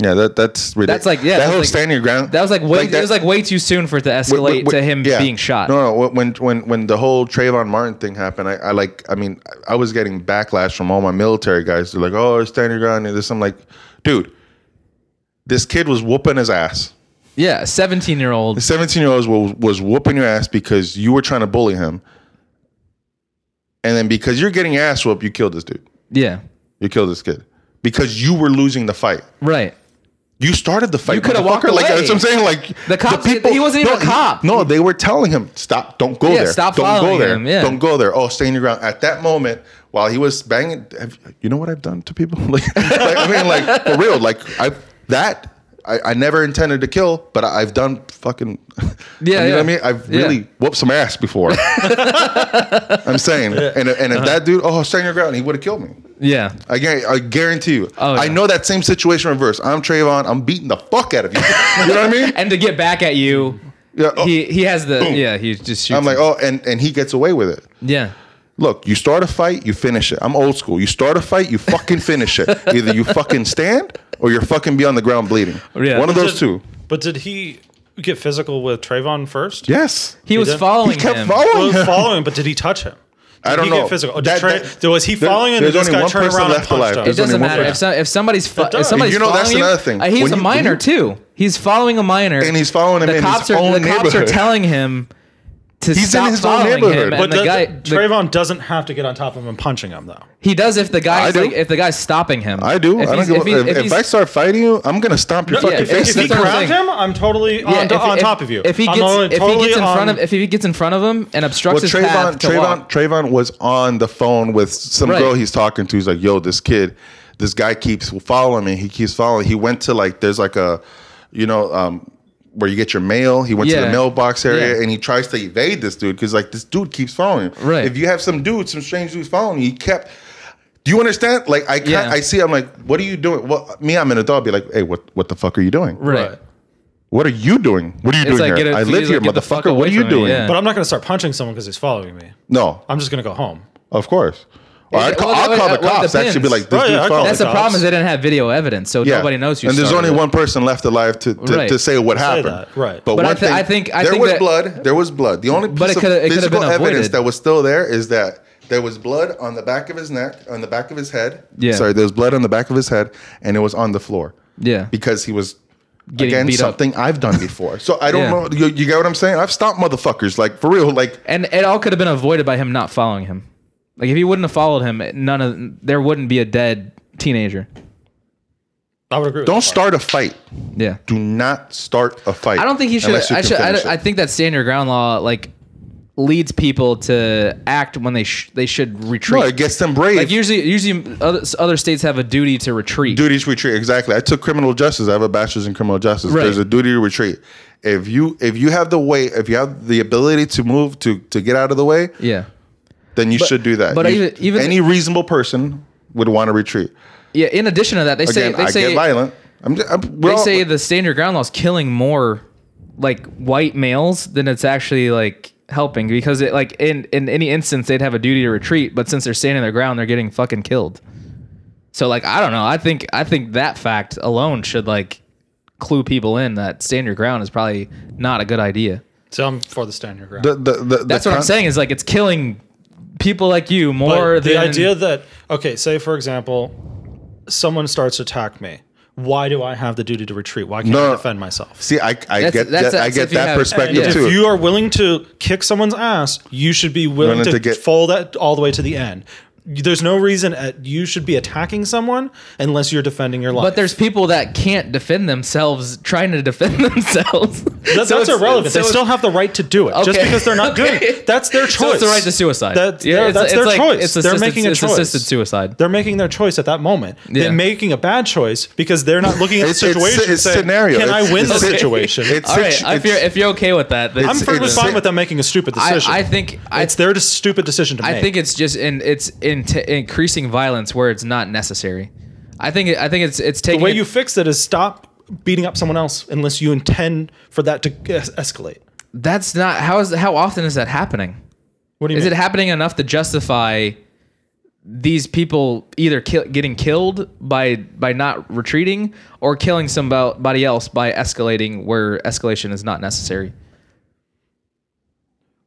Speaker 4: Yeah, that that's ridiculous.
Speaker 2: That's like yeah,
Speaker 4: that whole
Speaker 2: was like,
Speaker 4: stand your ground.
Speaker 2: That was like way
Speaker 4: that-
Speaker 2: it was like way too soon for it to escalate
Speaker 4: Wait, wait,
Speaker 2: to
Speaker 4: wait,
Speaker 2: him
Speaker 4: yeah.
Speaker 2: being shot.
Speaker 4: No, no. When when when the whole Trayvon Martin thing happened, I, I like. I mean, I I was getting backlash from all my military guys. They're like, "Oh, it's standing ground and this." I'm like, dude, this kid was whooping his ass.
Speaker 2: Yeah, seventeen year old.
Speaker 4: The 17 year old was, was whooping your ass because you were trying to bully him, and then because you're getting your ass whooped, you killed this dude.
Speaker 2: Yeah,
Speaker 4: You killed this kid because you were losing the fight.
Speaker 2: right.
Speaker 4: You started the fight.
Speaker 2: You coulda
Speaker 4: motherfucker.
Speaker 2: walked
Speaker 4: Like
Speaker 2: away.
Speaker 4: that's what I'm saying. Like
Speaker 2: The cops- he wasn't even
Speaker 4: no,
Speaker 2: a cop.
Speaker 4: No, they were telling him stop. Don't go
Speaker 2: Yeah,
Speaker 4: there.
Speaker 2: stop
Speaker 4: Don't
Speaker 2: following
Speaker 4: go there.
Speaker 2: him, yeah.
Speaker 4: Don't go there. Oh, stay in your ground. At that moment, while he was banging, have, you know what I've done to people? Like, like, I mean, like for real. Like I that I, I never intended to kill, but I, I've done fucking.
Speaker 2: Yeah,
Speaker 4: you know
Speaker 2: yeah.
Speaker 4: what I mean. I've
Speaker 2: Yeah.
Speaker 4: really whooped some ass before. I'm saying, and and
Speaker 2: Uh-huh.
Speaker 4: if that dude, oh, stay in your ground, he would have killed me.
Speaker 2: Yeah,
Speaker 4: I guarantee, I guarantee you.
Speaker 2: Oh,
Speaker 4: I
Speaker 2: yeah.
Speaker 4: know that same situation reverse. I'm Trayvon. I'm beating the fuck out of you. You know what I mean?
Speaker 2: and to get back at you,
Speaker 4: Yeah, oh.
Speaker 2: he he has the yeah he just shoots.
Speaker 4: I'm like,
Speaker 2: him.
Speaker 4: oh, and and he gets away with it.
Speaker 2: yeah,
Speaker 4: Look, you start a fight, you finish it. I'm old school. You start a fight, you fucking finish it. Either you fucking stand or you're fucking be on the ground bleeding.
Speaker 2: Yeah.
Speaker 4: One of
Speaker 3: Did-
Speaker 4: those two.
Speaker 3: But did he get physical with Trayvon first?
Speaker 4: Yes.
Speaker 2: He was
Speaker 3: did?
Speaker 2: following
Speaker 4: He kept
Speaker 2: him.
Speaker 4: following-
Speaker 3: Well, following, but did he touch him? Did
Speaker 4: Oh, I don't
Speaker 3: he
Speaker 4: know.
Speaker 3: Get physical. Did
Speaker 4: That-
Speaker 3: Trey-
Speaker 4: that-
Speaker 3: was he
Speaker 4: there-
Speaker 3: following, and
Speaker 4: there's
Speaker 3: this
Speaker 4: only
Speaker 3: guy
Speaker 4: one
Speaker 3: turned
Speaker 4: person
Speaker 3: around and
Speaker 4: left alive.
Speaker 3: punched him?
Speaker 2: It
Speaker 4: There's only
Speaker 2: doesn't
Speaker 4: one
Speaker 2: matter if,
Speaker 4: person.
Speaker 2: some, if somebody's fo-
Speaker 3: does.
Speaker 2: if somebody's
Speaker 4: You know, that's
Speaker 2: following you-
Speaker 4: another thing.
Speaker 2: Uh, he's
Speaker 4: When
Speaker 2: a
Speaker 4: you- when
Speaker 2: minor
Speaker 4: you-
Speaker 2: too. He's following a minor,
Speaker 4: And he's following him
Speaker 2: the
Speaker 4: in
Speaker 2: cops
Speaker 4: his
Speaker 2: are,
Speaker 4: own
Speaker 2: the cops are
Speaker 4: neighborhood.
Speaker 2: telling him to
Speaker 4: He's in
Speaker 2: stop
Speaker 4: his own
Speaker 2: following him,
Speaker 4: neighborhood.
Speaker 2: and
Speaker 3: But
Speaker 2: the
Speaker 3: does-
Speaker 2: guy the-
Speaker 3: Trayvon doesn't have to get on top of him and punching him though.
Speaker 2: he does if the
Speaker 4: I
Speaker 2: guy's
Speaker 4: do.
Speaker 2: like if the guy's stopping him.
Speaker 4: I do.
Speaker 2: If
Speaker 4: I don't
Speaker 2: he's-
Speaker 4: give a,
Speaker 2: he's-
Speaker 4: if, if,
Speaker 2: he's-
Speaker 4: I start fighting you, I'm gonna stomp your
Speaker 3: No,
Speaker 4: fucking
Speaker 3: if,
Speaker 4: face.
Speaker 3: if he
Speaker 2: that's what I'm
Speaker 3: grabbed
Speaker 2: saying.
Speaker 3: him, I'm totally on,
Speaker 2: yeah, if-
Speaker 3: on
Speaker 2: if-
Speaker 3: top of you.
Speaker 2: If he
Speaker 3: I'm
Speaker 2: gets,
Speaker 3: only
Speaker 2: if he
Speaker 3: totally
Speaker 2: gets in front
Speaker 3: on-
Speaker 2: of if he gets in front of him and obstructs
Speaker 4: well,
Speaker 2: his
Speaker 4: Trayvon,
Speaker 2: path to
Speaker 4: Trayvon,
Speaker 2: walk.
Speaker 4: Trayvon was on the phone with some
Speaker 2: Right.
Speaker 4: girl he's talking to. He's like, "Yo, this kid, this guy keeps following me. He keeps following. He went to like, there's like a, you know, um, where you get your mail. He went to
Speaker 2: Yeah.
Speaker 4: the mailbox area
Speaker 2: Yeah.
Speaker 4: and he tries to evade this dude because like this dude keeps following him.
Speaker 2: Right.
Speaker 4: If you have some dude, some strange dude following you, he kept. Do you understand? Like I, can't,
Speaker 2: Yeah.
Speaker 4: I see. I'm like, what are you doing? Well, me, I'm an adult. I'd be like, hey, what, what the fuck are you doing?
Speaker 2: Right.
Speaker 4: What are you doing? What are you
Speaker 2: It's
Speaker 4: doing
Speaker 2: like,
Speaker 4: here?
Speaker 2: get a-
Speaker 4: I
Speaker 2: he's
Speaker 4: live
Speaker 2: like,
Speaker 4: here,
Speaker 2: get the fuck
Speaker 4: motherfucker.
Speaker 2: away
Speaker 4: What are you
Speaker 2: from me,
Speaker 4: doing?
Speaker 2: yeah.
Speaker 3: But I'm not going to start punching someone because he's following me.
Speaker 4: No,
Speaker 3: I'm just going to go home.
Speaker 4: Of course. Or
Speaker 2: Yeah,
Speaker 4: I'd call,
Speaker 2: well,
Speaker 4: I'll
Speaker 2: well,
Speaker 4: call
Speaker 2: well,
Speaker 4: the
Speaker 2: well, it
Speaker 4: cops. Actually, be
Speaker 2: depends.
Speaker 4: like, this
Speaker 3: Right, yeah,
Speaker 4: dude's
Speaker 3: I'd call
Speaker 4: phone.
Speaker 2: That's the
Speaker 3: Dogs.
Speaker 2: problem is they didn't have video evidence, so
Speaker 4: Yeah.
Speaker 2: nobody knows who.
Speaker 4: And there's
Speaker 2: started
Speaker 4: only
Speaker 2: it.
Speaker 4: one person left alive to, to,
Speaker 2: Right.
Speaker 4: to say what happened.
Speaker 3: that, right.
Speaker 4: But,
Speaker 2: But I
Speaker 4: one
Speaker 2: thi-
Speaker 4: thing,
Speaker 2: I think- I
Speaker 4: there
Speaker 2: think
Speaker 4: was
Speaker 2: that-
Speaker 4: blood. There was blood. The only piece
Speaker 2: But it coulda- it
Speaker 4: of
Speaker 2: coulda
Speaker 4: physical
Speaker 2: been
Speaker 4: evidence
Speaker 2: avoided.
Speaker 4: that was still there is that there was blood on the back of his neck, on the back of his head.
Speaker 2: Yeah.
Speaker 4: Sorry, there was blood on the back of his head, and it was on the floor.
Speaker 2: Yeah.
Speaker 4: Because he was.
Speaker 2: Getting
Speaker 4: Again,
Speaker 2: beat up.
Speaker 4: something I've done before, so I don't
Speaker 2: Yeah.
Speaker 4: know. You, you get what I'm saying? I've stomped motherfuckers, like for real. Like
Speaker 2: And it all could have been avoided by him not following him. Like if he wouldn't have followed him, none of there wouldn't be a dead teenager.
Speaker 3: I would agree. With
Speaker 4: don't
Speaker 3: that.
Speaker 4: start a fight.
Speaker 2: Yeah.
Speaker 4: Do not start a fight.
Speaker 2: I don't think he should.
Speaker 4: unless you
Speaker 2: I
Speaker 4: can
Speaker 2: should. I,
Speaker 4: finish it.
Speaker 2: I think that stand your ground law like leads people to act when they sh- they should retreat.
Speaker 4: No, it gets them brave.
Speaker 2: like usually, usually other, other states have a duty to retreat.
Speaker 4: duty to retreat. Exactly. I took criminal justice. I have a bachelor's in criminal justice.
Speaker 2: Right.
Speaker 4: There's a duty to retreat. If you if you have the way, if you have the ability to move to to get out of the way,
Speaker 2: Yeah,
Speaker 4: then you should do that.
Speaker 2: but
Speaker 4: You-
Speaker 2: even- even-
Speaker 4: any reasonable person would want to retreat.
Speaker 2: yeah. In addition to that, they
Speaker 4: Again,
Speaker 2: say they
Speaker 4: I
Speaker 2: say
Speaker 4: get violent. I'm, just, I'm
Speaker 2: they
Speaker 4: we're all-
Speaker 2: say the stand your ground law is killing more like white males than it's actually like helping because it like in in any instance they'd have a duty to retreat, but since they're standing their ground, they're getting fucking killed. So like I don't know. I think I think that fact alone should like clue people in that stand your ground is probably not a good idea.
Speaker 3: So I'm for the stand your ground.
Speaker 4: the, the, the, the
Speaker 2: That's what I'm
Speaker 4: con-
Speaker 2: saying is like it's killing people like you
Speaker 3: But
Speaker 2: more
Speaker 3: the
Speaker 2: than
Speaker 3: idea that okay, say for example, someone starts to attack me. Why do I have the duty to retreat? Why can't I
Speaker 4: No.
Speaker 3: defend myself?
Speaker 4: See, I, I
Speaker 2: That's-
Speaker 4: get
Speaker 2: that's-
Speaker 4: that. I
Speaker 2: that's
Speaker 4: get
Speaker 2: if you
Speaker 4: that
Speaker 2: have-
Speaker 4: perspective
Speaker 2: yeah.
Speaker 4: too.
Speaker 3: If you are willing to kick someone's ass, you should be willing
Speaker 4: Willing
Speaker 3: to,
Speaker 4: to get-
Speaker 3: follow that all the way to the end. There's no reason at, you should be attacking someone unless you're defending your life.
Speaker 2: But there's people that can't defend themselves trying to defend themselves.
Speaker 3: That-
Speaker 2: So
Speaker 3: that's
Speaker 2: it's-
Speaker 3: irrelevant.
Speaker 2: so
Speaker 3: they
Speaker 2: it's-
Speaker 3: still have the right to do it, just
Speaker 2: Okay.
Speaker 3: because they're not
Speaker 2: Okay.
Speaker 3: doing it. That's their choice.
Speaker 2: So it's the right to suicide.
Speaker 3: That's,
Speaker 2: Yeah,
Speaker 3: yeah,
Speaker 2: it's-
Speaker 3: that's
Speaker 2: it's
Speaker 3: their
Speaker 2: like-
Speaker 3: choice.
Speaker 2: it's
Speaker 3: they're
Speaker 2: assisted-
Speaker 3: making a
Speaker 2: it's
Speaker 3: choice.
Speaker 2: assisted suicide.
Speaker 3: They're making their choice at that moment.
Speaker 2: Yeah.
Speaker 3: They're making a bad choice because they're not looking at the
Speaker 4: It's- it's-
Speaker 3: situation.
Speaker 4: it's
Speaker 3: saying,
Speaker 4: scenario.
Speaker 3: Can
Speaker 4: It's-
Speaker 3: I win
Speaker 4: it's-
Speaker 3: the
Speaker 4: okay.
Speaker 3: situation?
Speaker 4: It's-
Speaker 2: All right,
Speaker 4: It's-
Speaker 2: if you're if you're okay with that, then
Speaker 3: I'm
Speaker 4: it's-
Speaker 3: perfectly
Speaker 4: it's-
Speaker 3: fine with them making a stupid
Speaker 2: I,
Speaker 3: decision.
Speaker 2: I think I,
Speaker 3: it's their dis- stupid decision to make.
Speaker 2: I think it's just in it's in t- increasing violence where it's not necessary. I think it- I think it's it's taking
Speaker 3: the way
Speaker 2: it-
Speaker 3: you fix it is stop beating up someone else unless you intend for that to es- escalate.
Speaker 2: that's not how is how often is that happening?
Speaker 3: What do you
Speaker 2: Is
Speaker 3: mean?
Speaker 2: it happening enough to justify these people either kill, getting killed by by not retreating or killing somebody else by escalating where escalation is not necessary?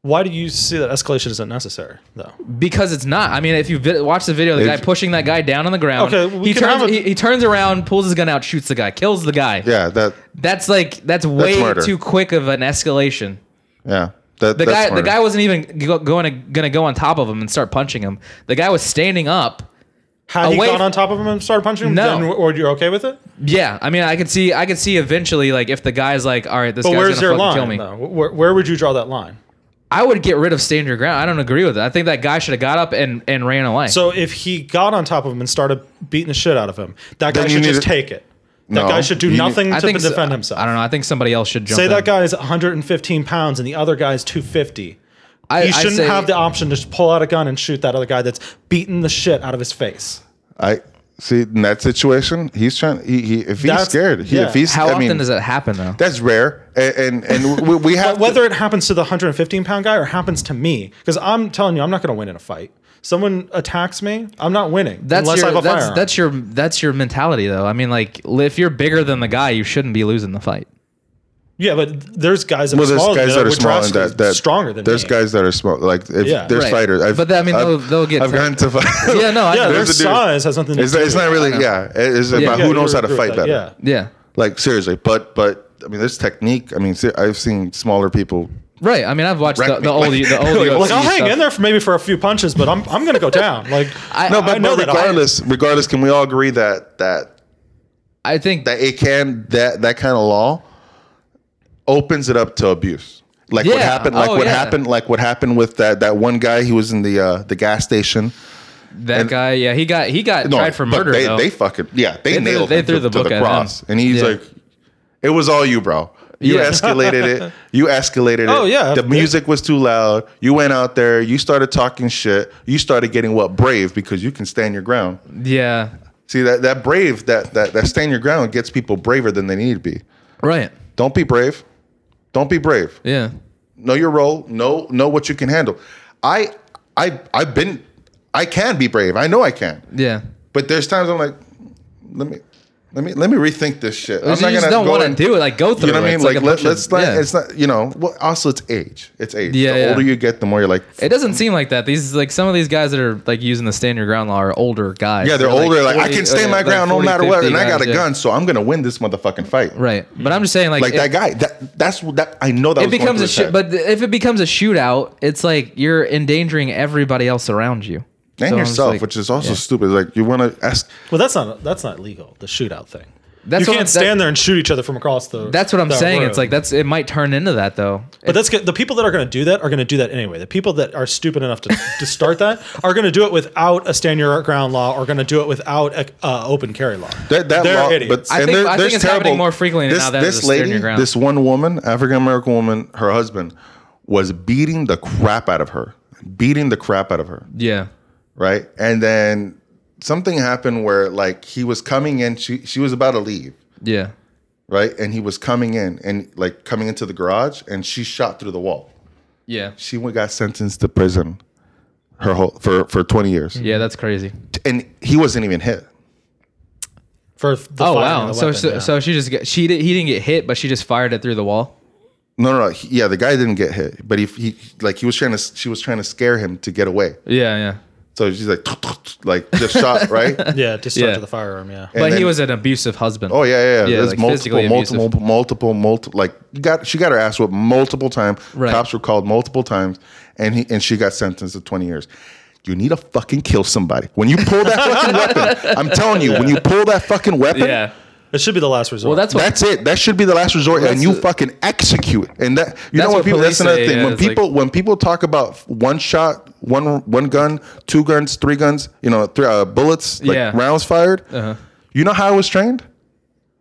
Speaker 3: Why do you see that escalation isn't necessary though?
Speaker 2: Because it's not. I mean, if you vi- watch the video, the guy
Speaker 4: If-
Speaker 2: pushing that guy down on the ground.
Speaker 3: Okay, we
Speaker 2: he
Speaker 3: can
Speaker 2: turns.
Speaker 3: have a-
Speaker 2: he, he turns around, pulls his gun out, shoots the guy, kills the guy.
Speaker 4: yeah, that.
Speaker 2: That's like that's way
Speaker 4: murder.
Speaker 2: too quick of an escalation.
Speaker 4: Yeah, that.
Speaker 2: The
Speaker 4: that's
Speaker 2: guy, the
Speaker 4: smarter.
Speaker 2: guy wasn't even go, going to, gonna go on top of him and start punching him. The guy was standing up.
Speaker 3: Had he
Speaker 2: Away-
Speaker 3: gone on top of him and started punching him,
Speaker 2: No.
Speaker 3: then, or you're okay with it?
Speaker 2: Yeah, I mean, I could see, I could see eventually, like if the guy's like, all right, this
Speaker 3: But
Speaker 2: guy's
Speaker 3: where's
Speaker 2: gonna
Speaker 3: your
Speaker 2: fucking
Speaker 3: line?
Speaker 2: kill me.
Speaker 3: though? Where, where would you draw that line?
Speaker 2: I would get rid of stand your ground. I don't agree with it. I think that guy should have got up and and ran away.
Speaker 3: So if he got on top of him and started beating the shit out of him, that guy
Speaker 4: Then you
Speaker 3: should
Speaker 4: need
Speaker 3: just
Speaker 4: to-
Speaker 3: take it. That
Speaker 4: No.
Speaker 3: guy should do
Speaker 4: You need-
Speaker 3: nothing
Speaker 2: I
Speaker 3: to
Speaker 2: think
Speaker 3: defend himself.
Speaker 2: I don't know. I think somebody else should jump.
Speaker 3: Say
Speaker 2: in.
Speaker 3: that guy is 115 pounds and the other guy is 250.
Speaker 2: I- I
Speaker 3: he shouldn't
Speaker 2: say-
Speaker 3: have the option to just pull out a gun and shoot that other guy that's beaten the shit out of his face.
Speaker 4: I See, in that situation, he's trying. He, he if he's
Speaker 3: That's-
Speaker 4: scared, he,
Speaker 3: yeah.
Speaker 4: if he's,
Speaker 2: How
Speaker 4: I
Speaker 2: often
Speaker 4: mean,
Speaker 2: does that happen though?
Speaker 4: That's rare, and and, and we, we have
Speaker 3: But whether it happens to the 115 pound guy or happens to me, because I'm telling you, I'm not going to win in a fight. Someone attacks me, I'm not winning
Speaker 2: That's
Speaker 3: unless
Speaker 2: your
Speaker 3: I have a
Speaker 2: that's,
Speaker 3: firearm.
Speaker 2: that's your that's your mentality though. I mean, like li- if you're bigger than the guy, you shouldn't be losing the fight.
Speaker 3: yeah, but there's guys that
Speaker 4: Well,
Speaker 3: are
Speaker 4: there's
Speaker 3: smaller
Speaker 4: guys
Speaker 3: than
Speaker 4: that are small and
Speaker 3: drastically
Speaker 4: that, that
Speaker 3: stronger than
Speaker 4: there's
Speaker 3: me.
Speaker 4: guys that are small. Like if
Speaker 3: Yeah.
Speaker 4: there's
Speaker 2: Right.
Speaker 4: fighters, I've,
Speaker 2: But, I mean,
Speaker 4: I've-
Speaker 2: they'll- they'll get
Speaker 4: I've gotten to fight.
Speaker 2: Yeah, no, I know.
Speaker 3: Yeah, their
Speaker 4: There's a dude.
Speaker 3: size has nothing to
Speaker 4: It's,
Speaker 3: do.
Speaker 4: it's not
Speaker 3: with it.
Speaker 4: really. Yeah, it's about
Speaker 3: Yeah,
Speaker 4: who
Speaker 3: you
Speaker 4: knows how
Speaker 3: agree
Speaker 4: to
Speaker 3: with
Speaker 4: fight
Speaker 3: that,
Speaker 4: better.
Speaker 3: Yeah.
Speaker 2: yeah,
Speaker 4: Like seriously, but but I mean, there's technique. I mean, se- I've seen smaller people.
Speaker 2: right. I mean, I've watched
Speaker 4: Wreck
Speaker 2: the,
Speaker 4: me.
Speaker 2: the old the old UFC
Speaker 3: Like I'll hang
Speaker 2: stuff.
Speaker 3: in there for maybe for a few punches, but I'm I'm gonna go down. Like
Speaker 2: I,
Speaker 4: No, but,
Speaker 3: know
Speaker 4: but
Speaker 3: that I-
Speaker 4: regardless, regardless, can we all agree that that
Speaker 2: I think
Speaker 4: that it can that that kind of law opens it up to abuse. Like what
Speaker 2: Yeah.
Speaker 4: happened? Like
Speaker 2: Oh,
Speaker 4: what
Speaker 2: yeah.
Speaker 4: happened? Like what happened with that that one guy? He was in the uh, the gas station.
Speaker 2: that guy. Yeah, he got he got tried for
Speaker 4: but
Speaker 2: murder
Speaker 4: They,
Speaker 2: though.
Speaker 4: they fucking yeah, they,
Speaker 2: They threw-
Speaker 4: nailed
Speaker 2: they
Speaker 4: him
Speaker 2: threw
Speaker 4: to,
Speaker 2: the
Speaker 4: to
Speaker 2: book at
Speaker 4: the
Speaker 2: him.
Speaker 4: cross, and he's
Speaker 2: Yeah.
Speaker 4: like, "It was all you, bro. You
Speaker 2: Yeah.
Speaker 4: escalated it. You escalated it.
Speaker 3: Oh, yeah.
Speaker 4: the music was too loud. You went out there. You started talking shit. You started getting what brave because you can stand your ground.
Speaker 2: yeah,
Speaker 4: See that that brave that that that stand your ground gets people braver than they need to be.
Speaker 2: right.
Speaker 4: Don't be brave. Don't be brave.
Speaker 2: Yeah,
Speaker 4: Know your role. Know know what you can handle. I I I've been. I can be brave. I know I can.
Speaker 2: yeah.
Speaker 4: But there's times I'm like, let me, let me, let me rethink this shit. I'm
Speaker 2: you just don't
Speaker 4: go
Speaker 2: wanna
Speaker 4: and-
Speaker 2: do it, like, go through
Speaker 4: You know what
Speaker 2: it.
Speaker 4: I mean?
Speaker 2: It's
Speaker 4: Like,
Speaker 2: like a
Speaker 4: let,
Speaker 2: bunch of-
Speaker 4: us not.
Speaker 2: yeah.
Speaker 4: It's not. You know. Well, also it's age. It's age.
Speaker 2: Yeah,
Speaker 4: the
Speaker 2: yeah.
Speaker 4: older you get, the more you're like. f-
Speaker 2: It doesn't seem like that. These like some of these guys that are like using the stand your ground law are older guys.
Speaker 4: yeah, they're, older. Like, I
Speaker 2: 40
Speaker 4: can stand
Speaker 2: okay,
Speaker 4: my
Speaker 2: like
Speaker 4: ground
Speaker 2: 40,
Speaker 4: no matter what,
Speaker 2: 50
Speaker 4: and I got a
Speaker 2: guys, yeah.
Speaker 4: gun, so I'm gonna win this motherfucking fight.
Speaker 2: Right, but I'm just saying like
Speaker 4: Like
Speaker 2: it-
Speaker 4: that guy. That that's that. I know that
Speaker 2: it
Speaker 4: was going
Speaker 2: becomes a
Speaker 4: through his
Speaker 2: shoot,
Speaker 4: head.
Speaker 2: but if it becomes a shootout, it's like you're endangering everybody else around you
Speaker 4: and
Speaker 2: So I'm just
Speaker 4: yourself,
Speaker 2: like-
Speaker 4: which is also
Speaker 2: yeah.
Speaker 4: stupid. Like you want to ask.
Speaker 3: Well, that's not that's not legal. The shootout thing.
Speaker 2: That's
Speaker 3: you
Speaker 2: what
Speaker 3: can't
Speaker 2: I'm- that-
Speaker 3: stand there and shoot each other from across the.
Speaker 2: That's what I'm
Speaker 3: the
Speaker 2: saying.
Speaker 3: room.
Speaker 2: It's like that's it might turn into that though.
Speaker 3: But that's good. The people that are going to do that are going to do that anyway. The people that are stupid enough to, to start that are going to do it without a stand your ground law or going to do it without a uh, open carry law.
Speaker 4: That, that
Speaker 3: They're
Speaker 4: law,
Speaker 3: idiots.
Speaker 4: But,
Speaker 2: I
Speaker 4: and
Speaker 2: think-
Speaker 4: there-
Speaker 2: I think
Speaker 4: there's
Speaker 2: it's happening
Speaker 4: terrible-
Speaker 2: more frequently
Speaker 4: this,
Speaker 2: now that
Speaker 4: this
Speaker 2: it's a stand
Speaker 4: lady,
Speaker 2: your ground.
Speaker 4: this one woman, African American woman, her husband was beating the crap out of her, beating the crap out of her,
Speaker 2: yeah,
Speaker 4: right? And then something happened where like he was coming in, she she was about to leave,
Speaker 2: yeah,
Speaker 4: right? And he was coming in and like coming into the garage, and she shot through the wall.
Speaker 2: yeah,
Speaker 4: She went, got sentenced to prison, her whole for for 20 years,
Speaker 2: yeah. That's crazy.
Speaker 4: and he wasn't even hit.
Speaker 3: For the
Speaker 2: Oh
Speaker 3: firing
Speaker 2: wow.
Speaker 3: of the
Speaker 2: So
Speaker 3: weapon,
Speaker 2: so,
Speaker 3: yeah.
Speaker 2: so she just got, she did, he didn't get hit, but she just fired it through the wall.
Speaker 4: No, no, no. He, yeah, the guy didn't get hit, but he, he like he was trying to she was trying to scare him to get away.
Speaker 2: Yeah, yeah.
Speaker 4: So she's like like just shot right.
Speaker 3: yeah, to start
Speaker 2: Yeah.
Speaker 3: to the firearm. Yeah.
Speaker 2: But he
Speaker 4: then-
Speaker 2: was an abusive husband.
Speaker 4: Oh yeah, yeah. yeah. There's
Speaker 2: like, physically
Speaker 4: multiple,
Speaker 2: abusive.
Speaker 4: multiple, multiple, multiple. Like you got she got her ass whipped multiple times.
Speaker 2: Right.
Speaker 4: Cops were called multiple times, and he and she got sentenced to 20 years. You need to fucking kill somebody when you pull that fucking weapon. I'm telling you, when you pull that fucking weapon,
Speaker 2: Yeah.
Speaker 3: It should be the last resort.
Speaker 2: Well, that's what
Speaker 4: That's it. That should be the last resort, and
Speaker 2: That's
Speaker 4: you
Speaker 2: it.
Speaker 4: fucking execute. And that
Speaker 2: That's
Speaker 4: you know what
Speaker 2: what
Speaker 4: people.
Speaker 2: police
Speaker 4: That's another
Speaker 2: say,
Speaker 4: thing.
Speaker 2: yeah,
Speaker 4: when
Speaker 2: it's like-
Speaker 4: people when people talk about one shot, one one gun, two guns, three guns, you know, three, uh, bullets, like
Speaker 2: Yeah. Uh-huh.
Speaker 4: rounds fired. You know how I was trained?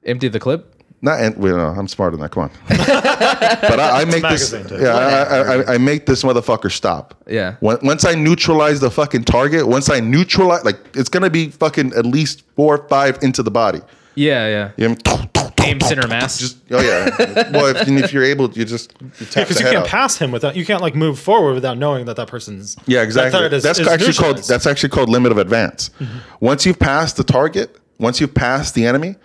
Speaker 2: empty the clip.
Speaker 4: Not and wait, no, I'm smarter than that. Come on. but I, I make this.
Speaker 3: magazine tape.
Speaker 4: Yeah, I, I, I, I make this motherfucker stop.
Speaker 2: Yeah.
Speaker 4: When, once I neutralize the fucking target, once I neutralize, like it's gonna be fucking at least four or five into the body.
Speaker 2: Yeah, yeah.
Speaker 4: You know,
Speaker 2: Aim center mass.
Speaker 4: just oh yeah. well, if, and if you're able, you just you tap
Speaker 3: because
Speaker 4: the
Speaker 3: you
Speaker 4: head
Speaker 3: can't
Speaker 4: out.
Speaker 3: pass him without you can't like move forward without knowing that that person's
Speaker 4: Yeah,
Speaker 3: that
Speaker 4: exactly.
Speaker 3: threat is-
Speaker 4: that's
Speaker 3: is
Speaker 4: actually called
Speaker 3: neutralized.
Speaker 4: that's actually called limit of advance. Once you've passed the target, once you've passed the enemy,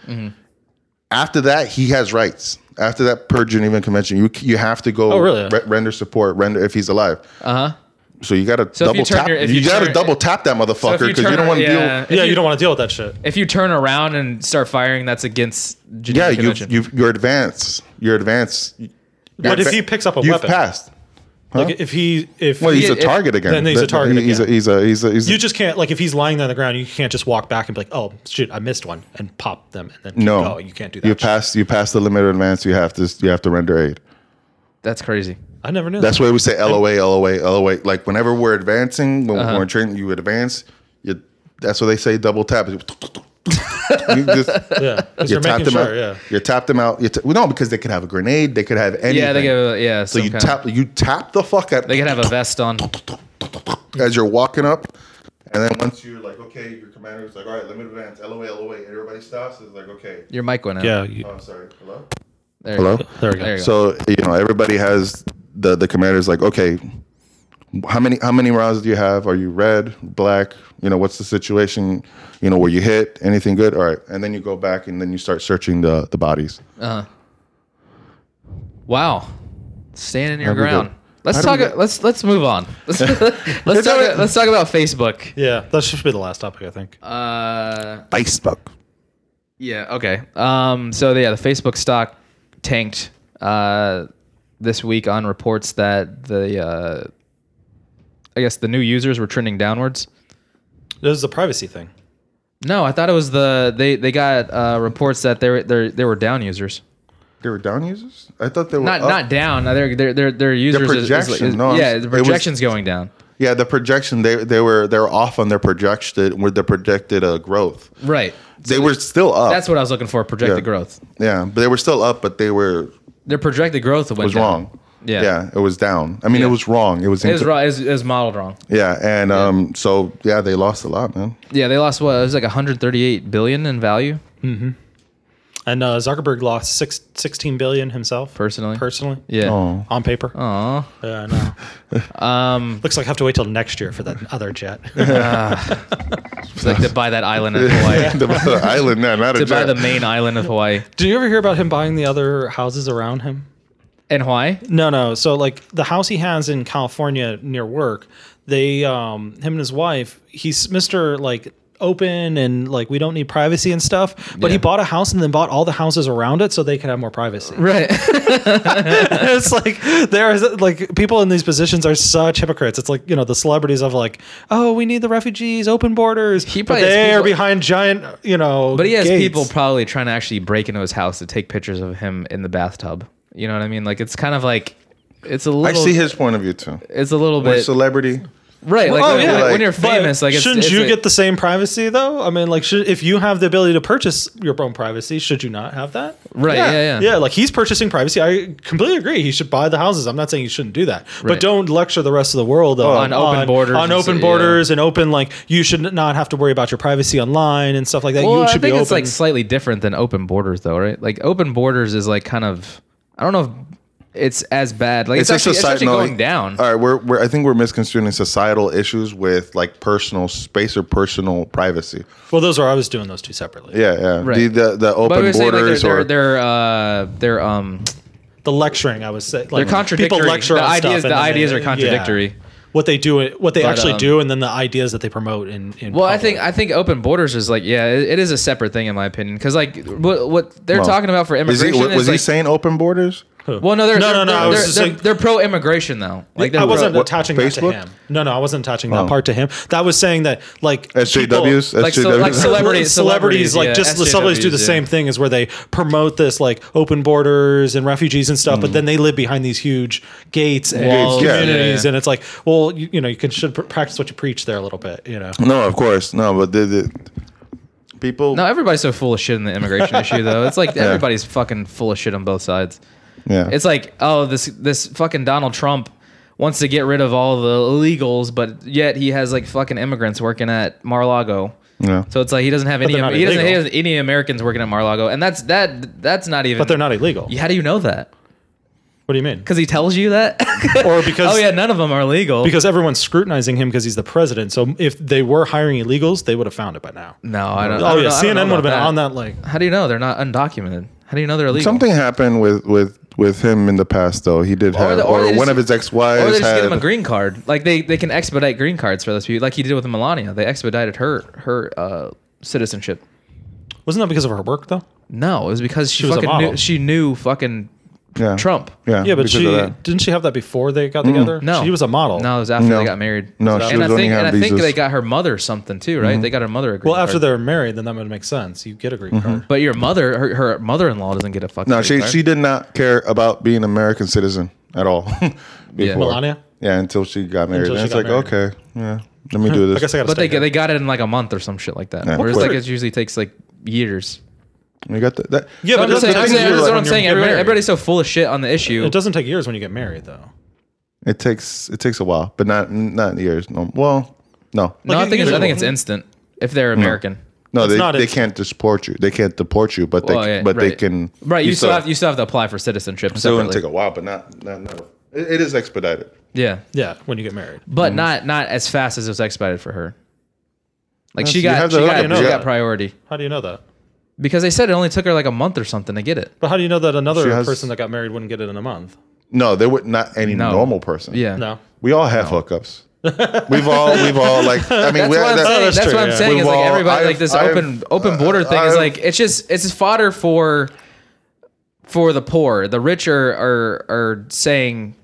Speaker 4: after that he has rights. After that per Geneva Convention, you you have to go
Speaker 3: Oh, really?
Speaker 4: re- render support, render if he's alive. Uh huh. So you got to
Speaker 2: if you
Speaker 4: double
Speaker 2: turn
Speaker 4: tap.
Speaker 2: your- if
Speaker 4: you
Speaker 2: you
Speaker 4: got to
Speaker 2: turn-
Speaker 4: double tap that motherfucker
Speaker 2: So if
Speaker 4: because you,
Speaker 2: turn-
Speaker 4: don't want to
Speaker 2: yeah,
Speaker 4: deal.
Speaker 2: If
Speaker 3: yeah.
Speaker 2: you,
Speaker 3: You don't want to deal with that shit.
Speaker 2: if you turn around and start firing, that's against Geneva
Speaker 4: Yeah, you
Speaker 2: Convention.
Speaker 4: you your advance, your advance.
Speaker 3: But if he picks up a
Speaker 4: you've
Speaker 3: weapon,
Speaker 4: passed.
Speaker 3: like if he if
Speaker 4: Well,
Speaker 3: he-
Speaker 4: he's a
Speaker 2: if-
Speaker 4: target again.
Speaker 3: then he's a
Speaker 4: That-
Speaker 3: target
Speaker 4: He's a
Speaker 3: again.
Speaker 4: he's a he's a. He's a
Speaker 3: you just can't like if he's lying there on the ground, you can't just walk back and be like, oh shit, I missed one and pop them and then keep
Speaker 4: no,
Speaker 3: going. Oh, you can't do that.
Speaker 4: You
Speaker 3: shit.
Speaker 4: pass you pass the limit of advance. You have to you have to render aid.
Speaker 2: that's crazy.
Speaker 3: I never knew.
Speaker 4: That's
Speaker 3: that.
Speaker 4: why we say LOA, LOA, LOA. Like whenever we're advancing, when we're in training, you advance. You, that's what they say. Double tap. You just
Speaker 3: yeah, 'cause
Speaker 4: you
Speaker 3: you're
Speaker 4: tap
Speaker 3: making sure.
Speaker 4: them out.
Speaker 3: Yeah,
Speaker 4: You tap them out. You ta- well, no, because they could have a grenade. They could have anything.
Speaker 2: Yeah, they give a- yeah.
Speaker 4: So you tap you tap the fuck out.
Speaker 2: They could have a vest on.
Speaker 4: as you're walking up, And then once you're like, okay, your commander's like, all right, limit advance, LOA, LOA, everybody stops. It's like, okay.
Speaker 2: Your mic went out.
Speaker 3: Yeah. you-
Speaker 4: Oh, I'm sorry. Hello?
Speaker 2: There
Speaker 4: Hello?
Speaker 2: You go.
Speaker 3: There we go.
Speaker 2: There you go.
Speaker 4: So you know, everybody has the the commander's like, okay, how many how many rounds do you have? Are you red, black? You know, what's the situation? You know, were you hit? Anything good? All right, and then you go back and then you start searching the the bodies.
Speaker 2: wow. Standing your
Speaker 4: do we
Speaker 2: ground.
Speaker 4: go?
Speaker 2: Let's
Speaker 4: How
Speaker 2: talk.
Speaker 4: do we go?
Speaker 2: Let's let's move on. Let's, let's talk. Let's talk about Facebook.
Speaker 3: Yeah, that should be the last topic, I think.
Speaker 2: Uh,
Speaker 4: Facebook.
Speaker 2: yeah. Okay. Um. So yeah, the Facebook stock tanked uh, this week on reports that the uh, I guess the new users were trending downwards.
Speaker 3: This is the privacy thing.
Speaker 2: No, I thought it was the they they got uh, reports that they they they were down users.
Speaker 4: They were down users. I thought they were
Speaker 2: Not
Speaker 4: up.
Speaker 2: not down. Their their their their users is- is-
Speaker 4: projection,
Speaker 2: is-
Speaker 4: no, I'm
Speaker 2: yeah,
Speaker 4: s-
Speaker 2: the
Speaker 4: it was-
Speaker 2: projections going down.
Speaker 4: Yeah, the projection they they were they were off on their projected with the projected uh, growth.
Speaker 2: Right.
Speaker 4: They were still up.
Speaker 2: That's what I was looking for. Projected
Speaker 4: Yeah.
Speaker 2: growth.
Speaker 4: yeah, but they were still up, but they were
Speaker 2: Their projected growth went
Speaker 4: was
Speaker 2: down.
Speaker 4: wrong.
Speaker 2: Yeah.
Speaker 4: yeah, it was down. I mean,
Speaker 2: Yeah.
Speaker 4: it was wrong. It was,
Speaker 2: It was
Speaker 4: inco-
Speaker 2: wrong. It was, it was modeled wrong.
Speaker 4: Yeah, and um, so yeah, they lost a lot, man.
Speaker 2: Yeah, they lost what it was like 138 billion in value.
Speaker 3: And uh, Zuckerberg lost six, 16 billion himself
Speaker 2: Personally?
Speaker 3: Personally,
Speaker 2: Yeah.
Speaker 4: Oh,
Speaker 3: on paper.
Speaker 2: Aw.
Speaker 3: Yeah, I know.
Speaker 2: Um,
Speaker 3: Looks like I have to wait till next year for that other jet.
Speaker 2: it's like to buy that island in Hawaii.
Speaker 4: the, the island, no, not a
Speaker 2: to buy
Speaker 4: jet.
Speaker 2: the main island of Hawaii.
Speaker 3: Did you ever hear about him buying the other houses around him?
Speaker 2: And Hawaii?
Speaker 3: No, no. So like the house he has in California near work, they um him and his wife, he's Mr. like open and like we don't need privacy and stuff, but he
Speaker 2: Yeah.
Speaker 3: bought a house and then bought all the houses around it so they could have more privacy.
Speaker 2: Right.
Speaker 3: it's like there's like people in these positions are such hypocrites. It's like, you know, the celebrities of like, "Oh, we need the refugees, open borders."
Speaker 2: He
Speaker 3: but
Speaker 2: probably has
Speaker 3: they are
Speaker 2: people-
Speaker 3: behind giant, you know,
Speaker 2: But he has
Speaker 3: gates.
Speaker 2: people probably trying to actually break into his house to take pictures of him in the bathtub. You know what I mean? Like it's kind of like it's a
Speaker 4: I
Speaker 2: little.
Speaker 4: see his point of view too.
Speaker 2: It's a little
Speaker 4: We're
Speaker 2: bit
Speaker 4: celebrity.
Speaker 2: right. Like,
Speaker 3: Oh,
Speaker 2: when,
Speaker 3: yeah.
Speaker 2: when- when you're
Speaker 3: But
Speaker 2: famous, like it's,
Speaker 3: shouldn't
Speaker 2: it's
Speaker 3: you
Speaker 2: a-
Speaker 3: get the same privacy though? I mean, like, should, if you have the ability to purchase your own privacy, should you not have that?
Speaker 2: Right, yeah, yeah.
Speaker 3: like he's purchasing privacy. I completely agree. He should buy the houses. I'm not saying he shouldn't do that, but
Speaker 2: Right.
Speaker 3: don't lecture the rest of the world on,
Speaker 2: Oh, On open borders
Speaker 3: on
Speaker 2: and
Speaker 3: open
Speaker 2: s-
Speaker 3: borders, and open like you should not have to worry about your privacy online and stuff like that.
Speaker 2: Well,
Speaker 3: you
Speaker 2: I
Speaker 3: should
Speaker 2: think
Speaker 3: be open.
Speaker 2: it's like slightly different than open borders, though, right? Like open borders is like kind of I don't know if it's as bad. Like it's, actually, it's actually going down.
Speaker 4: All right, we're, we're I think we're misconstruing societal issues with like personal space or personal privacy.
Speaker 3: well, those are. I was doing those two separately.
Speaker 4: Yeah, yeah.
Speaker 2: Right.
Speaker 4: The, the the
Speaker 2: but we
Speaker 4: open
Speaker 2: were saying like they're
Speaker 4: borders
Speaker 2: they're
Speaker 4: or
Speaker 2: they're, uh, they're um
Speaker 3: The lecturing, I was saying, like,
Speaker 2: they're contradictory.
Speaker 3: People lecture
Speaker 2: the
Speaker 3: on
Speaker 2: ideas
Speaker 3: stuff and
Speaker 2: the
Speaker 3: then they-
Speaker 2: ideas are
Speaker 3: yeah.
Speaker 2: contradictory.
Speaker 3: What they do, what they
Speaker 2: But,
Speaker 3: actually
Speaker 2: um,
Speaker 3: do, and then the ideas that they promote in. in
Speaker 2: Well, I
Speaker 3: public.
Speaker 2: think I think open borders is like yeah, it, it is a separate thing in my opinion because like what what they're
Speaker 4: Well,
Speaker 2: talking about for
Speaker 4: is
Speaker 2: immigration
Speaker 4: he,
Speaker 2: is,
Speaker 4: was he
Speaker 2: like-
Speaker 4: saying open borders?
Speaker 2: Well, no, they're they're,
Speaker 3: No, no, no, I
Speaker 2: They're,
Speaker 3: was
Speaker 2: they're,
Speaker 3: just
Speaker 2: they're-
Speaker 3: saying-
Speaker 2: they're pro-immigration though. Like they're
Speaker 3: I wasn't
Speaker 2: pro-
Speaker 4: what,
Speaker 3: attaching
Speaker 4: Facebook?
Speaker 3: that to him. No, no, I wasn't attaching
Speaker 4: Oh.
Speaker 3: that part to him. That was saying that like
Speaker 4: SJWs,
Speaker 2: like, so- like
Speaker 4: SJWs.
Speaker 2: celeb-
Speaker 3: celebrities,
Speaker 2: Celebrities-
Speaker 3: celebrities, like
Speaker 2: yeah,
Speaker 3: just the celebrities do the
Speaker 2: SJWs, yeah.
Speaker 3: same thing is where they promote this like open borders and refugees and stuff, but then they live behind these huge gates and
Speaker 2: Walls,
Speaker 4: yeah.
Speaker 3: communities,
Speaker 2: Yeah.
Speaker 3: and it's like, well, you, you know, you can should pr- practice what you preach there a little bit, you know.
Speaker 4: no, of course, no. But the, the people,
Speaker 2: No, everybody's so full of shit in the immigration issue though. It's like everybody's fucking full of shit on both sides.
Speaker 4: yeah,
Speaker 2: It's like, oh, this this fucking Donald Trump wants to get rid of all the illegals, but yet he has like fucking immigrants working at Mar-a-Lago.
Speaker 4: yeah.
Speaker 2: So it's like he doesn't have any
Speaker 3: they're not
Speaker 2: he doesn't, he
Speaker 3: illegal.
Speaker 2: doesn't any Americans working at Mar-a-Lago, and that's that that's not even.
Speaker 3: But they're not illegal.
Speaker 2: How do you know that?
Speaker 3: What do you mean?
Speaker 2: Because he tells you that.
Speaker 3: Or because
Speaker 2: oh yeah, none of them are legal.
Speaker 3: because everyone's scrutinizing him because he's the president. So if they were hiring illegals, they would have found it by now.
Speaker 2: no, I don't. I
Speaker 3: Oh
Speaker 2: don't
Speaker 3: yeah,
Speaker 2: know- I don't know
Speaker 3: CNN would have
Speaker 2: about
Speaker 3: been on that like
Speaker 2: How do you know they're not undocumented? How do you know they're illegal?
Speaker 4: Something happened with with with him in the past, though. He did have,
Speaker 2: the- or
Speaker 4: or,
Speaker 2: they just-
Speaker 4: one of his ex wives
Speaker 2: Or they just
Speaker 4: had
Speaker 2: give him a green card. Like they, they can expedite green cards for those people, like he did with Melania. They expedited her her uh, citizenship.
Speaker 3: Wasn't that because of her work though?
Speaker 2: No, it was because she,
Speaker 3: was a
Speaker 2: fucking
Speaker 3: model.
Speaker 2: knew, she knew fucking
Speaker 4: yeah.
Speaker 2: Trump.
Speaker 4: Yeah,
Speaker 3: Yeah, but
Speaker 4: because
Speaker 3: she
Speaker 4: of that. Mm.
Speaker 3: didn't she have that before they got together?
Speaker 2: No,
Speaker 3: she was a model.
Speaker 2: No, it was after
Speaker 4: No.
Speaker 2: they got married.
Speaker 4: No, she
Speaker 2: and
Speaker 4: was
Speaker 2: I
Speaker 4: only
Speaker 2: think,
Speaker 4: had
Speaker 2: and I think
Speaker 4: visas. Mm-hmm.
Speaker 2: they got her mother something too, right? They got her mother a green
Speaker 3: Well, after
Speaker 2: card.
Speaker 3: they're married, then that would make sense. You get a
Speaker 4: Mm-hmm.
Speaker 3: green card.
Speaker 2: but your mother, her, her mother-in-law doesn't get a fucking.
Speaker 4: No,
Speaker 2: green
Speaker 4: she
Speaker 2: card.
Speaker 4: she did not care about being an American citizen at all. before.
Speaker 3: Melania?
Speaker 4: Yeah, until she got married.
Speaker 3: Until
Speaker 4: and
Speaker 3: she
Speaker 4: it's
Speaker 3: got
Speaker 4: like,
Speaker 3: married.
Speaker 4: okay, yeah, let me do this.
Speaker 3: I guess I got.
Speaker 2: But they they got it in like a month or some shit like that.
Speaker 4: Yeah.
Speaker 2: Whereas
Speaker 4: Well,
Speaker 2: like
Speaker 4: sure.
Speaker 2: it usually takes like years.
Speaker 4: You got that? that-
Speaker 3: Yeah,
Speaker 2: No,
Speaker 3: but
Speaker 2: I'm just
Speaker 3: it
Speaker 2: saying. I'm
Speaker 3: doesn't
Speaker 2: saying-
Speaker 3: take years
Speaker 2: That's what
Speaker 3: when
Speaker 2: I'm
Speaker 3: you
Speaker 2: saying.
Speaker 3: get
Speaker 2: Everybody,
Speaker 3: married.
Speaker 2: everybody's so full of shit on the issue.
Speaker 3: It doesn't take years when you get married, though.
Speaker 4: it takes it takes a while, but not not years. No, well, No.
Speaker 2: No, I
Speaker 3: Like,
Speaker 2: think
Speaker 3: you
Speaker 2: it's, I
Speaker 3: know-
Speaker 2: think it's instant if they're American.
Speaker 4: No,
Speaker 3: It's
Speaker 4: they,
Speaker 3: not
Speaker 4: they
Speaker 3: ins-
Speaker 4: can't deport you. They can't deport you, but they
Speaker 2: Well, yeah,
Speaker 4: but they
Speaker 2: right.
Speaker 4: can.
Speaker 2: Right, you, still, have you still have to apply for citizenship.
Speaker 4: It's going to
Speaker 2: separately.
Speaker 4: take a while, but not not. not it, it is expedited.
Speaker 2: yeah,
Speaker 3: Yeah, when you get married.
Speaker 2: but not not as fast as it was expedited for her. Like she
Speaker 4: you have
Speaker 2: got
Speaker 4: to
Speaker 2: she
Speaker 4: look
Speaker 2: got,
Speaker 4: at
Speaker 2: she
Speaker 4: it. Yeah.
Speaker 2: got priority
Speaker 3: How do you know that?
Speaker 2: because they said it only took her like a month or something to get it.
Speaker 3: But how do you know that another
Speaker 4: She has-
Speaker 3: person that got married wouldn't get it in a month?
Speaker 4: No, they would not any
Speaker 2: No.
Speaker 4: normal person.
Speaker 2: Yeah,
Speaker 3: No.
Speaker 4: we all have hookups. we've all we've all like. I
Speaker 2: That's
Speaker 4: mean, we
Speaker 2: what I'm
Speaker 4: that-
Speaker 2: saying.
Speaker 3: that's
Speaker 2: That's,
Speaker 3: true,
Speaker 2: what I'm
Speaker 3: yeah.
Speaker 2: saying. Is
Speaker 4: We've
Speaker 2: like
Speaker 4: all-
Speaker 2: everybody like
Speaker 4: I've-
Speaker 2: this
Speaker 4: I've-
Speaker 2: open open border thing is
Speaker 4: I've-
Speaker 2: like it's just it's just fodder for for the poor. The rich are are are saying,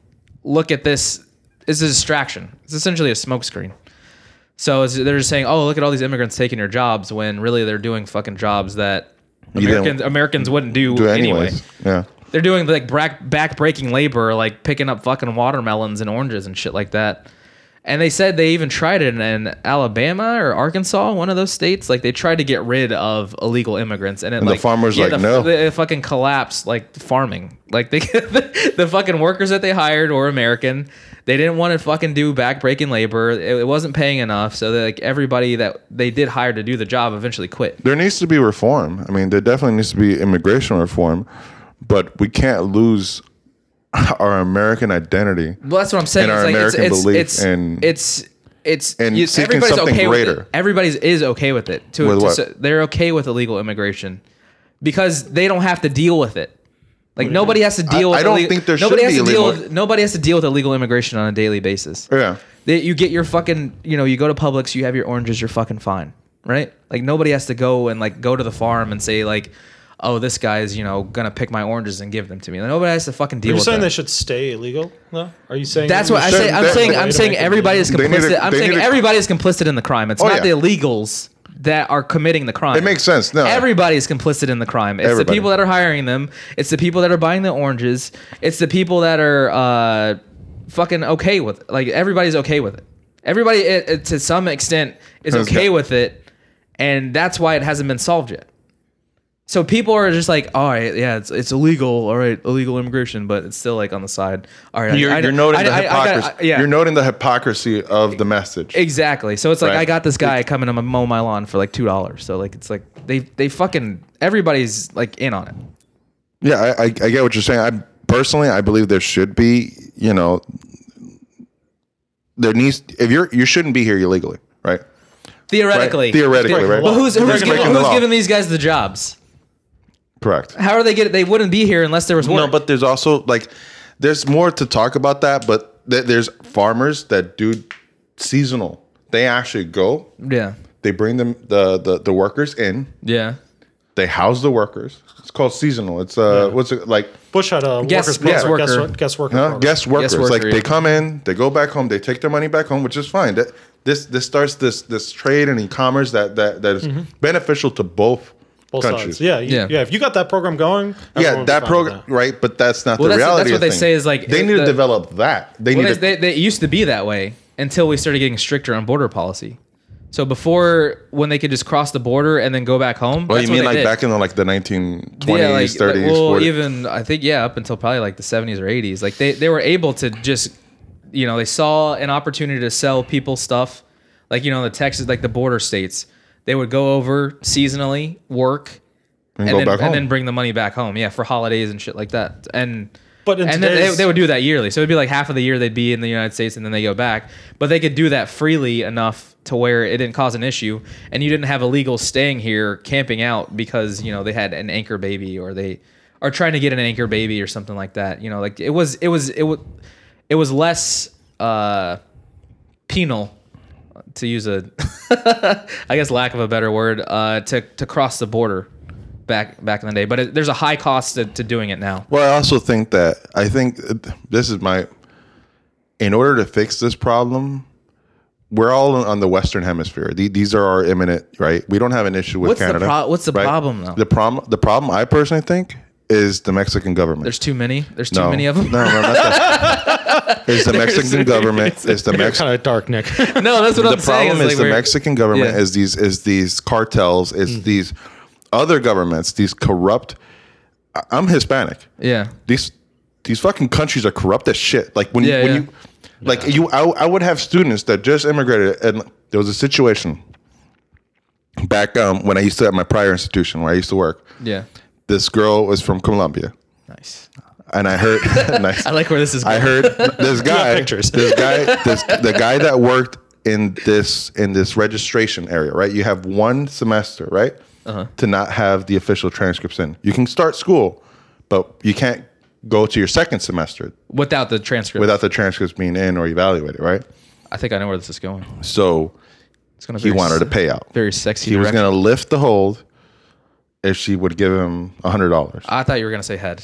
Speaker 2: look at this. It's a distraction. It's essentially a smokescreen. So it's, they're just saying, oh, look at all these immigrants taking your jobs when really they're doing fucking jobs that
Speaker 4: You didn't
Speaker 2: Americans Americans wouldn't do,
Speaker 4: do
Speaker 2: anyway.
Speaker 4: anyways. Yeah.
Speaker 2: They're doing like back back breaking labor, like picking up fucking watermelons and oranges and shit like that. And they said they even tried it in, in Alabama or Arkansas, one of those states. Like they tried to get rid of illegal immigrants, and it
Speaker 4: the
Speaker 2: like
Speaker 4: farmers like,
Speaker 2: the,
Speaker 4: "No."
Speaker 2: they fucking collapsed like farming. Like they the, fucking workers that they hired were American. They didn't want to fucking do back breaking labor. It, it wasn't paying enough, so that, like everybody that they did hire to do the job eventually quit.
Speaker 4: there needs to be reform. I mean, there definitely needs to be immigration reform, but we can't lose our American identity.
Speaker 2: Well, that's what I'm saying.
Speaker 4: And
Speaker 2: it's
Speaker 4: our
Speaker 2: like
Speaker 4: American
Speaker 2: it's, it's,
Speaker 4: belief
Speaker 2: it's,
Speaker 4: and-
Speaker 2: it's it's
Speaker 4: and
Speaker 2: you-
Speaker 4: seeking
Speaker 2: everybody's
Speaker 4: something
Speaker 2: okay With
Speaker 4: greater.
Speaker 2: it. Everybody's is okay with it. To,
Speaker 4: With
Speaker 2: to
Speaker 4: what?
Speaker 2: so- they're okay with illegal immigration because they don't have to deal with it. Like nobody has to deal.
Speaker 4: I-
Speaker 2: with
Speaker 4: I don't
Speaker 2: illegal-
Speaker 4: think there should
Speaker 2: nobody
Speaker 4: be
Speaker 2: has to deal
Speaker 4: illegal- Er
Speaker 2: with nobody has to deal with illegal immigration on a daily basis.
Speaker 4: Yeah.
Speaker 2: They, you get your fucking you know you go to Publix, you have your oranges, you're fucking fine, right? Like nobody has to go and like go to the farm and say like, oh, this guy's you know gonna pick my oranges and give them to me. Like, nobody has to fucking deal
Speaker 3: You're
Speaker 2: with
Speaker 3: saying
Speaker 2: that.
Speaker 3: they should stay illegal? No. Are you saying
Speaker 2: That's
Speaker 3: we
Speaker 2: what I
Speaker 4: They-
Speaker 2: say.
Speaker 3: shouldn't-
Speaker 2: I'm
Speaker 4: they-
Speaker 2: saying.
Speaker 4: they-
Speaker 2: I'm saying everybody is
Speaker 4: They need
Speaker 2: complicit.
Speaker 4: to-
Speaker 2: I'm
Speaker 4: they
Speaker 2: saying
Speaker 4: need to-
Speaker 2: everybody is complicit in the crime. It's
Speaker 4: Oh,
Speaker 2: not
Speaker 4: yeah.
Speaker 2: the illegals that are committing the crime.
Speaker 4: It makes sense. No.
Speaker 2: Everybody is complicit in the crime. It's the
Speaker 4: Everybody.
Speaker 2: people that are hiring them. It's the people that are buying the oranges. It's the people that are uh, fucking okay with. It. Like everybody's okay with it. Everybody, it, it, to some extent, is
Speaker 4: Has
Speaker 2: okay
Speaker 4: got-
Speaker 2: with it, and that's why it hasn't been solved yet. So people are just like, all right, yeah, it's, it's illegal, all right, illegal immigration, but it's still like on the side. All right,
Speaker 4: You're,
Speaker 2: I- I-
Speaker 4: you're noting
Speaker 2: I-
Speaker 4: the
Speaker 2: I- I gotta-
Speaker 4: hypocrisy.
Speaker 2: I- yeah,
Speaker 4: You're noting the hypocrisy of the message.
Speaker 2: exactly. So it's like
Speaker 4: Right.
Speaker 2: I got this guy coming to mow my lawn for like two dollars. So like it's like they they fucking everybody's like in on it.
Speaker 4: Yeah, I, I, I get what you're saying. I personally, I believe there should be, you know, there needs if you're you shouldn't be here illegally, right?
Speaker 2: Theoretically,
Speaker 4: Right. Theoretically,
Speaker 3: Breaking
Speaker 4: right?
Speaker 3: the
Speaker 2: Well, who's
Speaker 3: Breaking
Speaker 2: who's,
Speaker 3: the
Speaker 2: giving,
Speaker 3: law.
Speaker 2: who's giving these guys the jobs?
Speaker 4: correct?
Speaker 2: How are they get? They wouldn't be here unless there was work.
Speaker 4: No, but there's also like there's more to talk about that, but th- there's farmers that do seasonal. They actually go,
Speaker 2: yeah,
Speaker 4: they bring them the the, the workers in,
Speaker 2: yeah.
Speaker 4: they house the workers. It's called seasonal. It's uh what's it like
Speaker 3: Bush had a
Speaker 2: Guest-
Speaker 3: workers
Speaker 2: guest
Speaker 3: program.
Speaker 2: worker.
Speaker 3: Guess what? Guest worker.
Speaker 4: huh?
Speaker 3: program.
Speaker 4: guest workers.
Speaker 2: worker,
Speaker 4: like
Speaker 2: yeah.
Speaker 4: they come in, they go back home, they take their money back home, which is fine. That this this starts this this trade and e-commerce that that that is beneficial to both,
Speaker 3: both
Speaker 4: countries.
Speaker 3: sides. Yeah, you-
Speaker 2: Mm-hmm. Yeah.
Speaker 3: yeah, If you got that program going, everyone
Speaker 4: Yeah,
Speaker 3: would be
Speaker 4: that
Speaker 3: fine with
Speaker 4: program, right? But that's not
Speaker 2: Well,
Speaker 4: the
Speaker 2: that's- that's
Speaker 4: reality.
Speaker 2: what
Speaker 4: of
Speaker 2: they
Speaker 4: things.
Speaker 2: say is, like,
Speaker 4: they
Speaker 2: it-
Speaker 4: need
Speaker 2: the-
Speaker 4: to develop that. They need
Speaker 2: Well,
Speaker 4: to
Speaker 2: they, they, they used to be that way until we started getting stricter on border policy. So before, when they could just cross the border and then go back home.
Speaker 4: Well,
Speaker 2: that's
Speaker 4: you
Speaker 2: what
Speaker 4: mean
Speaker 2: they
Speaker 4: like
Speaker 2: did.
Speaker 4: back in the like the 1920s,
Speaker 2: yeah, like,
Speaker 4: 30s,
Speaker 2: like, well,
Speaker 4: 40s.
Speaker 2: even I think yeah, up until probably like the 70s or 80s, like they they were able to just, you know, they saw an opportunity to sell people stuff, like you know the Texas, like the border states, they would go over seasonally, work, and,
Speaker 4: go
Speaker 2: then
Speaker 4: back
Speaker 2: and then
Speaker 4: home.
Speaker 2: bring the money back home, yeah, for holidays and shit like that, and.
Speaker 3: But in
Speaker 2: and then they,
Speaker 3: today's-
Speaker 2: they would do that yearly, so it'd be like half of the year they'd be in the United States, and then they go back. But they could do that freely enough to where it didn't cause an issue, and you didn't have illegals staying here camping out because you know they had an anchor baby or they are trying to get an anchor baby or something like that. You know, like it was it was it was it was less uh, penal to use a I guess lack of a better word uh, to to cross the border back back in the day. But it, there's a high cost to, to doing it now.
Speaker 4: Well, I also think that I think uh, this is my. In order to fix this problem, we're all on- on the Western Hemisphere. The- These are our imminent right. We don't have an issue with
Speaker 2: What's the
Speaker 4: Canada.
Speaker 2: pro- what's the
Speaker 4: right?
Speaker 2: problem, though?
Speaker 4: The problem. The problem. I personally think is the Mexican government.
Speaker 2: There's too many. There's too many of them.
Speaker 4: No, no, not that. It's the Mexican government. It's the
Speaker 3: You're
Speaker 4: Mexican.
Speaker 3: kind of dark, Nick.
Speaker 2: no, that's what I'm
Speaker 4: the
Speaker 2: saying.
Speaker 4: problem is,
Speaker 2: like
Speaker 4: the
Speaker 2: we're-
Speaker 4: Mexican government
Speaker 2: Yeah. Mm.
Speaker 4: is these is these cartels, is these other governments, these corrupt. I- I'm Hispanic.
Speaker 2: Yeah.
Speaker 4: These these fucking countries are corrupt as shit. Like when you
Speaker 2: Yeah,
Speaker 4: when
Speaker 2: yeah.
Speaker 4: you Like you, I, I would have students that just immigrated, and there was a situation back um, when I used to at my prior institution where I used to work.
Speaker 2: Yeah.
Speaker 4: This girl was from Colombia,
Speaker 2: Nice.
Speaker 4: and I heard. nice.
Speaker 2: I like where this is
Speaker 4: I
Speaker 2: going.
Speaker 4: heard this guy.
Speaker 3: pictures.
Speaker 4: This guy. This the guy that worked in this in this registration area. Right. You have one semester. Right.
Speaker 2: Uh-huh.
Speaker 4: To not have the official transcripts in, you can start school, but you can't go to your second semester
Speaker 2: Without the transcript.
Speaker 4: without the transcripts being in or evaluated. Right.
Speaker 2: I think I know where this is going.
Speaker 4: So
Speaker 2: It's gonna
Speaker 4: he
Speaker 2: very
Speaker 4: wanted
Speaker 2: se-
Speaker 4: a payout.
Speaker 2: Very sexy.
Speaker 4: he was
Speaker 2: direct-
Speaker 4: going to lift the hold if she would give him a hundred dollars.
Speaker 2: I thought you were gonna say head.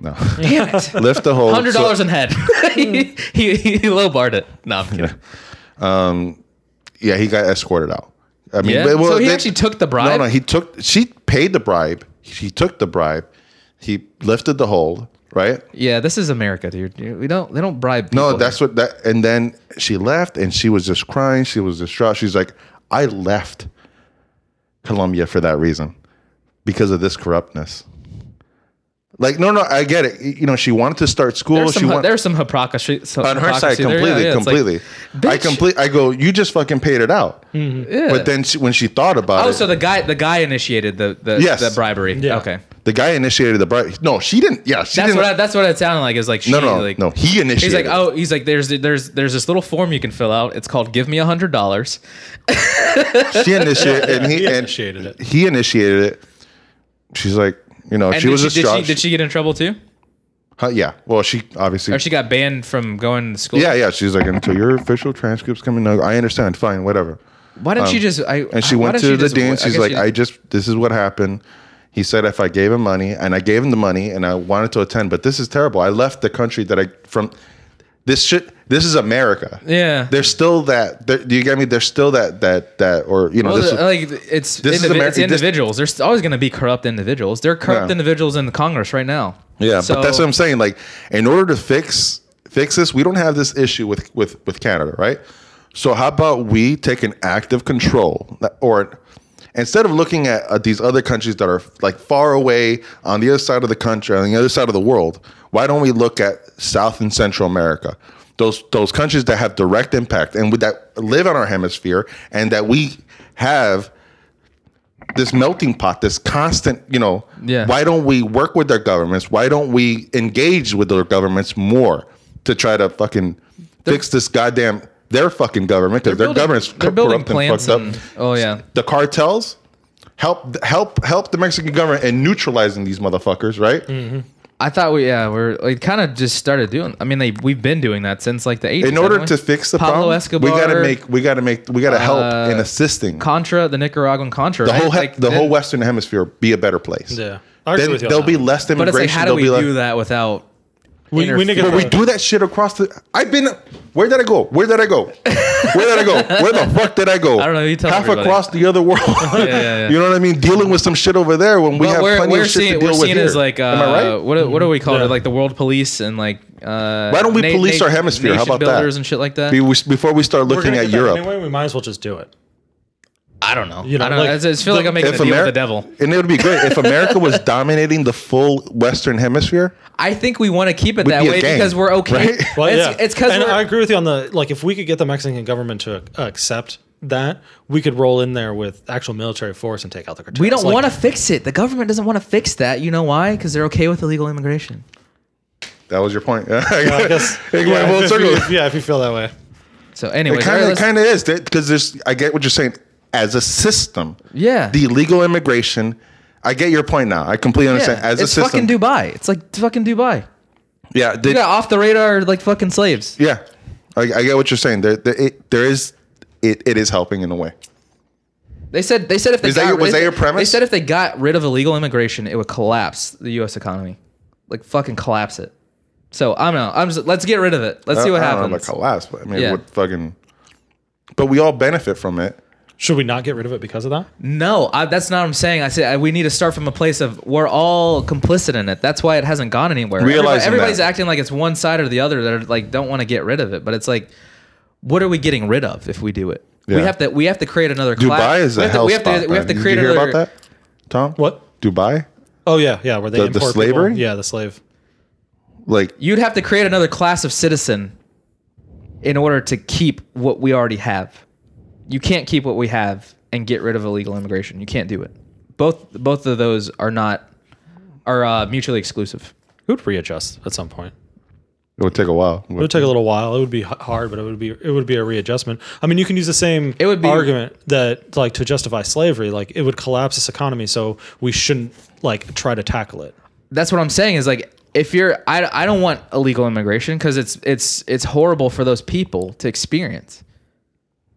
Speaker 4: No,
Speaker 2: Damn it.
Speaker 4: lift the hold.
Speaker 2: Hundred dollars
Speaker 4: Oh, So
Speaker 2: in head. he, he he lowbarred it. No, I'm kidding.
Speaker 4: Um, yeah, he got escorted out. I mean,
Speaker 2: Yeah.
Speaker 4: but- well,
Speaker 2: so he
Speaker 4: they-
Speaker 2: actually took the bribe.
Speaker 4: No, no, he took. She paid the bribe. He took the bribe. He lifted the hold. Right.
Speaker 2: yeah, this is America, dude. You- We don't they don't bribe. People
Speaker 4: No, that's what that. And then she left, and she was just crying. She was distraught. She's like, I left Colombia for that reason, here because of this corruptness. Like, no, no, I get it. You know, she wanted to start school.
Speaker 2: There's
Speaker 4: she
Speaker 2: some,
Speaker 4: wanted.
Speaker 2: there's some hypocrisy some
Speaker 4: on her side
Speaker 2: hypocrisy there.
Speaker 4: completely
Speaker 2: Yeah, yeah, it's like, bitch.
Speaker 4: completely i
Speaker 2: Hmm.
Speaker 4: complete i go you just fucking paid it out
Speaker 2: yeah.
Speaker 4: but then she, when she thought about
Speaker 2: oh,
Speaker 4: it
Speaker 2: so the guy the guy initiated the the,
Speaker 4: Yes.
Speaker 2: the bribery.
Speaker 3: Yeah.
Speaker 2: Okay,
Speaker 4: the guy initiated the bribe no she didn't yeah she
Speaker 2: that's
Speaker 4: didn't
Speaker 2: what I, that's what it sounded like. Is like she,
Speaker 4: no no
Speaker 2: like,
Speaker 4: no he
Speaker 2: He's
Speaker 4: initiated
Speaker 2: like, oh, he's like, there's there's there's this little form you can fill out. It's called "Give Me a Hundred Dollars."
Speaker 4: she initiated and he,
Speaker 3: he
Speaker 4: and
Speaker 3: initiated it.
Speaker 4: he initiated it she's like you know
Speaker 2: And
Speaker 4: she
Speaker 2: did,
Speaker 4: was
Speaker 2: she,
Speaker 4: a
Speaker 2: did she did she get in trouble too,
Speaker 4: yeah well she obviously
Speaker 2: or she got banned from going to school?
Speaker 4: yeah yeah she's like until your official transcripts come in i understand fine whatever
Speaker 2: Why didn't she just? I,
Speaker 4: um, And she
Speaker 2: why
Speaker 4: went
Speaker 2: didn't
Speaker 4: to the
Speaker 2: just-
Speaker 4: dance. She's
Speaker 2: guess
Speaker 4: like,
Speaker 2: she-
Speaker 4: I just, this is what happened. He said, if I gave him money, and I gave him the money, and I wanted to attend, but this is terrible. I left the country that I from. This shit. This is America.
Speaker 2: Yeah.
Speaker 4: There's still that. there- Do you get me? There's still that that that or you know
Speaker 2: Well,
Speaker 4: this.
Speaker 2: the- like it's,
Speaker 4: this is
Speaker 2: indivi-
Speaker 4: Ameri-
Speaker 2: it's
Speaker 4: this-
Speaker 2: individuals. There's always going to be corrupt individuals. There are corrupt
Speaker 4: Yeah.
Speaker 2: individuals in the Congress right now.
Speaker 4: yeah,
Speaker 2: So-
Speaker 4: but that's what I'm saying. Like, in order to fix fix this, we don't have this issue with with with Canada, right? So how about we take an active control, that- or instead of looking at uh, these other countries that are like far away on the other side of the country, on the other side of the world, why don't we look at South and Central America, those those countries that have direct impact and with that live on our hemisphere, and that we have this melting pot, this constant, you know,
Speaker 2: Yeah.
Speaker 4: why don't we work with their governments? Why don't we engage with their governments more to try to fucking fix this goddamn their fucking government because their
Speaker 2: building-
Speaker 4: government's
Speaker 2: they're building
Speaker 4: corrupt and
Speaker 2: plants
Speaker 4: fucked
Speaker 2: and-
Speaker 4: up.
Speaker 2: oh, yeah.
Speaker 4: the cartels help help help the Mexican government in neutralizing these motherfuckers, right?
Speaker 2: Mm-hmm. I thought we yeah we're like kind of just started doing. I mean, they we've been doing that since like the 80s.
Speaker 4: In order
Speaker 2: haven't
Speaker 4: to
Speaker 2: we?
Speaker 4: fix the
Speaker 2: Pablo
Speaker 4: problem,
Speaker 2: Escobar,
Speaker 4: we gotta make we gotta make we gotta help in assisting
Speaker 2: Contra, the Nicaraguan Contra,
Speaker 4: the
Speaker 2: right?
Speaker 4: whole he-
Speaker 2: Like,
Speaker 4: the
Speaker 2: then-
Speaker 4: whole Western Hemisphere be a better place.
Speaker 3: Yeah. I agree
Speaker 4: then
Speaker 3: with you on
Speaker 4: there'll
Speaker 3: that
Speaker 4: be
Speaker 3: one.
Speaker 4: less
Speaker 2: But it's
Speaker 4: immigration.
Speaker 2: like, how do
Speaker 4: there'll
Speaker 2: we
Speaker 4: be less-
Speaker 2: do that without?
Speaker 3: We,
Speaker 2: interfere-
Speaker 3: we niggas
Speaker 4: But we
Speaker 3: are-
Speaker 4: do that shit across the. I've been. Where did I go? Where did I go? Where did I go? Where the fuck did I go? I
Speaker 2: don't know, you tell
Speaker 4: Half
Speaker 2: everybody.
Speaker 4: across the other world.
Speaker 2: yeah.
Speaker 4: You know what I mean? Dealing with some shit over there when we
Speaker 2: Well,
Speaker 4: have
Speaker 2: we're,
Speaker 4: plenty
Speaker 2: we're
Speaker 4: of shit
Speaker 2: seeing,
Speaker 4: to deal
Speaker 2: we're
Speaker 4: with
Speaker 2: seen
Speaker 4: here.
Speaker 2: as like uh,
Speaker 4: Am I right?
Speaker 2: what what do we call
Speaker 3: Yeah.
Speaker 2: it? Like the world police and like uh,
Speaker 4: Why don't we police our hemisphere? How
Speaker 2: nation
Speaker 4: about that?
Speaker 2: builders and shit like that.
Speaker 4: Be- we- Before we start
Speaker 3: We're
Speaker 4: looking
Speaker 3: gonna
Speaker 4: at
Speaker 3: get that
Speaker 4: Europe,
Speaker 3: Anyway, we might as well just do it.
Speaker 2: I don't know.
Speaker 3: You know,
Speaker 2: I don't know.
Speaker 3: like,
Speaker 2: I just- I just feel
Speaker 3: the-
Speaker 2: like I'm making a
Speaker 4: if
Speaker 2: deal with the
Speaker 4: America,
Speaker 2: devil.
Speaker 4: and it would be great if America was dominating the full Western Hemisphere.
Speaker 2: I think we want to keep it
Speaker 4: We'd
Speaker 2: that
Speaker 4: be a
Speaker 2: way
Speaker 4: gang,
Speaker 2: because we're okay.
Speaker 4: right?
Speaker 3: Well,
Speaker 2: it's
Speaker 3: yeah.
Speaker 2: because
Speaker 3: and I
Speaker 2: we're
Speaker 3: agree with you on the like. If we could get the Mexican government to uh, accept that, we could roll in there with actual military force and take out the cartels.
Speaker 2: we don't
Speaker 3: Like,
Speaker 2: want to fix it. The government doesn't want to fix that. You know why? Because they're okay with illegal immigration.
Speaker 4: That was your point. Yeah,
Speaker 3: I guess.
Speaker 4: It went
Speaker 3: yeah,
Speaker 4: full
Speaker 3: if
Speaker 4: circle.
Speaker 3: you, if, yeah, if you feel that way.
Speaker 2: So anyway,
Speaker 4: It kind of kind of is because there's. I get what you're saying. As a system,
Speaker 2: Yeah.
Speaker 4: the illegal immigration. I get your point now. I completely understand. As a
Speaker 2: it's fucking
Speaker 4: system,
Speaker 2: Dubai. It's like fucking Dubai.
Speaker 4: yeah, did,
Speaker 2: You got off the radar like fucking slaves.
Speaker 4: yeah. I, I get what you're saying. There, there, it, there is. It, it is helping in a way.
Speaker 2: They said they said if they
Speaker 4: Is that
Speaker 2: got
Speaker 4: your- was
Speaker 2: rid-
Speaker 4: that your
Speaker 2: They
Speaker 4: premise?
Speaker 2: said if they got rid of illegal immigration, it would collapse the U.S. economy, like fucking collapse it. So I don't know. I'm just let's get rid of it. Let's see what
Speaker 4: Uh, I don't know
Speaker 2: happens.
Speaker 4: about collapse, but I mean,
Speaker 2: Yeah.
Speaker 4: it would fucking. But we all benefit from it.
Speaker 3: Should we not get rid of it because of that?
Speaker 2: No, I, that's not what I'm saying. I said I- we need to start from a place of we're all complicit in it. That's why it hasn't gone anywhere. Everybody-
Speaker 4: Realizing
Speaker 2: everybody's
Speaker 4: that.
Speaker 2: acting like it's one side or the other that are like don't want to get rid of it, but it's like, what are we getting rid of if we do it? We
Speaker 4: Yeah.
Speaker 2: have to we have to create another.
Speaker 4: Dubai
Speaker 2: class.
Speaker 4: is
Speaker 2: we
Speaker 4: a
Speaker 2: have
Speaker 4: hell
Speaker 2: to, we have
Speaker 4: spot.
Speaker 2: to, we have to
Speaker 4: man.
Speaker 2: create
Speaker 4: Did you hear
Speaker 2: another.
Speaker 4: about that, Tom?
Speaker 3: What?
Speaker 4: Dubai?
Speaker 3: Oh yeah, yeah. Where they
Speaker 4: The- the
Speaker 3: import people.
Speaker 4: slavery?
Speaker 3: Yeah, the slave.
Speaker 4: Like
Speaker 2: You'd have to create another class of citizen in order to keep what we already have. You can't keep what we have and get rid of illegal immigration. You can't do it. Both both of those are not are uh, mutually exclusive.
Speaker 3: It would readjust at some point.
Speaker 4: It would take a while.
Speaker 3: It would take a little while. It would be h- hard, but it would be it would be a readjustment. I mean, you can use the same
Speaker 2: It would be-
Speaker 3: argument that like to justify slavery, like it would collapse this economy, so we shouldn't like try to tackle it.
Speaker 2: that's what I'm saying is like if you're I, I don't want illegal immigration because it's it's it's horrible for those people to experience.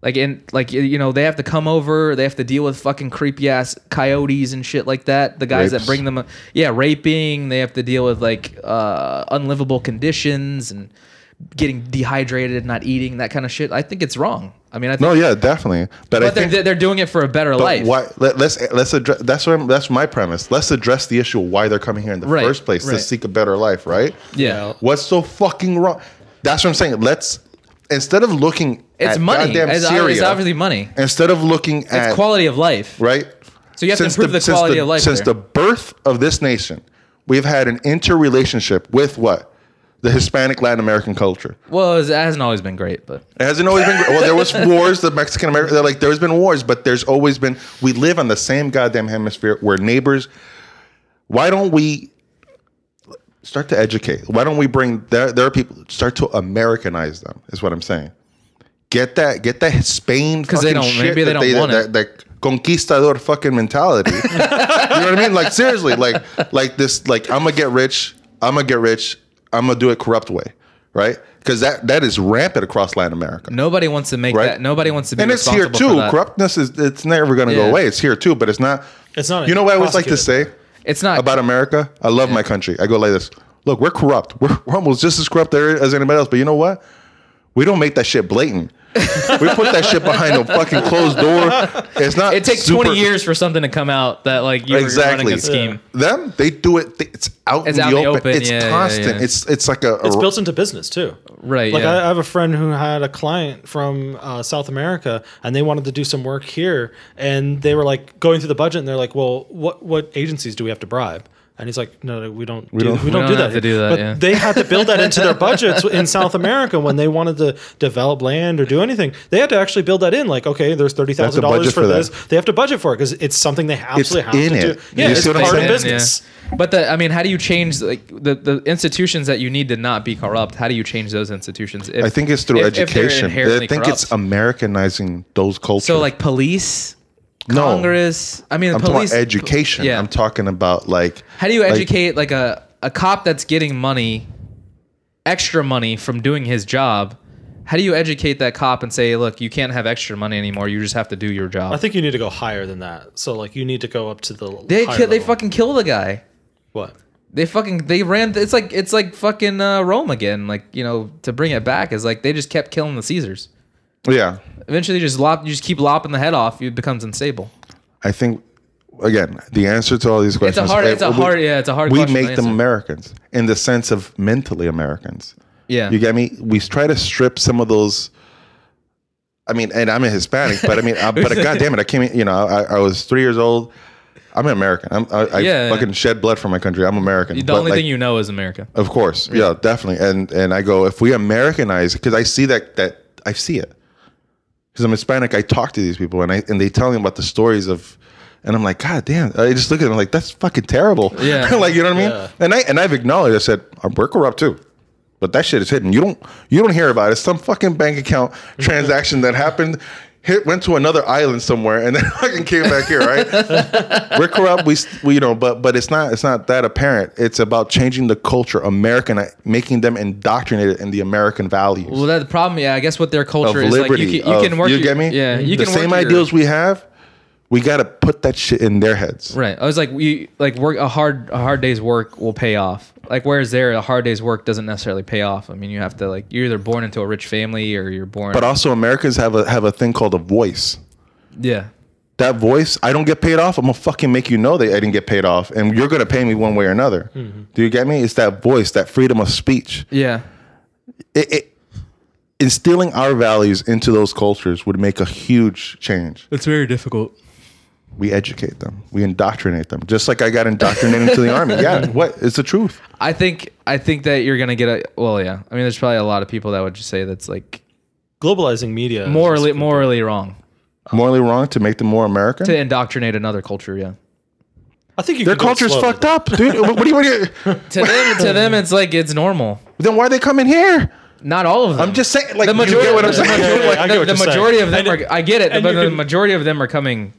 Speaker 2: Like in like y- you know they have to come over, they have to deal with fucking creepy ass coyotes and shit like that. The guys that
Speaker 4: Rapes.
Speaker 2: bring them, uh, yeah, raping. They have to deal with like uh, unlivable conditions and getting dehydrated, not eating that kind of shit. I think it's wrong. I mean, I think,
Speaker 4: No, yeah, definitely. But, I
Speaker 2: but
Speaker 4: think
Speaker 2: they're they're doing it for a better life.
Speaker 4: why let, let's let's address that's what I'm, that's my premise. Let's address the issue of why they're coming here in the
Speaker 2: Right,
Speaker 4: first place to
Speaker 2: right.
Speaker 4: seek a better life, right?
Speaker 2: Yeah.
Speaker 4: What's so fucking wrong? That's what I'm saying. Let's instead of looking
Speaker 2: It's
Speaker 4: at
Speaker 2: money.
Speaker 4: goddamn
Speaker 2: It's,
Speaker 4: Syria,
Speaker 2: it's obviously money.
Speaker 4: instead of looking at
Speaker 2: It's quality of life.
Speaker 4: right?
Speaker 2: So you have to improve the quality of life
Speaker 4: Since
Speaker 2: there.
Speaker 4: the birth of this nation, we've had an interrelationship with what the Hispanic Latin American culture.
Speaker 2: Well, it hasn't always been great, but
Speaker 4: It hasn't always been great. Well, there was wars. The Mexican American, like there's been wars, but there's always been. We live on the same goddamn hemisphere. We're neighbors. Why don't we start to educate? Why don't we bring their their people? Start to Americanize them. Is what I'm saying. Get that. Get that Spain. Because
Speaker 2: they don't- maybe they don't want
Speaker 4: that,
Speaker 2: it.
Speaker 4: That, conquistador fucking mentality. you know what I mean? Like seriously, like like this. Like I'm gonna get rich. I'm gonna get rich. I'm gonna do it corrupt way. Right, because that, that is rampant across Latin America
Speaker 2: Nobody wants to make
Speaker 4: Right.
Speaker 2: that. Nobody wants to be
Speaker 4: and it's here
Speaker 2: responsible
Speaker 4: too.
Speaker 2: for that.
Speaker 4: Corruptness is it's never going to go
Speaker 2: Yeah.
Speaker 4: away. It's here too, but it's not.
Speaker 3: It's not
Speaker 4: You know what I always like to say
Speaker 3: prosecuted.
Speaker 2: It's not
Speaker 4: about America? I love my country. I go like this. Look, we're corrupt. We're, we're almost just as corrupt there as anybody else. But you know what? We don't make that shit blatant. we put that shit behind a fucking closed door. It's not.
Speaker 2: It takes
Speaker 4: super-
Speaker 2: 20 years for something to come out that like you're
Speaker 4: Exactly.
Speaker 2: running a scheme.
Speaker 4: Them, they do it. th- It's out
Speaker 2: It's
Speaker 4: in
Speaker 2: out
Speaker 4: the open. It's
Speaker 2: yeah, yeah,
Speaker 4: constant.
Speaker 2: yeah.
Speaker 4: It's it's like a.
Speaker 3: It's
Speaker 4: a-
Speaker 3: built into business too.
Speaker 2: Right,
Speaker 3: Like
Speaker 2: yeah.
Speaker 3: I, I have a friend who had a client from uh, South America, and they wanted to do some work here, and they were like going through the budget, and they're like, "Well, what what agencies do we have to bribe?" And he's like, "No, no we don't. We do,
Speaker 4: don't-
Speaker 3: we don't,
Speaker 2: We
Speaker 3: do
Speaker 2: don't
Speaker 3: that.
Speaker 2: have to
Speaker 3: here."
Speaker 2: do that,
Speaker 3: But
Speaker 2: yeah.
Speaker 3: they had to build that into their budgets in South America when they wanted to develop land or do anything. They had to actually build that in. Like, okay, there's thirty thousand dollars
Speaker 4: budget
Speaker 3: for
Speaker 4: for that.
Speaker 3: this. They have to budget for it because it's something they absolutely have
Speaker 4: in
Speaker 3: to
Speaker 4: it.
Speaker 3: do.
Speaker 4: You
Speaker 3: Yeah,
Speaker 4: see
Speaker 3: it's
Speaker 4: what I'm
Speaker 3: part of
Speaker 4: saying?
Speaker 3: business.
Speaker 2: Yeah. But the, I mean, how do you change like the, the institutions that you need to not be corrupt? How do you change those institutions? If,
Speaker 4: I think it's through
Speaker 2: if- if they're
Speaker 4: education. I
Speaker 2: inherently
Speaker 4: think it's
Speaker 2: corrupt?
Speaker 4: Americanizing those cultures.
Speaker 2: so like police,
Speaker 4: No.
Speaker 2: Congress. I mean, the
Speaker 4: I'm
Speaker 2: police.
Speaker 4: talking about education.
Speaker 2: Yeah.
Speaker 4: I'm talking about like
Speaker 2: How do you
Speaker 4: like,
Speaker 2: educate like, a, a cop that's getting money, extra money from doing his job? How do you educate that cop and say, look, you can't have extra money anymore. You just have to do your job.
Speaker 3: I think you need to go higher than that. So like you need to go up to the
Speaker 2: they
Speaker 3: higher
Speaker 2: ki- they
Speaker 3: level.
Speaker 2: fucking kill the guy.
Speaker 3: what?
Speaker 2: They fucking they ran. It's like it's like fucking uh, Rome again. Like you know to bring it back is like they just kept killing the Caesars.
Speaker 4: Yeah.
Speaker 2: Eventually, you just lop. You just keep lopping the head off. It becomes unstable.
Speaker 4: I think again, the answer to all these questions.
Speaker 2: hard- it's a
Speaker 4: we-
Speaker 2: hard- yeah, it's a hard
Speaker 4: We
Speaker 2: question to
Speaker 4: make them
Speaker 2: answer.
Speaker 4: Americans in the sense of mentally Americans.
Speaker 2: Yeah.
Speaker 4: You get me? We try to strip some of those. I mean, and I'm a Hispanic, but I mean, I, but God damn it, I came. in- You know, I, I was three years old. I'm an American. I'm, I, I
Speaker 2: Yeah.
Speaker 4: fucking shed blood for my country. I'm American.
Speaker 2: the
Speaker 4: But,
Speaker 2: only
Speaker 4: like,
Speaker 2: thing you know is America.
Speaker 4: Of course, yeah, definitely. And and I go if we Americanize because I see that that I see it because I'm Hispanic. I talk to these people and I and they tell me about the stories of, and I'm like, God damn! I just look at them like that's fucking terrible.
Speaker 2: Yeah.
Speaker 4: like you know what I mean.
Speaker 3: Yeah.
Speaker 4: And I and I've acknowledged. I said we're corrupt too. But that shit is hidden. You don't you don't hear about it. It's some fucking bank account transaction that happened, hit went to another island somewhere, and then fucking came back here, right? we're corrupt. We, st- we, you know, but but it's not it's not that apparent. It's about changing the culture, American, making them indoctrinated in the American values
Speaker 2: Well, that the problem. Yeah, I guess what their
Speaker 4: of
Speaker 2: culture is
Speaker 4: liberty.
Speaker 2: like. You can, you
Speaker 4: of-
Speaker 2: can work.
Speaker 4: You
Speaker 2: your-
Speaker 4: get me?
Speaker 2: Yeah, you
Speaker 4: the
Speaker 2: can
Speaker 4: same
Speaker 2: work your-
Speaker 4: ideals we have. We got to put that shit in their heads.
Speaker 2: Right. I was like, we like work a hard a hard day's work will pay off. Like whereas there a hard day's work doesn't necessarily pay off. I mean, you have to like you're either born into a rich family or you're born.
Speaker 4: But also, Americans have a have a thing called a voice.
Speaker 2: yeah.
Speaker 4: That voice, I don't get paid off. I'm gonna fucking make you know that I didn't get paid off, and you're gonna pay me one way or another.
Speaker 2: Mm-hmm.
Speaker 4: Do you get me? It's that voice, that freedom of speech.
Speaker 2: Yeah.
Speaker 4: it, it instilling our values into those cultures would make a huge change.
Speaker 2: It's very difficult.
Speaker 4: We educate them, we indoctrinate them, just like I got indoctrinated into the army. Yeah, what? It's the truth.
Speaker 2: I think I think that you're gonna get a well, yeah. I mean, there's probably a lot of people that would just say that's like
Speaker 3: globalizing media is
Speaker 2: morally
Speaker 3: just-
Speaker 2: morally wrong
Speaker 4: Morally wrong to make them more American.
Speaker 2: to indoctrinate another culture. Yeah.
Speaker 3: I think you
Speaker 4: Their
Speaker 3: could go
Speaker 4: culture's
Speaker 3: slowly.
Speaker 4: fucked up, dude. What, what do you, what do you,
Speaker 2: To them, to them, it's like it's normal.
Speaker 4: then why are they coming here?
Speaker 2: Not all of them.
Speaker 4: I'm just saying, like,
Speaker 2: the majority.
Speaker 4: you get what I'm
Speaker 2: the
Speaker 4: saying?
Speaker 2: majority-
Speaker 3: Yeah, yeah, I get
Speaker 2: the-
Speaker 3: what
Speaker 2: the
Speaker 3: you're saying.
Speaker 2: majority of them
Speaker 3: And-
Speaker 2: are. I get it,
Speaker 3: and
Speaker 2: but
Speaker 3: you
Speaker 2: the
Speaker 3: can-
Speaker 2: majority of them are coming,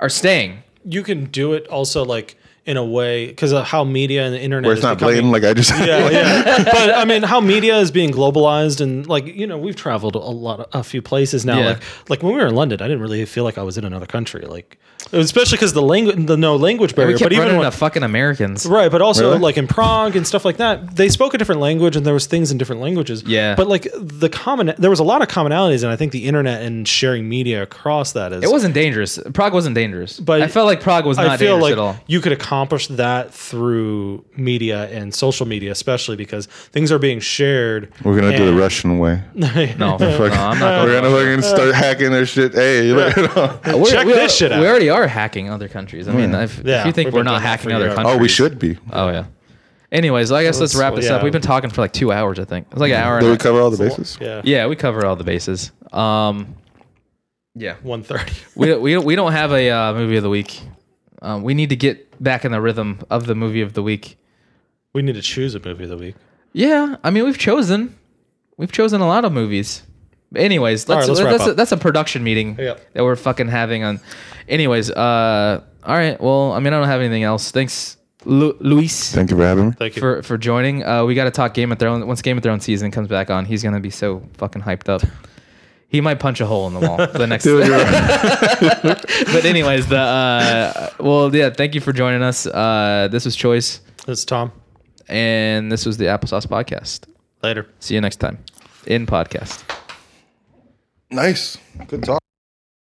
Speaker 2: are staying.
Speaker 3: You can do it also like in a way because of how media and the internet
Speaker 4: Where it's
Speaker 3: is
Speaker 4: not
Speaker 3: becoming-
Speaker 4: blatant, like I just
Speaker 3: yeah, yeah. But I mean, how media is being globalized and like you know, we've traveled a lot, a few places now.
Speaker 2: Yeah.
Speaker 3: Like, like when we were in London, I didn't really feel like I was in another country. Like, especially because the language, the no language
Speaker 2: We
Speaker 3: barrier.
Speaker 2: kept
Speaker 3: But even
Speaker 2: running
Speaker 3: when-
Speaker 2: into fucking Americans.
Speaker 3: Right, but also
Speaker 4: Really?
Speaker 3: like in Prague and stuff like that, they spoke a different language and there was things in different languages.
Speaker 2: Yeah.
Speaker 3: but like the common, there was a lot of commonalities, and I think the internet and sharing media across that is
Speaker 2: It wasn't dangerous. Prague wasn't dangerous.
Speaker 3: But
Speaker 2: But I felt like Prague was not
Speaker 3: I feel
Speaker 2: dangerous
Speaker 3: like
Speaker 2: at all.
Speaker 3: you could accomplish that through media and social media, especially because things are being shared.
Speaker 4: We're gonna do the
Speaker 3: and-
Speaker 4: Russian way.
Speaker 2: No, no, I'm not.
Speaker 4: We're gonna fucking start hacking their shit. Hey, like, you know.
Speaker 2: We're-
Speaker 3: Check
Speaker 2: we
Speaker 3: this shit out. Mm.
Speaker 2: We already are hacking other countries. I mean, if, if
Speaker 3: Yeah,
Speaker 2: you think
Speaker 3: we've
Speaker 2: we're
Speaker 3: been
Speaker 2: not
Speaker 3: doing that
Speaker 2: hacking
Speaker 3: for
Speaker 2: other
Speaker 3: years.
Speaker 2: countries,
Speaker 4: oh, we should be.
Speaker 2: Oh yeah. Anyways, I guess let's
Speaker 3: let's-
Speaker 2: wrap this
Speaker 3: yeah.
Speaker 2: up. We've been talking for like two hours, I think. It's like an hour.
Speaker 4: Did
Speaker 2: and
Speaker 4: we
Speaker 2: a-
Speaker 4: cover all the bases?
Speaker 3: Yeah,
Speaker 2: yeah, we covered all the bases. Um, yeah,
Speaker 3: one thirty.
Speaker 2: we we we don't have a uh, movie of the week. Um, we need to get back in the rhythm of the movie of the week.
Speaker 3: We need to choose a movie of the week.
Speaker 2: Yeah, I mean we've chosen, we've chosen a lot of movies. Anyways,
Speaker 3: All
Speaker 2: let's,
Speaker 3: right, let's wrap
Speaker 2: that's, a,
Speaker 3: up.
Speaker 2: that's a production meeting
Speaker 3: Yeah.
Speaker 2: that we're fucking having on. Anyways, uh, all right. Well, I mean I don't have anything else. Thanks, Lu- Luis.
Speaker 4: Thank you for having me.
Speaker 3: Thank you.
Speaker 2: for for joining. Uh, we got to talk Game of Thrones. Once Game of Thrones season comes back on, he's gonna be so fucking hyped up. He might punch a hole in the wall the next.
Speaker 4: Dude, you're right.
Speaker 2: but anyways, the uh, well, yeah. Thank you for joining us. Uh, this was Choice,
Speaker 3: That's Tom.
Speaker 2: and this was the Applesauce Podcast.
Speaker 3: Later.
Speaker 2: See you next time in podcast.
Speaker 4: nice. Good talk.